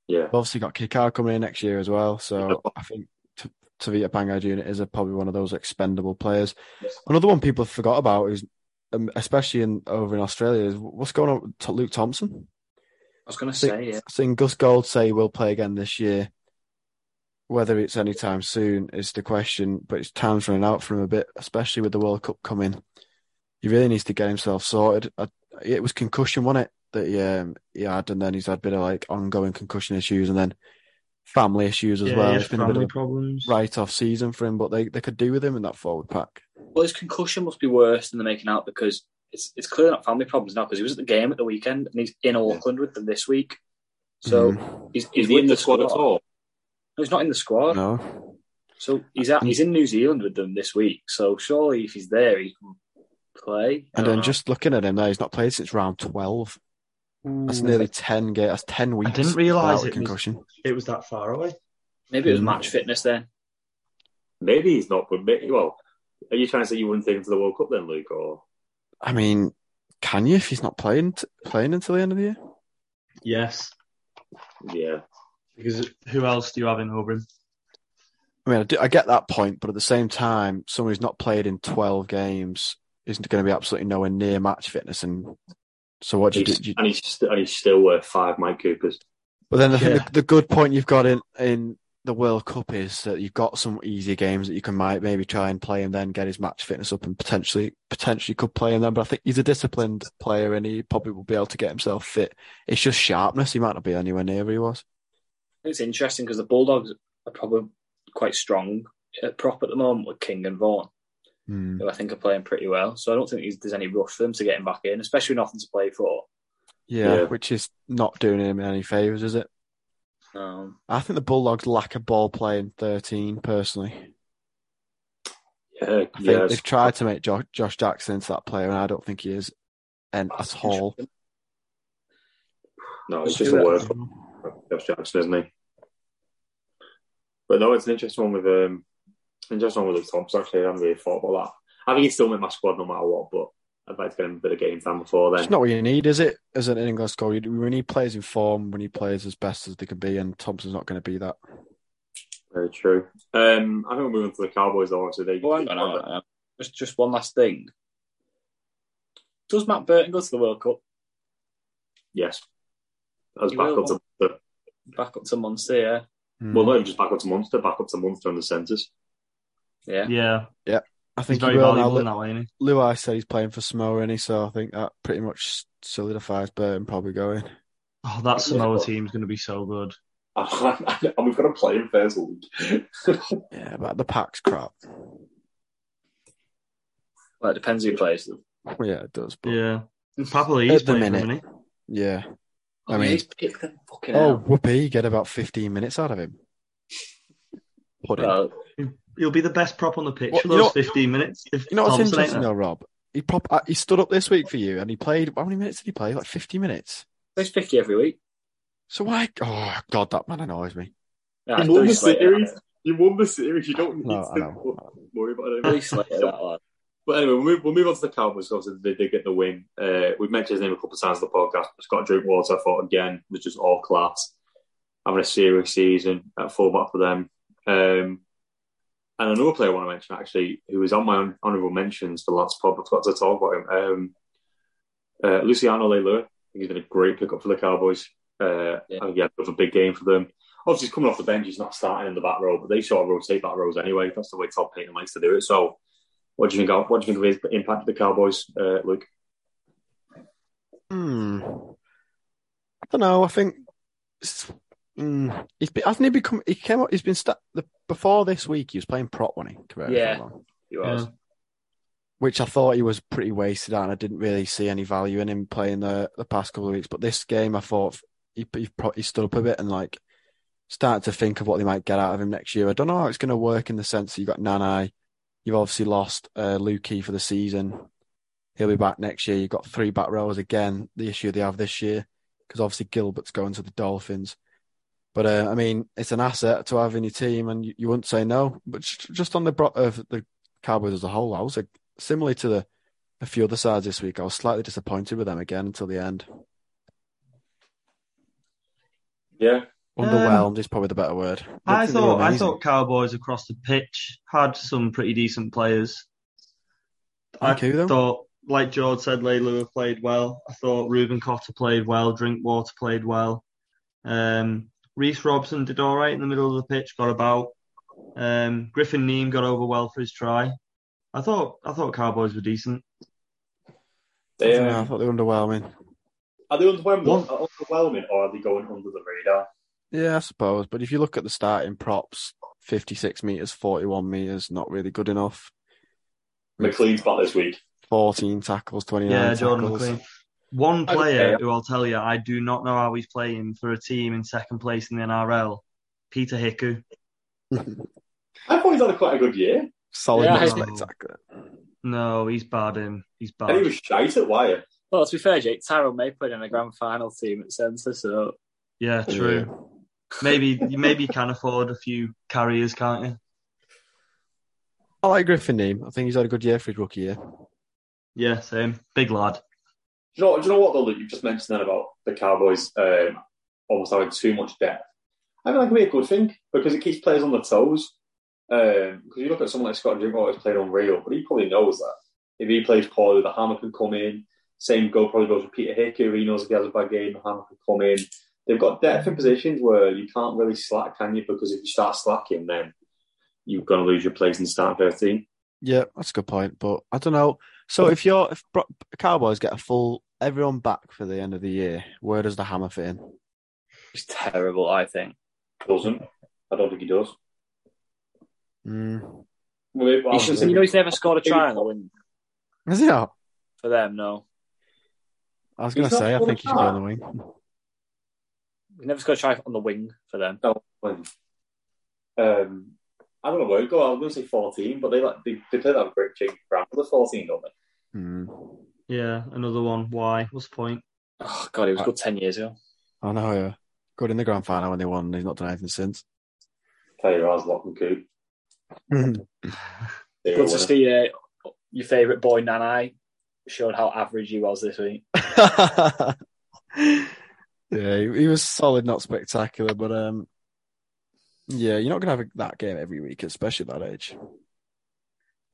Speaker 2: yeah.
Speaker 1: We've obviously got Kikar coming in next year as well, so I think T- Tavita Pangai Jr. is a, probably one of those expendable players. Another one people forgot about is, um, especially in over in Australia, is what's going on with T- Luke Thompson.
Speaker 3: I was going to
Speaker 1: Sing-
Speaker 3: say, yeah,
Speaker 1: Seeing Gus Gold say we'll play again this year, whether it's any time soon is the question, but it's time's running out for him a bit, especially with the World Cup coming. He really needs to get himself sorted. I, it was concussion, wasn't it, that he, um, he had, and then he's had a bit of like ongoing concussion issues and then family issues as
Speaker 4: Yeah,
Speaker 1: well.
Speaker 4: he
Speaker 1: It's
Speaker 4: has
Speaker 1: been a bit
Speaker 4: family
Speaker 1: of
Speaker 4: problems.
Speaker 1: a write off season for him, but they, they could do with him in that forward pack.
Speaker 3: Well, his concussion must be worse than they're making out because it's it's clearly not family problems now because he was at the game at the weekend and he's in Auckland with them this week. So
Speaker 1: Mhm.
Speaker 3: he's, he's
Speaker 2: Is he
Speaker 3: with
Speaker 2: in the squad at all?
Speaker 3: No, he's not in the squad.
Speaker 1: no.
Speaker 3: So he's at, he's in New Zealand with them this week. So surely if he's there, he can play. Uh, I
Speaker 1: And
Speaker 3: don't
Speaker 1: then
Speaker 3: know.
Speaker 1: just looking at him there, he's not played since round 12. That's nearly 10 ga- That's 10 weeks.
Speaker 4: Mm. didn't realise
Speaker 1: without a
Speaker 4: it was-
Speaker 1: concussion.
Speaker 4: It was that far away.
Speaker 3: maybe it was
Speaker 1: Mm.
Speaker 3: match fitness then.
Speaker 2: Maybe he's not, but maybe, well, are you trying to say you wouldn't take him to the World Cup then, Luke? Or
Speaker 1: I mean, can you if he's not playing t- playing until the end of the year?
Speaker 4: Yes.
Speaker 2: yeah,
Speaker 4: Because who else do you have in over him?
Speaker 1: I mean, I, do, I get that point, but at the same time, someone who's not played in twelve games isn't going to be absolutely nowhere near match fitness. And so, what do you do?
Speaker 2: he's,
Speaker 1: do you-
Speaker 2: and he's st- and he's still worth five Mike Coopers.
Speaker 1: but then the,
Speaker 4: Yeah.
Speaker 1: the, the good point you've got in in the World Cup is that you've got some easier games that you can might maybe try and play and then get his match fitness up and potentially potentially could play in them. But I think he's a disciplined player and he probably will be able to get himself fit. It's just sharpness. He might not be anywhere near where he was.
Speaker 3: It's interesting because the Bulldogs are probably quite strong at prop at the moment with King and Vaughan.
Speaker 1: Hmm.
Speaker 3: who I think are playing pretty well. So I don't think he's- there's any rush for them to get him back in, especially with nothing to play for.
Speaker 1: Yeah,
Speaker 2: Yeah.
Speaker 1: which is not doing him any favors, is it?
Speaker 3: Um,
Speaker 1: I think the Bulldogs lack a ball playing 13, personally.
Speaker 2: Yeah,
Speaker 1: I think
Speaker 2: yeah.
Speaker 1: they've tried to make Josh, Josh Jackson into that player, and I don't think he is an at all.
Speaker 2: No, it's just a word for Josh Jackson, isn't he? But no, it's an interesting one with um, And just on with Luke Thompson, actually, I haven't really thought about that. I think he's still in my squad no matter what, but I'd like to get him a bit of game time before then.
Speaker 1: It's not what you need, is it? As an England scorer, we need players in form. We need players as best as they can be, and Thompson's not going to be that.
Speaker 2: Very true. Um, I think we're moving to the Cowboys, though, so they
Speaker 3: Well, hang on, hang on, hang on. uh, Just, just one last thing. Does Matt Burton go to the World Cup?
Speaker 2: Yes. That was
Speaker 3: He
Speaker 2: back
Speaker 3: will.
Speaker 2: up to Munster.
Speaker 3: Back up to Munster, yeah.
Speaker 1: Mm.
Speaker 2: Well, not even just back up to Munster, back up to Munster and the centres.
Speaker 3: Yeah.
Speaker 4: Yeah,
Speaker 1: I
Speaker 4: he's
Speaker 1: think he
Speaker 4: very
Speaker 1: will now.
Speaker 4: valuable in
Speaker 1: Lu-
Speaker 4: that way, isn't
Speaker 1: Luai said he's playing for Samoa, and he so I think that pretty much solidifies Burton probably going.
Speaker 4: he? Oh, that Samoa
Speaker 2: Yeah.
Speaker 4: team's going to be so good.
Speaker 2: and we've got to play him first league.
Speaker 1: Yeah, but the pack's crap.
Speaker 3: Well, it depends who plays them.
Speaker 1: Yeah, it does. But yeah.
Speaker 4: Yeah, probably he's
Speaker 1: At the
Speaker 4: playing for them,
Speaker 1: minute.
Speaker 4: isn't he?
Speaker 1: I mean-
Speaker 3: he's picked them fucking
Speaker 1: Oh,
Speaker 3: out.
Speaker 1: whoopee! Get about fifteen minutes out of him. Pudding.
Speaker 3: Well,
Speaker 4: He'll be the best prop on the pitch
Speaker 1: Well,
Speaker 4: for
Speaker 1: you
Speaker 4: those
Speaker 1: know-
Speaker 4: 15 minutes. If
Speaker 1: You know what's
Speaker 4: Thompson ain't
Speaker 1: interesting
Speaker 4: there.
Speaker 1: though, Rob? He prop uh, he stood up this week for you, and he played. How many minutes did he play? Like fifty minutes.
Speaker 3: there's 50 every week.
Speaker 1: So why? Oh God, that man annoys me.
Speaker 3: Nah,
Speaker 2: You
Speaker 3: it's
Speaker 2: won
Speaker 3: Billy
Speaker 2: the
Speaker 3: Slater.
Speaker 2: series. You won the series. You don't need
Speaker 1: No, I
Speaker 2: to
Speaker 1: know.
Speaker 2: worry about it.
Speaker 3: Billy Slater, that lad.
Speaker 2: But anyway, we'll move, we'll move on to the Cowboys because obviously they did get the win. Uh, we've mentioned his name a couple of times on the podcast. But Scott Drinkwater, I thought again, was just all class. Having a serious season at fullback for them. Um, and another player I want to mention actually, who was on my hon- honourable mentions for last pod, but forgot to talk about him. Um, uh, Luciano Leilua. He's been a great pickup for the Cowboys. Uh,
Speaker 3: Yeah.
Speaker 2: and Again, another big game for them. Obviously, he's coming off the bench. He's not starting in the back row, but they sort of rotate back rows anyway. That's the way Todd Payton likes to do it. So. What do you think? Of, what do you think of his impact of the Cowboys, uh, Luke?
Speaker 1: Hmm. I don't know. I think it's, mm, he's been, hasn't he become? He came up. He's been sta the, before this week. He was playing prop when he correct me if I'm
Speaker 3: Yeah.
Speaker 1: wrong,
Speaker 3: He was.
Speaker 4: Yeah.
Speaker 1: which I thought he was pretty wasted at, and I didn't really see any value in him playing the the past couple of weeks. But this game, I thought he he, pro- he stood up a bit and like started to think of what they might get out of him next year. I don't know how it's going to work in the sense that you've got Nanai, you've obviously lost uh, Lukey for the season. He'll be back next year. You've got three back rows again. The issue they have this year because obviously Gilbert's going to the Dolphins. But uh, I mean, it's an asset to have in your team, and you, you wouldn't say no. But just, just on the bro- of the Cowboys as a whole, I was like, similarly to the a few other sides this week. I was slightly disappointed with them again until the end.
Speaker 2: Yeah,
Speaker 1: Underwhelmed is probably the better word.
Speaker 4: Um, I
Speaker 1: think they were
Speaker 4: thought I
Speaker 1: amazing.
Speaker 4: thought Cowboys across the pitch had some pretty decent players. I
Speaker 1: Like who, though?
Speaker 4: thought, like George said, Leilua played well. I thought Ruben Cotter played well. Drinkwater played well. Um, Reese Robson did all right in the middle of the pitch, got about. Um, Griffin Neem got over well for his try. I thought I thought Cowboys were decent.
Speaker 2: they
Speaker 1: Yeah, I
Speaker 2: um,
Speaker 1: thought they were underwhelming.
Speaker 2: are they underwhelming?
Speaker 4: One-
Speaker 2: Are underwhelming, or are they going under the radar?
Speaker 1: Yeah, I suppose. But if you look at the starting props, 56 metres, 41 metres, not really good enough.
Speaker 2: McLean's back this week.
Speaker 1: 14 tackles, 29
Speaker 4: Yeah,
Speaker 1: tackles.
Speaker 4: Jordan McLean. One
Speaker 2: Okay.
Speaker 4: player who I'll tell you, I do not know how he's playing for a team in second place in the NRL, Peter Hicku.
Speaker 2: I thought he's had a quite a good year,
Speaker 1: Solid,
Speaker 3: Yeah,
Speaker 1: not
Speaker 3: I-
Speaker 1: spectacular.
Speaker 4: No, he's bad in. He's bad.
Speaker 2: and he was shite at Wire.
Speaker 3: Well, to be fair, Jake, Tyrone May played in a grand final team at centre, so
Speaker 4: Yeah, true. Maybe maybe you can afford a few carriers, can't you?
Speaker 1: I like Griffin Neem. I think he's had a good year for his rookie year.
Speaker 4: Yeah, same. Big lad.
Speaker 2: Do you know? Do you know what though, Luke? You just mentioned then about the Cowboys um, almost having too much depth. I think that could be a good thing because it keeps players on their toes. Because you look at someone like Scott Drinkwater who's played unreal, but he probably knows that if he plays poorly, the hammer can come in. Same goal probably goes with Peter Hickey. He knows if he has a bad game, the hammer can come in. They've got depth in positions where you can't really slack, can you? Because if you start slacking, then you're going to lose your place in the starting 13.
Speaker 1: Yeah, that's a good point. But I don't know. So if you're if Bro- Cowboys get a full everyone back for the end of the year, where does the hammer fit in?
Speaker 3: it's terrible, I think.
Speaker 2: Doesn't. I don't think he does.
Speaker 1: Mm.
Speaker 3: He should, you know, he's never scored a try in the win
Speaker 1: Is he not?
Speaker 3: for them, no.
Speaker 1: I was
Speaker 2: He's
Speaker 1: going to
Speaker 2: not
Speaker 1: say, I
Speaker 2: scored a
Speaker 1: think he's
Speaker 2: try.
Speaker 1: going the wing.
Speaker 3: He never scored a try on the wing for them.
Speaker 2: Oh, when um, I don't know where to go. I was going to say 14, but they like they, they play that great chicken ground for the 14, don't they?
Speaker 1: Mm.
Speaker 4: Yeah, another one. Why? What's the point?
Speaker 3: Oh, God, he
Speaker 1: Uh,
Speaker 3: was good 10 years ago.
Speaker 1: I know, yeah. Good in the grand final when they won. He's not done anything since.
Speaker 2: Player has lock and coop. They were
Speaker 3: Good to
Speaker 2: winning.
Speaker 3: see uh, your favourite boy Nanai showed how average he was this week.
Speaker 1: yeah, he, he was solid, not spectacular, but um, yeah, you're not gonna have that game every week, especially at that age.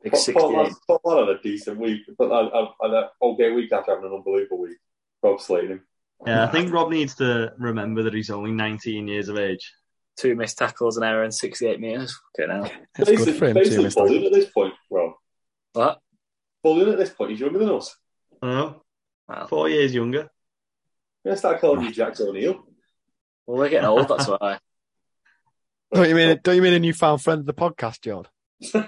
Speaker 3: Big
Speaker 2: But Paul
Speaker 3: 68.
Speaker 2: had- Paul had a decent week, but I, I, I, that okay week after having an unbelievable week. Rob slated him.
Speaker 4: Yeah, I think Rob needs to remember that he's only 19 years of age.
Speaker 3: Two missed tackles, an error, and 68 metres. Fucking hell.
Speaker 1: It's good for him too.
Speaker 2: Basically,
Speaker 1: Mr.
Speaker 2: bullying at this point, Rob.
Speaker 3: What?
Speaker 2: Bullying at this point, he's younger than us.
Speaker 4: I know,
Speaker 3: Wow.
Speaker 4: four years younger.
Speaker 2: We're going to start calling you Jack O'Neill.
Speaker 3: Well, we're getting old, that's why.
Speaker 1: Don't you mean? Don't you mean a newfound friend of the podcast, Jord?
Speaker 2: he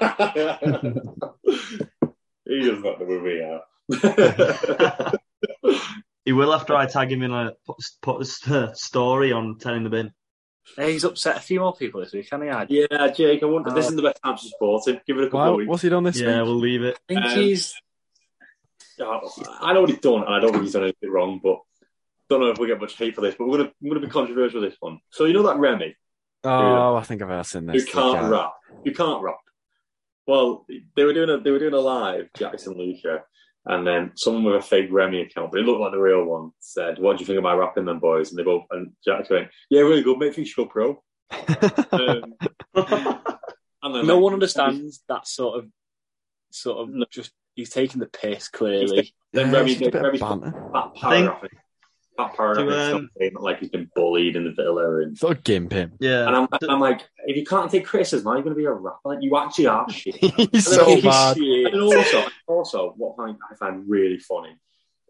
Speaker 2: doesn't know who we are.
Speaker 4: he will after I tag him in a put, put a st- story on telling the bin.
Speaker 3: Hey, he's upset a few more people this week, hasn't he? I
Speaker 2: yeah, Jake, I wonder.
Speaker 3: Uh,
Speaker 2: this isn't the best time to support him. Give it a couple
Speaker 1: Why?
Speaker 2: of weeks.
Speaker 1: What's he done this
Speaker 4: Yeah,
Speaker 1: week?
Speaker 4: we'll leave it.
Speaker 3: think
Speaker 2: Um,
Speaker 3: he's.
Speaker 2: I know what he's done, and I don't think he's done anything wrong, but don't know if we get much hate for this, but we're going to we're gonna be controversial with this one. So, you know that Remy?
Speaker 1: Oh, I think I've ever seen this.
Speaker 2: You can't
Speaker 1: Yeah.
Speaker 2: rap. You can't rap. Well, they were doing a they were doing a live Jackson Lucia, and then someone with a fake Remy account, but it looked like the real one, said, "What do you think of my rapping, then, boys?" And they both and Jackson went, "Yeah, really good. Make sure you go pro." Um, and then,
Speaker 3: No
Speaker 2: like,
Speaker 3: one understands that sort of. Sort of
Speaker 2: No.
Speaker 3: just. He's taking the piss, clearly.
Speaker 2: Then
Speaker 1: Yeah,
Speaker 2: Remy
Speaker 1: it's just a
Speaker 2: did
Speaker 1: bit of
Speaker 2: Remy
Speaker 1: banter.
Speaker 2: that paragraph. That paragraph.
Speaker 4: Do,
Speaker 2: is
Speaker 4: um,
Speaker 2: something like he's been bullied in the villa, and,
Speaker 1: Sort of gimp him.
Speaker 4: Yeah,
Speaker 2: and I'm, I'm like, if you can't take criticism, how are you going to be a rapper? Like, you actually are shit.
Speaker 1: He's
Speaker 2: And
Speaker 1: so
Speaker 2: then-
Speaker 1: bad.
Speaker 3: Shit.
Speaker 2: And also, also, what I, I find really funny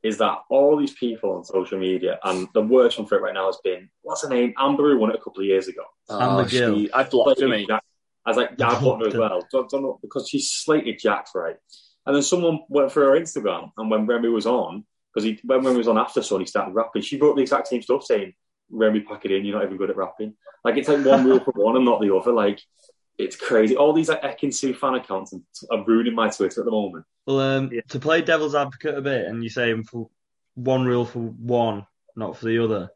Speaker 2: is that all these people on social media, and the worst one for it right now has been what's her name? Amber who won it a couple of years ago.
Speaker 3: Oh,
Speaker 4: McGill.
Speaker 3: she- I blocked him.
Speaker 2: Slated
Speaker 3: mate.
Speaker 2: Jack. I was like, yeah, I blocked her as well. Don't, don't know, because she slated Jack, right? And then someone went through her Instagram, and when Remy was on, because he when Remy was on after Sun, he started rapping. She wrote the exact same stuff saying, Remy, pack it in, you're not even good at rapping. Like, it's like one rule for one and not the other. Like, it's crazy. All these like Ekinsu fan accounts are ruining my Twitter at the moment.
Speaker 4: well, um,
Speaker 2: Yeah.
Speaker 4: to play devil's advocate a bit, and you say for one rule for one, not for the other.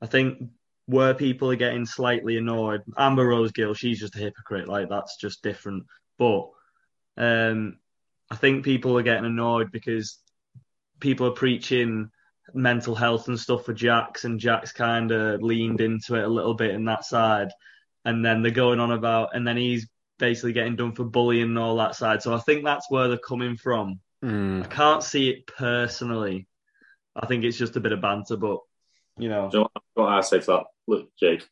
Speaker 4: I think where people are getting slightly annoyed, Amber Rose Gill, she's just a hypocrite. Like that's just different. But um, I think people are getting annoyed because people are preaching mental health and stuff for Jax, and Jax kind of leaned into it a little bit in that side. And then they're going on about, and then he's basically getting done for bullying and all that side. So I think that's where they're coming from. I
Speaker 1: Mm.
Speaker 4: can't see it personally. I think it's just a bit of banter, but you know,
Speaker 2: Do you know what I say to that? Look, Jake.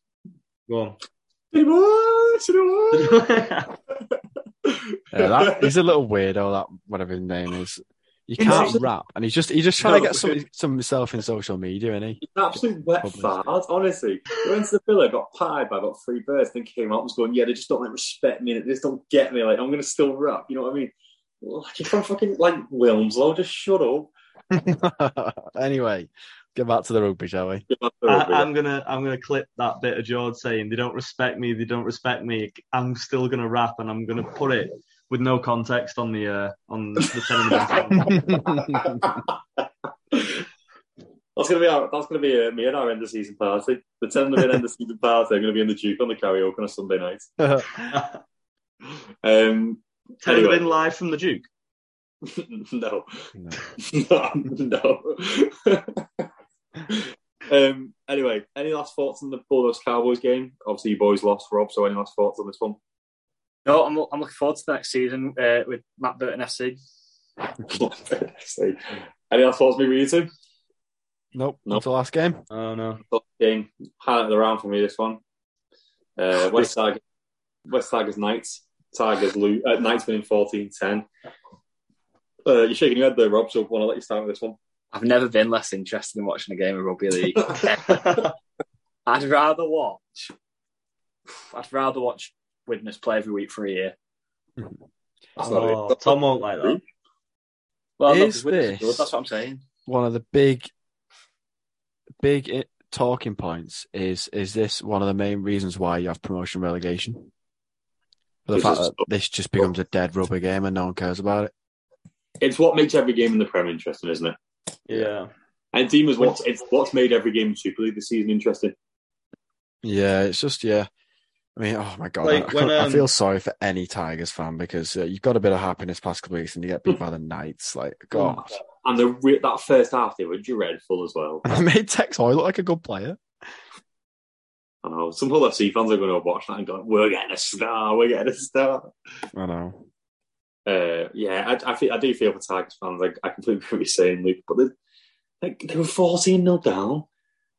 Speaker 4: go
Speaker 2: Yeah,
Speaker 4: on.
Speaker 1: Yeah, that, he's a little weirdo. That whatever his name is. You
Speaker 2: He's
Speaker 1: can't
Speaker 2: absolute-
Speaker 1: rap, and he's just he's just trying to
Speaker 2: No.
Speaker 1: get some some himself in social media, and he.
Speaker 2: He's an absolute wet
Speaker 1: Probably.
Speaker 2: fart, honestly. He went to the villa, got pied by about three birds, then came out and was going, yeah, they just don't like respect me, they just don't get me, like, I'm going to still rap, you know what I mean? Like, if I'm fucking, like, Wilmslow, just shut up.
Speaker 1: anyway, get back to the rugby, shall we?
Speaker 2: Get back to
Speaker 4: I,
Speaker 2: rugby.
Speaker 4: I'm gonna I'm gonna clip that bit of George saying they don't respect me, they don't respect me. I'm still gonna rap and I'm gonna put it with no context on the uh, on the television.
Speaker 2: That's gonna be our, that's gonna be uh, me and our end of season party. The ten minute end of season party. I'm gonna be in the Duke on the karaoke on a Sunday night. Um,
Speaker 4: Telling
Speaker 2: Anyway.
Speaker 4: them live from the Duke.
Speaker 2: no,
Speaker 1: No.
Speaker 2: no. um, anyway, any last thoughts on the Bulldogs Cowboys game? Obviously, you boys lost, Rob. So, any last thoughts on this one?
Speaker 3: No, I'm, I'm looking forward to the next season uh, with Matt Burton FC.
Speaker 2: any last thoughts, maybe you two?
Speaker 1: Nope.
Speaker 2: Nope.
Speaker 1: That's the last game.
Speaker 4: Oh no.
Speaker 2: Top game highlight of the round for me. This one, uh, West Tigers, West Tigers Knights. Tigers lose. Uh, Knights winning 14-10. Uh, you're shaking your head there, Rob. So, want to let you start with this one?
Speaker 3: I've never been less interested in watching a game of rugby league. I'd rather watch. I'd rather watch Widnes play every week for a year.
Speaker 4: Oh, Tom won't like that.
Speaker 3: Well, no,
Speaker 1: Is
Speaker 3: 'cause Widnes are
Speaker 1: this-
Speaker 3: good, that's what I'm saying.
Speaker 1: one of the big, big i- talking points is is this one of the main reasons why you have promotion relegation? For the
Speaker 2: This
Speaker 1: fact
Speaker 2: is-
Speaker 1: that this just becomes a dead rubber game and no one cares about it.
Speaker 2: It's what makes every game in the Prem interesting, isn't it?
Speaker 4: Yeah.
Speaker 2: And team is what it's what's made every game in Super League this season interesting.
Speaker 1: Yeah, it's just yeah, I mean, oh my god,
Speaker 4: Like,
Speaker 1: I,
Speaker 4: when,
Speaker 1: I
Speaker 4: um,
Speaker 1: feel sorry for any Tigers fan because uh, you've got a bit of happiness past couple of weeks and you get beat by the Knights. Like,
Speaker 4: Oh
Speaker 1: God,
Speaker 2: And the re- that first half they were dreadful as well.
Speaker 1: I made Tex Hoy look like a good player.
Speaker 2: I know some Hull FC fans are going to watch that and go, "We're getting a star, we're getting a star."
Speaker 1: I know.
Speaker 2: Uh, yeah, I, I, feel, I do feel for Tigers fans. I, I completely agree with you saying, Luke, but they, like, they were 14 0 down.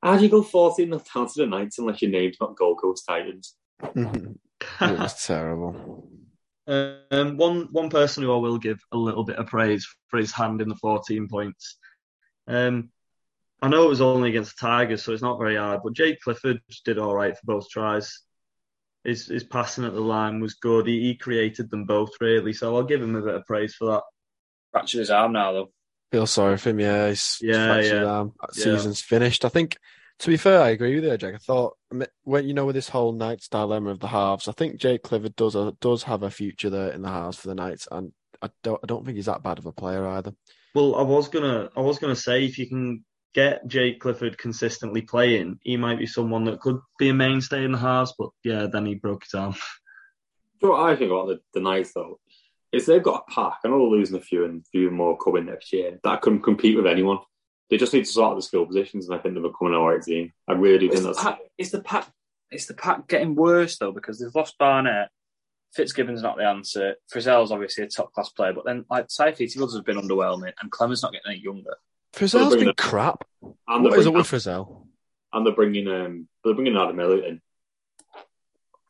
Speaker 2: How do you go 14 0 down to the Knights unless your name's not Gold Coast Titans?
Speaker 1: Mm-hmm. it was terrible.
Speaker 4: Um, one one person who I will give a little bit of praise for his hand in the 14 points. Um, I know it was only against the Tigers, so it's not very hard. But Jake Clifford did all right for both tries. His his passing at the line was good. He, he created them both really, so I'll give him a bit of praise for that.
Speaker 3: Fractured his arm now, though.
Speaker 1: Feel sorry for him. Yeah, he's
Speaker 4: Yeah,
Speaker 1: fractured
Speaker 4: yeah.
Speaker 1: arm. That
Speaker 4: Yeah.
Speaker 1: Season's finished. I think. To be fair, I agree with you, Jake. I thought I mean, when you know with this whole Knights dilemma of the halves, I think Jake Clifford does a, does have a future there in the halves for the Knights, and I don't I don't think he's that bad of a player either.
Speaker 4: Well, I was gonna I was gonna say if you can get Jake Clifford consistently playing, he might be someone that could be a mainstay in the halves. But yeah, then he broke his arm.
Speaker 2: Do you know what I think about the, the Knights, though? Is they've got a pack. I know they're losing a few and a few more coming next year that can compete with anyone. They just need to sort out the skill positions, and I think they're becoming an alright team. I really do
Speaker 3: Is
Speaker 2: think
Speaker 3: the,
Speaker 2: that's.
Speaker 3: pack, is the pack is the pack getting worse though because they've lost Barnett. Fitzgibbon's not the answer. Frizzell's obviously a top class player, but then like Saifiti Woods has been underwhelming, and Clemens not getting any younger.
Speaker 1: Frizzell's
Speaker 2: bringing
Speaker 1: been
Speaker 2: up-
Speaker 1: crap.
Speaker 2: And
Speaker 1: What
Speaker 2: they're
Speaker 1: is it
Speaker 2: bringing,
Speaker 1: with Frizzell?
Speaker 2: and they're bringing, um, they're bringing Adam Elliott in.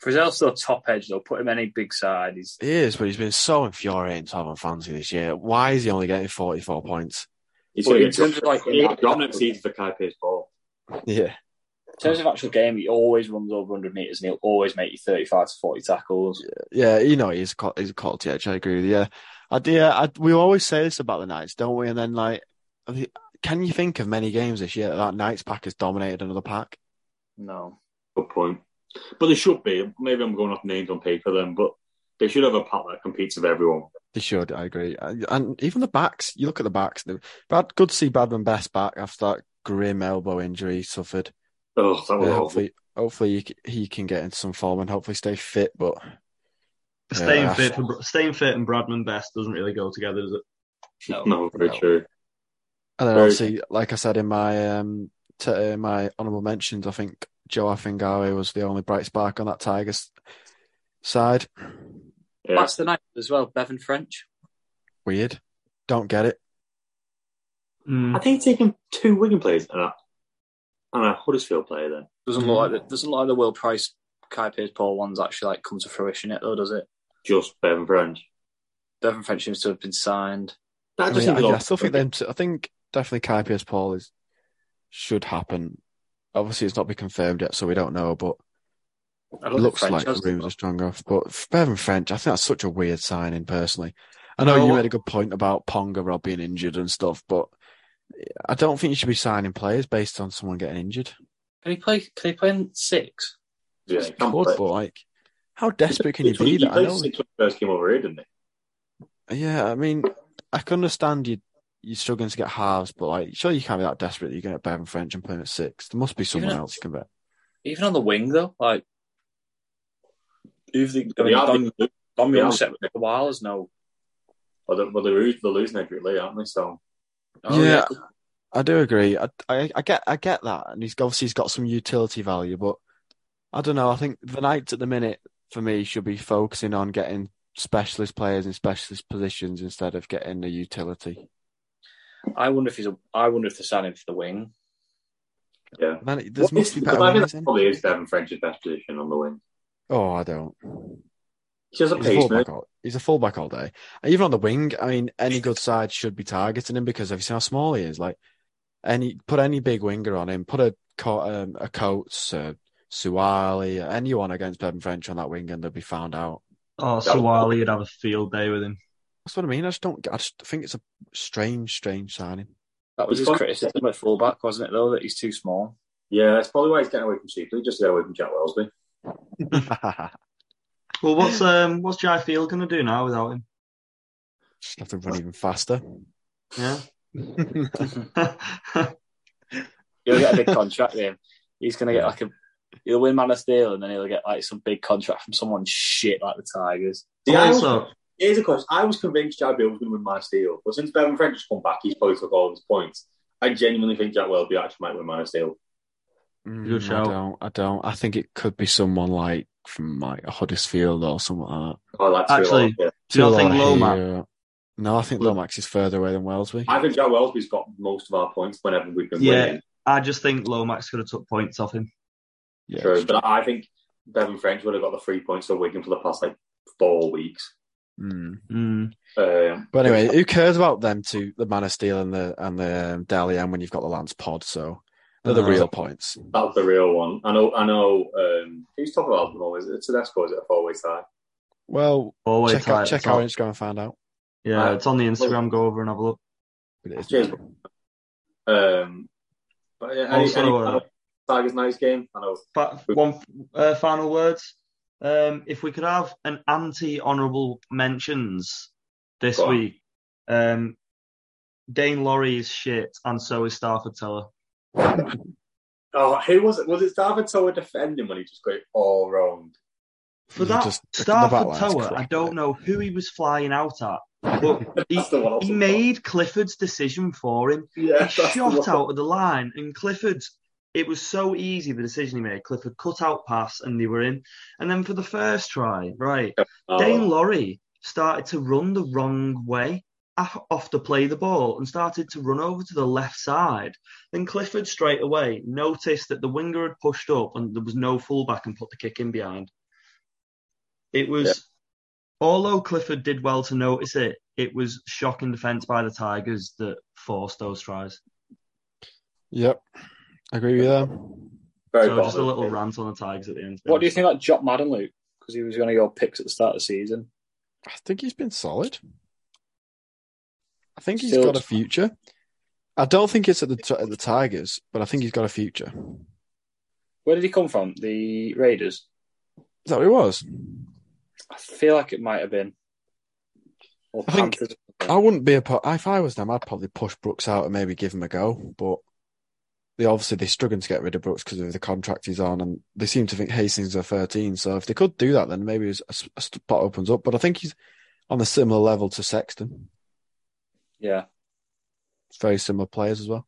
Speaker 3: Frizzell's still top edge though. Put him any big side, he's
Speaker 1: He is, but he's been so infuriating to having fancy this year. Why is he only getting 44 points?
Speaker 2: He's
Speaker 3: Well,
Speaker 2: going to
Speaker 3: in
Speaker 2: get
Speaker 3: terms of, like, in that-
Speaker 2: dropped next season for Kai Pierce Ball.
Speaker 1: Yeah.
Speaker 3: in terms of actual game, he always runs over 100 meters and he'll always make you 35 to 40 tackles.
Speaker 1: Yeah, you know, he's, qual- he's a quality edge. I agree with you. Yeah. I, yeah I, we always say this about the Knights, don't we? And then, like, I thi- can you think of many games this year that, that Knights pack has dominated another pack?
Speaker 3: No,
Speaker 2: Good point. But they should be. Maybe I'm going off names on paper then, but they should have a pack that competes with everyone.
Speaker 1: They should, I agree. And, and even the backs, you look at the backs. the- Brad, good to see Bradman Best back after that grim elbow injury he suffered.
Speaker 2: Oh, that was
Speaker 1: Yeah,
Speaker 2: awful.
Speaker 1: hopefully, hopefully he, c- he can get into some form and hopefully stay fit. But
Speaker 4: staying
Speaker 1: Yeah.
Speaker 4: fit, for, staying fit, and Bradman Best doesn't really go together, does it?
Speaker 3: no.
Speaker 2: No, very
Speaker 1: No.
Speaker 2: true.
Speaker 1: And then
Speaker 2: Very-
Speaker 1: obviously, like I said in my um t- uh, my honourable mentions, I think Joe Afingawe was the only bright spark on that Tigers side.
Speaker 2: Yeah.
Speaker 3: That's the night as well. Bevan French.
Speaker 1: Weird. Don't get it.
Speaker 4: Mm.
Speaker 2: I think taking two Wigan players and a, and a Huddersfield player then.
Speaker 3: Doesn't look like the, doesn't look like the Will Price Kai Pierce Paul one's actually like come to fruition yet though, does it?
Speaker 2: Just Bevan French.
Speaker 3: Bevan French seems to have been signed.
Speaker 2: That
Speaker 1: I,
Speaker 2: just
Speaker 1: mean,
Speaker 2: seems
Speaker 1: I, I
Speaker 2: odd.
Speaker 1: still think them. T- I think definitely Kai Pierce Paul is should happen. Obviously, it's not been confirmed yet, so we don't know. But
Speaker 3: I
Speaker 1: it
Speaker 3: don't
Speaker 1: looks
Speaker 3: think
Speaker 1: like
Speaker 3: French has-
Speaker 1: rumours are strong off. But f- Bevan French, I think that's such a weird signing. Personally, I know
Speaker 4: No,
Speaker 1: you
Speaker 4: what-
Speaker 1: made a good point about Ponga Rob being injured and stuff, but I don't think you should be signing players based on someone getting injured.
Speaker 3: Can he play? Can he play in six?
Speaker 2: Yeah, he can't
Speaker 1: could,
Speaker 2: play.
Speaker 1: but like, how desperate can you
Speaker 2: He played-
Speaker 1: be? That I
Speaker 2: He played
Speaker 1: know.
Speaker 2: since he first came over here, didn't he?
Speaker 1: Yeah, I mean, I can understand you. You're struggling to get halves, but like, sure, you can't be that desperate that you get Bevan French and play him at six. There must be someone
Speaker 3: Yeah.
Speaker 1: else you can bet.
Speaker 3: Even on the wing though, like who's the I mean,
Speaker 2: They are-
Speaker 3: Dom, Dom
Speaker 2: they are-
Speaker 3: Young set for a while is no.
Speaker 2: Well, they're, well, they're, lo- they're losing every league, aren't they? So
Speaker 3: Oh,
Speaker 1: Yeah. I do agree. I, I, I get, I get that, and he's obviously he's got some utility value, but I don't know. I think the Knights at the minute for me should be focusing on getting specialist players in specialist positions instead of getting the utility.
Speaker 3: I wonder if he's a. I wonder if they're signing for the wing.
Speaker 2: yeah.
Speaker 1: Man, it- there's must be better
Speaker 2: But I think
Speaker 1: ways.
Speaker 2: that
Speaker 1: innit?
Speaker 2: probably is Bevan French's best position on the wing.
Speaker 1: Oh, I don't.
Speaker 2: She has a
Speaker 1: He's a
Speaker 2: pacemaker.
Speaker 1: fullback. All, he's a fullback all day. And even on the wing, I mean, any good side should be targeting him because have you seen how small he is? Like, any put any big winger on him, put a Co- um, a Coates, uh, Suwali, anyone against Bevan French on that wing, and they'll be found out.
Speaker 4: Oh, Sawali would have a field day with him.
Speaker 1: That's what I mean. I just don't. I just think it's a strange, strange signing.
Speaker 3: That was
Speaker 2: He's got-
Speaker 3: his criticism at fullback, wasn't it? Though that he's too small.
Speaker 2: Yeah, that's probably why he's getting away from Sheepley, just to get away from Jack Wellesby.
Speaker 1: just
Speaker 4: Well, what's um, what's Jai Field going to do now without him?
Speaker 1: have to run even faster.
Speaker 4: Yeah.
Speaker 3: He'll get a big contract. Then he's going to get like a He'll win Man of Steel, and then he'll get like some big contract from someone shit like the Tigers.
Speaker 2: See, I was-
Speaker 4: also,
Speaker 2: here's a question. I was convinced Jack Bill was going to win Man of Steel, but since Bevan French has come back, he's probably took all of his points. I genuinely think Jack Welby actually might win Man of Steel.
Speaker 1: Mm, I
Speaker 4: shout.
Speaker 1: don't. I don't. I think it could be someone like from like Huddersfield or someone like
Speaker 2: I like to
Speaker 4: Actually-
Speaker 2: feel like-
Speaker 1: that.
Speaker 4: do you not think
Speaker 1: Tulahir-
Speaker 4: Lomax?
Speaker 1: No, I think
Speaker 4: Well-
Speaker 1: Lomax is further away than Wellesley.
Speaker 2: yeah. I think Jack Welby's got most of our points whenever we've been
Speaker 4: Yeah.
Speaker 2: winning.
Speaker 4: I just think Lomax could have took points off him.
Speaker 1: Yeah,
Speaker 2: True, but I think Bevan French would have got the three points for Wigan for the past like four weeks.
Speaker 1: Mm.
Speaker 4: Mm.
Speaker 2: Um,
Speaker 1: But anyway, who cares about them two, the Man of Steel and the and the um, Dalian when you've got the Lance Pod? So they're the
Speaker 4: Uh,
Speaker 1: real points.
Speaker 2: that's the real one. I know. I know. Um, who's top of the moment? Is it Tedesco? Is it a four-way tie?
Speaker 1: Well,
Speaker 4: Always
Speaker 1: check
Speaker 4: tight
Speaker 1: out
Speaker 4: at
Speaker 1: check
Speaker 4: the top.
Speaker 1: our Instagram and find out.
Speaker 4: Yeah, it's on the Instagram. Go over and have a look.
Speaker 1: But it is-
Speaker 2: Cheers. Um, but yeah, any,
Speaker 4: Also,
Speaker 2: any
Speaker 4: uh,
Speaker 2: Tigers nice game. I know.
Speaker 4: But one uh, final words. Um, if we could have an anti-honourable mentions this
Speaker 2: Go on.
Speaker 4: week, um, Dane Laurie is shit, and so is Stafford Tower.
Speaker 2: Oh, who was it? Was it David Tower defending when he just got it all wrong?
Speaker 4: For
Speaker 1: You
Speaker 4: that
Speaker 1: just- the
Speaker 4: Stafford
Speaker 1: backline's
Speaker 4: Tower, I
Speaker 1: crap,
Speaker 4: don't
Speaker 1: innit?
Speaker 4: know who he was flying out at, but he,
Speaker 2: That's the one I was
Speaker 4: he
Speaker 2: looking
Speaker 4: made Clifford's decision for him.
Speaker 2: Yeah,
Speaker 4: He
Speaker 2: that's the
Speaker 4: shot
Speaker 2: one.
Speaker 4: out of the line, and Clifford. It was so easy the decision he made. Clifford cut out pass, and they were in. And then for the first try, right,
Speaker 2: Oh,
Speaker 4: Dane Laurie started to run the wrong way af- off the play the ball and started to run over to the left side. Then Clifford straight away noticed that the winger had pushed up and there was no fullback and put the kick in behind. It was,
Speaker 2: Yeah.
Speaker 4: although Clifford did well to notice it, it was shocking defence by the Tigers that forced those tries.
Speaker 1: Yep, agree with them.
Speaker 2: very
Speaker 4: so just a
Speaker 2: bothered.
Speaker 4: little rant on the Tigers at the end.
Speaker 3: What do you think about Jock Madden, Luke? Because he was going to go picks at the start of the season.
Speaker 1: I think he's been solid. I think he's
Speaker 3: Still-
Speaker 1: got a future. I don't think it's at the at the Tigers, but I think he's got a future.
Speaker 3: Where did he come from? The Raiders.
Speaker 1: Is that what it was?
Speaker 3: I feel like it might have been. Or
Speaker 1: I think-
Speaker 3: Panthers.
Speaker 1: I wouldn't be a po- if I was them. I'd probably push Brooks out and maybe give him a go. But they obviously they're struggling to get rid of Brooks because of the contract he's on, and they seem to think Hastings are thirteen. So if they could do that, then maybe a, s- a spot opens up. But I think he's on a similar level to Sexton.
Speaker 3: Yeah,
Speaker 1: It's very similar players as well.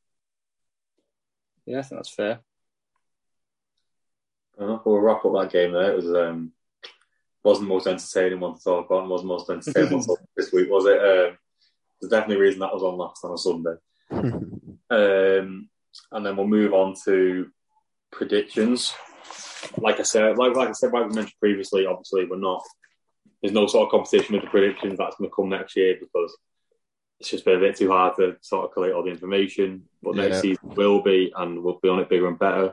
Speaker 3: yeah, I think that's fair.
Speaker 2: Uh, We'll wrap up that game there. It was um, wasn't the most entertaining one to talk about, and wasn't the most entertaining one to talk about this week, was it? Um, there's definitely a reason that was on last on a Sunday. Um, and then we'll move on to predictions. Like I said, like, like I said, like we mentioned previously, obviously we're not. There's no sort of competition with the predictions that's going to come next year because it's just been a bit too hard to sort of collate all the information. But
Speaker 1: Yeah.
Speaker 2: next season will be, and we'll be on it bigger and better.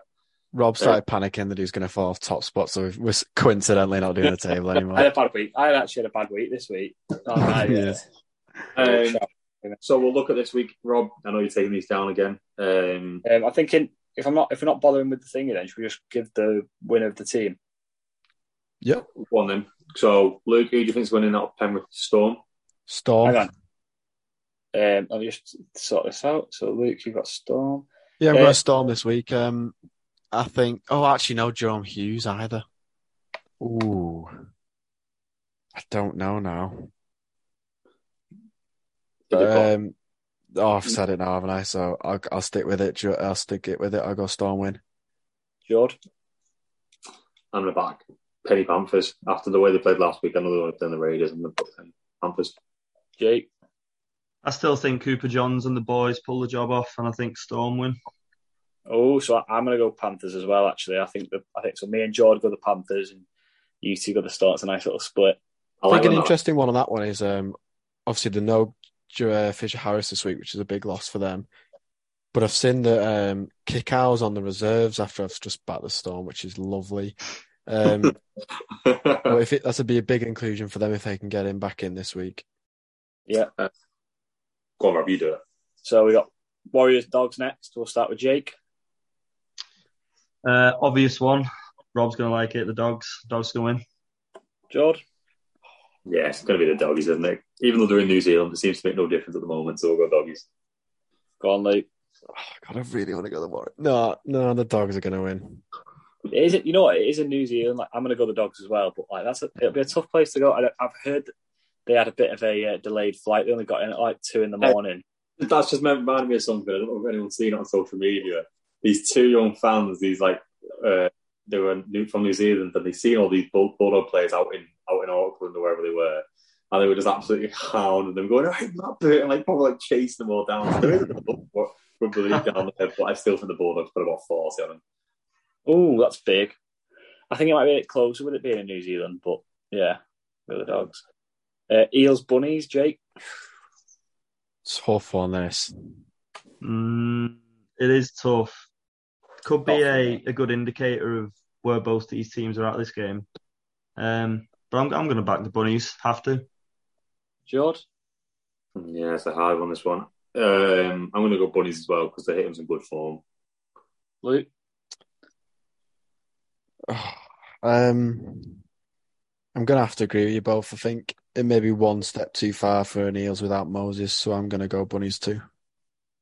Speaker 1: Rob started panicking that he was going to fall off top spot, so we're s- coincidentally not doing the table
Speaker 3: I had
Speaker 1: anymore.
Speaker 3: a bad week. I actually had a bad week this week. Oh, my,
Speaker 1: Yeah.
Speaker 2: Um, So we'll look at this week, Rob. I know you're taking these down again. Um,
Speaker 3: Um, I'm thinking if I'm not if we're not bothering with the thing, then should we just give the winner of the team?
Speaker 1: Yep.
Speaker 2: one then. So Luke, who do you think's winning out of Penrith Storm?
Speaker 1: Storm.
Speaker 3: Hang on. Um, let me just sort this out. So Luke, you've got Storm.
Speaker 1: Yeah, I'm
Speaker 3: Uh,
Speaker 1: going to Storm this week. Um, I think. Oh, actually, no, Jerome Hughes either. Ooh, I don't know now. Um, oh, I've said it now, haven't I? So I'll, I'll stick with it. Ju- I'll stick it with it. I'll go Storm win.
Speaker 3: Jord.
Speaker 2: I'm the back. Penny Panthers. After the way they played last week, I know they were playing the Raiders and the Panthers.
Speaker 3: Jake.
Speaker 4: I still think Cooper Johns and the boys pull the job off, and I think Storm win.
Speaker 3: Oh, so I- I'm going to go Panthers as well. Actually, I think the I think so. Me and Jord go the Panthers, and you two go the Storm. It's a nice little split.
Speaker 2: I
Speaker 1: I
Speaker 2: like
Speaker 1: think an
Speaker 2: when that.
Speaker 1: interesting one on that one is um, obviously the no Ju- uh, Fisher Harris this week, which is a big loss for them. But I've seen that um, kick hours on the reserves after I've just backed the storm, which is lovely. Um, well, if it, that'd be a big inclusion for them if they can get him back in this week.
Speaker 2: Go on, Rob, you do it.
Speaker 3: So we got Warriors Dogs next. We'll start with Jake.
Speaker 4: Uh, obvious one. Rob's gonna like it. The dogs. Dogs gonna win.
Speaker 3: Jord.
Speaker 2: Yeah, it's going to be the doggies, isn't it? Even though they're in New Zealand, it seems to make no difference at the moment. So we'll go doggies.
Speaker 3: Go on, Luke.
Speaker 1: Oh, God, I really want to go the Warriors. No, no, the dogs are going to win.
Speaker 3: It is, you know what? It is in New Zealand. Like, I'm going to go the dogs as well, but like that's a, it'll be a tough place to go. I, I've heard they had a bit of a uh, delayed flight. They only got in at like two in the
Speaker 2: Hey.
Speaker 3: morning.
Speaker 2: That's just reminded me of something. I don't know if anyone's seen it on social media. These two young fans, these like uh, they were new, from New Zealand, and they seen all these bull, bulldog players out in out in Auckland or wherever they were, and they were just absolutely hounding them, going, "I'm not doing," it," and like probably like chasing them all down. There is a Bull- rugby league down there, but I still think the Bulldogs put about forty on them.
Speaker 3: Oh, that's big. I think it might be a bit closer with it being in New Zealand, but yeah, with the dogs. Uh, Eels, bunnies, Jake.
Speaker 1: Tough on this.
Speaker 4: Mm, it is tough. Could be a, a good indicator of where both these teams are at this game. Um, but I'm, I'm going to back the Bunnies. Have to.
Speaker 3: Jord.
Speaker 2: Yeah, it's a hard one. This one. Um, I'm going to go bunnies as well because they're hitting some good form.
Speaker 3: Luke.
Speaker 1: Um, I'm gonna have to agree with you both. I think it may be one step too far for an Eels without Moses, so I'm gonna go bunnies too.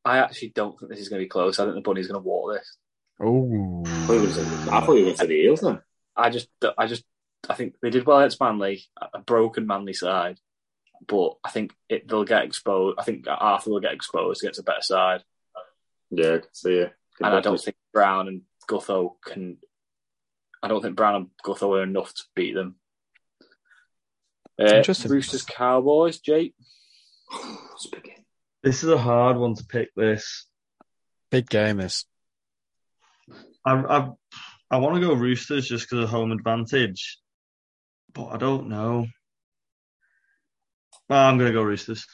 Speaker 3: I actually don't think this is going to be close. I think the bunnies going to walk this.
Speaker 1: Oh,
Speaker 2: I thought you were going to- I thought you were going to say the Eels then.
Speaker 3: I just, I just, I think they did well against Manly, a broken Manly side, but I think it, they'll get exposed. I think Arthur will get exposed against a better side,
Speaker 2: Yeah, I can see it.
Speaker 3: and I don't think Brown and Gutho can. I don't think Brown and Gutho are enough to beat them. Uh,
Speaker 1: Interesting.
Speaker 3: Roosters Cowboys, Jake.
Speaker 2: Spaghetti.
Speaker 4: This is a hard one to pick. This.
Speaker 1: big game this.
Speaker 4: I I, I want to go Roosters just because of home advantage, but I don't know. Well, I'm going to go Roosters.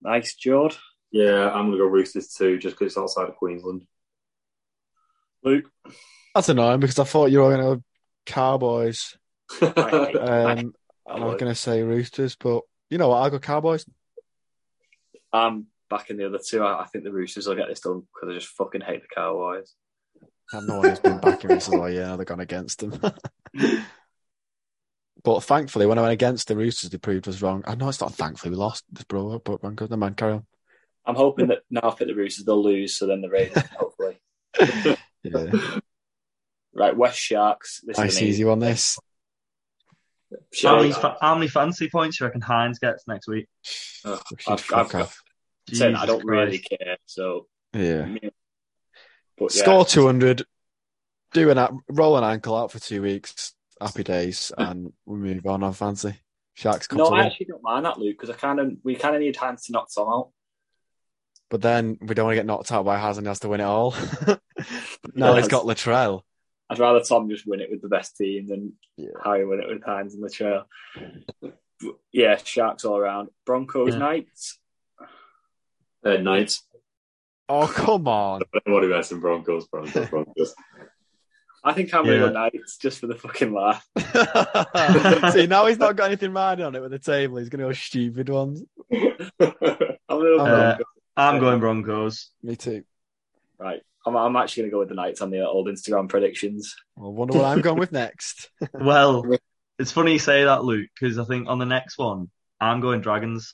Speaker 3: Nice, Jord.
Speaker 2: Yeah, I'm going to go Roosters too, just because it's outside of Queensland.
Speaker 3: Luke.
Speaker 1: That's annoying because I thought you were gonna go Cowboys.
Speaker 2: I
Speaker 1: Um, and I was gonna say Roosters, but you know what? I'll go Cowboys.
Speaker 3: I'm back in the other two. I, I think the Roosters will get this done because I just fucking hate the Cowboys.
Speaker 1: I have no one who's been backing me, so yeah, they've gone against them. but thankfully, when I went against the Roosters, they proved us wrong. I know it's not thankfully we lost this bro, but wrong. Never mind, carry on.
Speaker 3: I'm hoping that now I pick the Roosters, they'll lose, so then the Raiders, hopefully.
Speaker 1: Yeah,
Speaker 3: Right, West Sharks. This
Speaker 1: nice
Speaker 3: is
Speaker 1: easy
Speaker 3: easy.
Speaker 1: one. This
Speaker 4: How many, fa- how many fancy points do you reckon Hines gets next week?
Speaker 3: Uh,
Speaker 1: We should
Speaker 3: I've,
Speaker 1: fuck
Speaker 3: I've got
Speaker 1: off.
Speaker 3: saying I don't
Speaker 4: Jesus
Speaker 3: really
Speaker 4: Christ.
Speaker 3: care. So,
Speaker 1: Yeah.
Speaker 3: me- but yeah,
Speaker 1: Score 200, do an a- roll an ankle out for two weeks, happy days, and we move on. I fancy Sharks come
Speaker 3: no,
Speaker 1: to win,
Speaker 3: I actually don't mind that, Luke, because I kind of we kind of need hands to knock Tom out.
Speaker 1: but then we don't want to get knocked out by Hazard and has to win it all. now he's got Latrell.
Speaker 3: I'd rather Tom just win it with the best team than
Speaker 1: Yeah.
Speaker 3: Harry win it with hands in the trail. But yeah, Sharks all around. Broncos
Speaker 1: Yeah.
Speaker 3: Knights.
Speaker 2: uh, Knights.
Speaker 1: Oh come on!
Speaker 2: What do you guys in Broncos? Broncos, Broncos.
Speaker 3: I think I'm going to go
Speaker 4: Yeah.
Speaker 3: Knights just for the fucking laugh.
Speaker 1: See now he's not got anything mad on it with the table. He's going to go stupid ones.
Speaker 3: I'm going to go
Speaker 1: Uh,
Speaker 3: Broncos.
Speaker 4: I'm going Broncos.
Speaker 1: Me too.
Speaker 3: Right. I'm, I'm actually going to go with the Knights on the old Instagram predictions.
Speaker 1: I wonder what I'm going with next.
Speaker 4: Well, it's funny you say that, Luke, because I think on the next one, I'm going Dragons.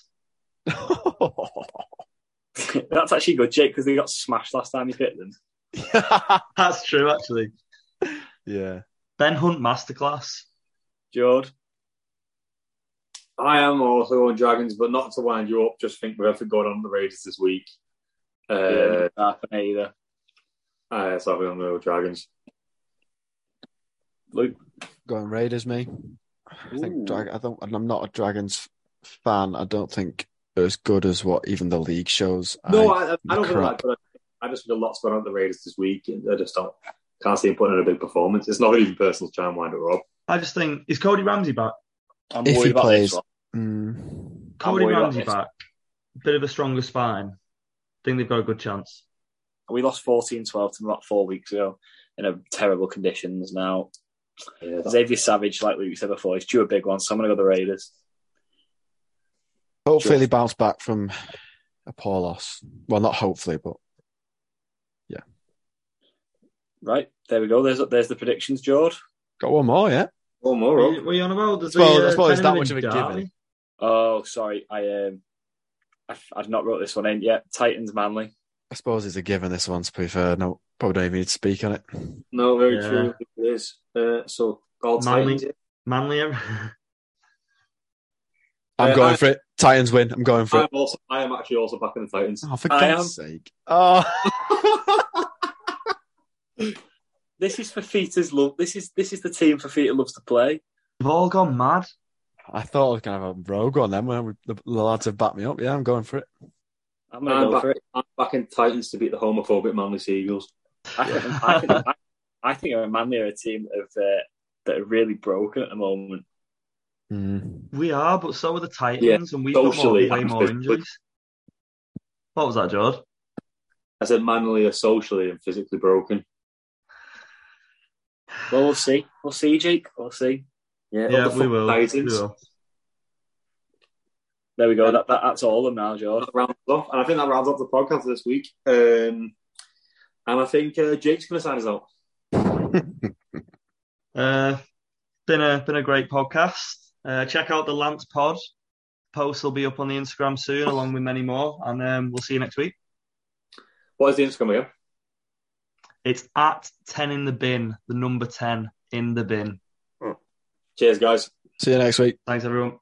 Speaker 3: That's actually good, Jake, because they got smashed last time you hit them.
Speaker 4: That's true, actually.
Speaker 1: yeah,
Speaker 4: Ben Hunt masterclass.
Speaker 3: Jord,
Speaker 2: I am also going Dragons, but not to wind you up. Just think with everything going on with the Raiders this week. Uh,
Speaker 3: yeah, half an A either.
Speaker 2: uh, so I'm going to go Dragons.
Speaker 3: Luke,
Speaker 1: going Raiders. Me. I
Speaker 3: Ooh.
Speaker 1: think drag. I don't. I'm not a Dragons fan. I don't think they're as good as what even the league shows.
Speaker 2: No,
Speaker 1: I-
Speaker 2: I, I don't think
Speaker 1: crap.
Speaker 2: that. But I, I just think a lot's going on with the Raiders this week. I just don't can't see him putting in a big performance. It's not even personal trying to wind it up.
Speaker 4: I just think, is Cody Ramsey back?
Speaker 3: I'm
Speaker 1: If
Speaker 3: worried
Speaker 1: he
Speaker 3: about
Speaker 1: plays-
Speaker 3: this one.
Speaker 1: Mm.
Speaker 4: Cody
Speaker 3: worried about
Speaker 4: Ramsey
Speaker 3: this.
Speaker 4: back. Bit of a stronger spine. think they've got a good chance.
Speaker 3: We lost 14 12 to them about four weeks ago in a terrible conditions now.
Speaker 2: Yeah, that-
Speaker 3: Xavier Savage, like Luke said before, he's due a big one, so I'm going to go the Raiders.
Speaker 1: Hopefully they bounce back from a poor loss. Well, not hopefully, but
Speaker 3: Right, there we go. There's there's the predictions, Jord.
Speaker 1: got one more, yeah.
Speaker 2: one more
Speaker 4: What
Speaker 2: up.
Speaker 4: are you, what are you on about? There's
Speaker 1: Well,
Speaker 4: the, uh,
Speaker 1: I suppose that
Speaker 4: Kennedy
Speaker 1: much of a
Speaker 4: derby.
Speaker 1: given.
Speaker 3: Oh, sorry, I um, I've, I've not wrote this one in yet. Titans, Manly.
Speaker 1: I suppose it's a given this one, to be fair. No, probably don't even need to speak on it.
Speaker 2: No, very
Speaker 4: Yeah.
Speaker 2: true. It is. Uh, so, all
Speaker 4: Manly.
Speaker 2: Titans.
Speaker 4: Manly. are-
Speaker 1: I'm
Speaker 2: Uh,
Speaker 1: going
Speaker 2: I-
Speaker 1: for it. Titans win. I'm going for
Speaker 2: I'm
Speaker 1: it.
Speaker 2: also, I am actually also backing the Titans.
Speaker 1: Oh, for
Speaker 2: I am-
Speaker 1: God's sake. Oh,
Speaker 3: This is Fafita's love. This is this is the team Fafita loves to play.
Speaker 4: They've all gone mad.
Speaker 1: I thought I was going to have a rogue on them when we, the, the lads have backed me up. Yeah, I'm going for it.
Speaker 3: I'm gonna
Speaker 2: I'm
Speaker 3: go
Speaker 2: back-
Speaker 3: for it.
Speaker 2: I'm backing Titans to beat the homophobic Manly Seagulls.
Speaker 3: I think, I think, I, I think Man Manly are a team of uh, that are really broken at the moment.
Speaker 1: Mm.
Speaker 4: We are, but so are the Titans, and we've
Speaker 2: socially
Speaker 4: got more, way
Speaker 2: and
Speaker 4: more
Speaker 2: physically.
Speaker 4: injuries. What was that, George?
Speaker 2: I said Manly are socially and physically broken.
Speaker 3: Well, we'll see. We'll see, Jake. We'll see.
Speaker 4: Yeah,
Speaker 2: up the
Speaker 4: we
Speaker 2: fucking
Speaker 4: will. We
Speaker 2: Titans.
Speaker 4: will.
Speaker 3: There we go. That, that that's all of them now, George.
Speaker 2: That rounds off, and I think that rounds up the podcast for this week. Um, and I think uh, Jake's going to sign us out.
Speaker 4: Uh, been a been a great podcast. Uh, check out the Lance Pod. Posts will be up on the Instagram soon, along with many more, and um, we'll see you next week.
Speaker 2: What is the Instagram again?
Speaker 4: It's at ten in the bin, the number ten in the bin.
Speaker 2: Cheers, guys.
Speaker 1: See you next week.
Speaker 4: Thanks, everyone.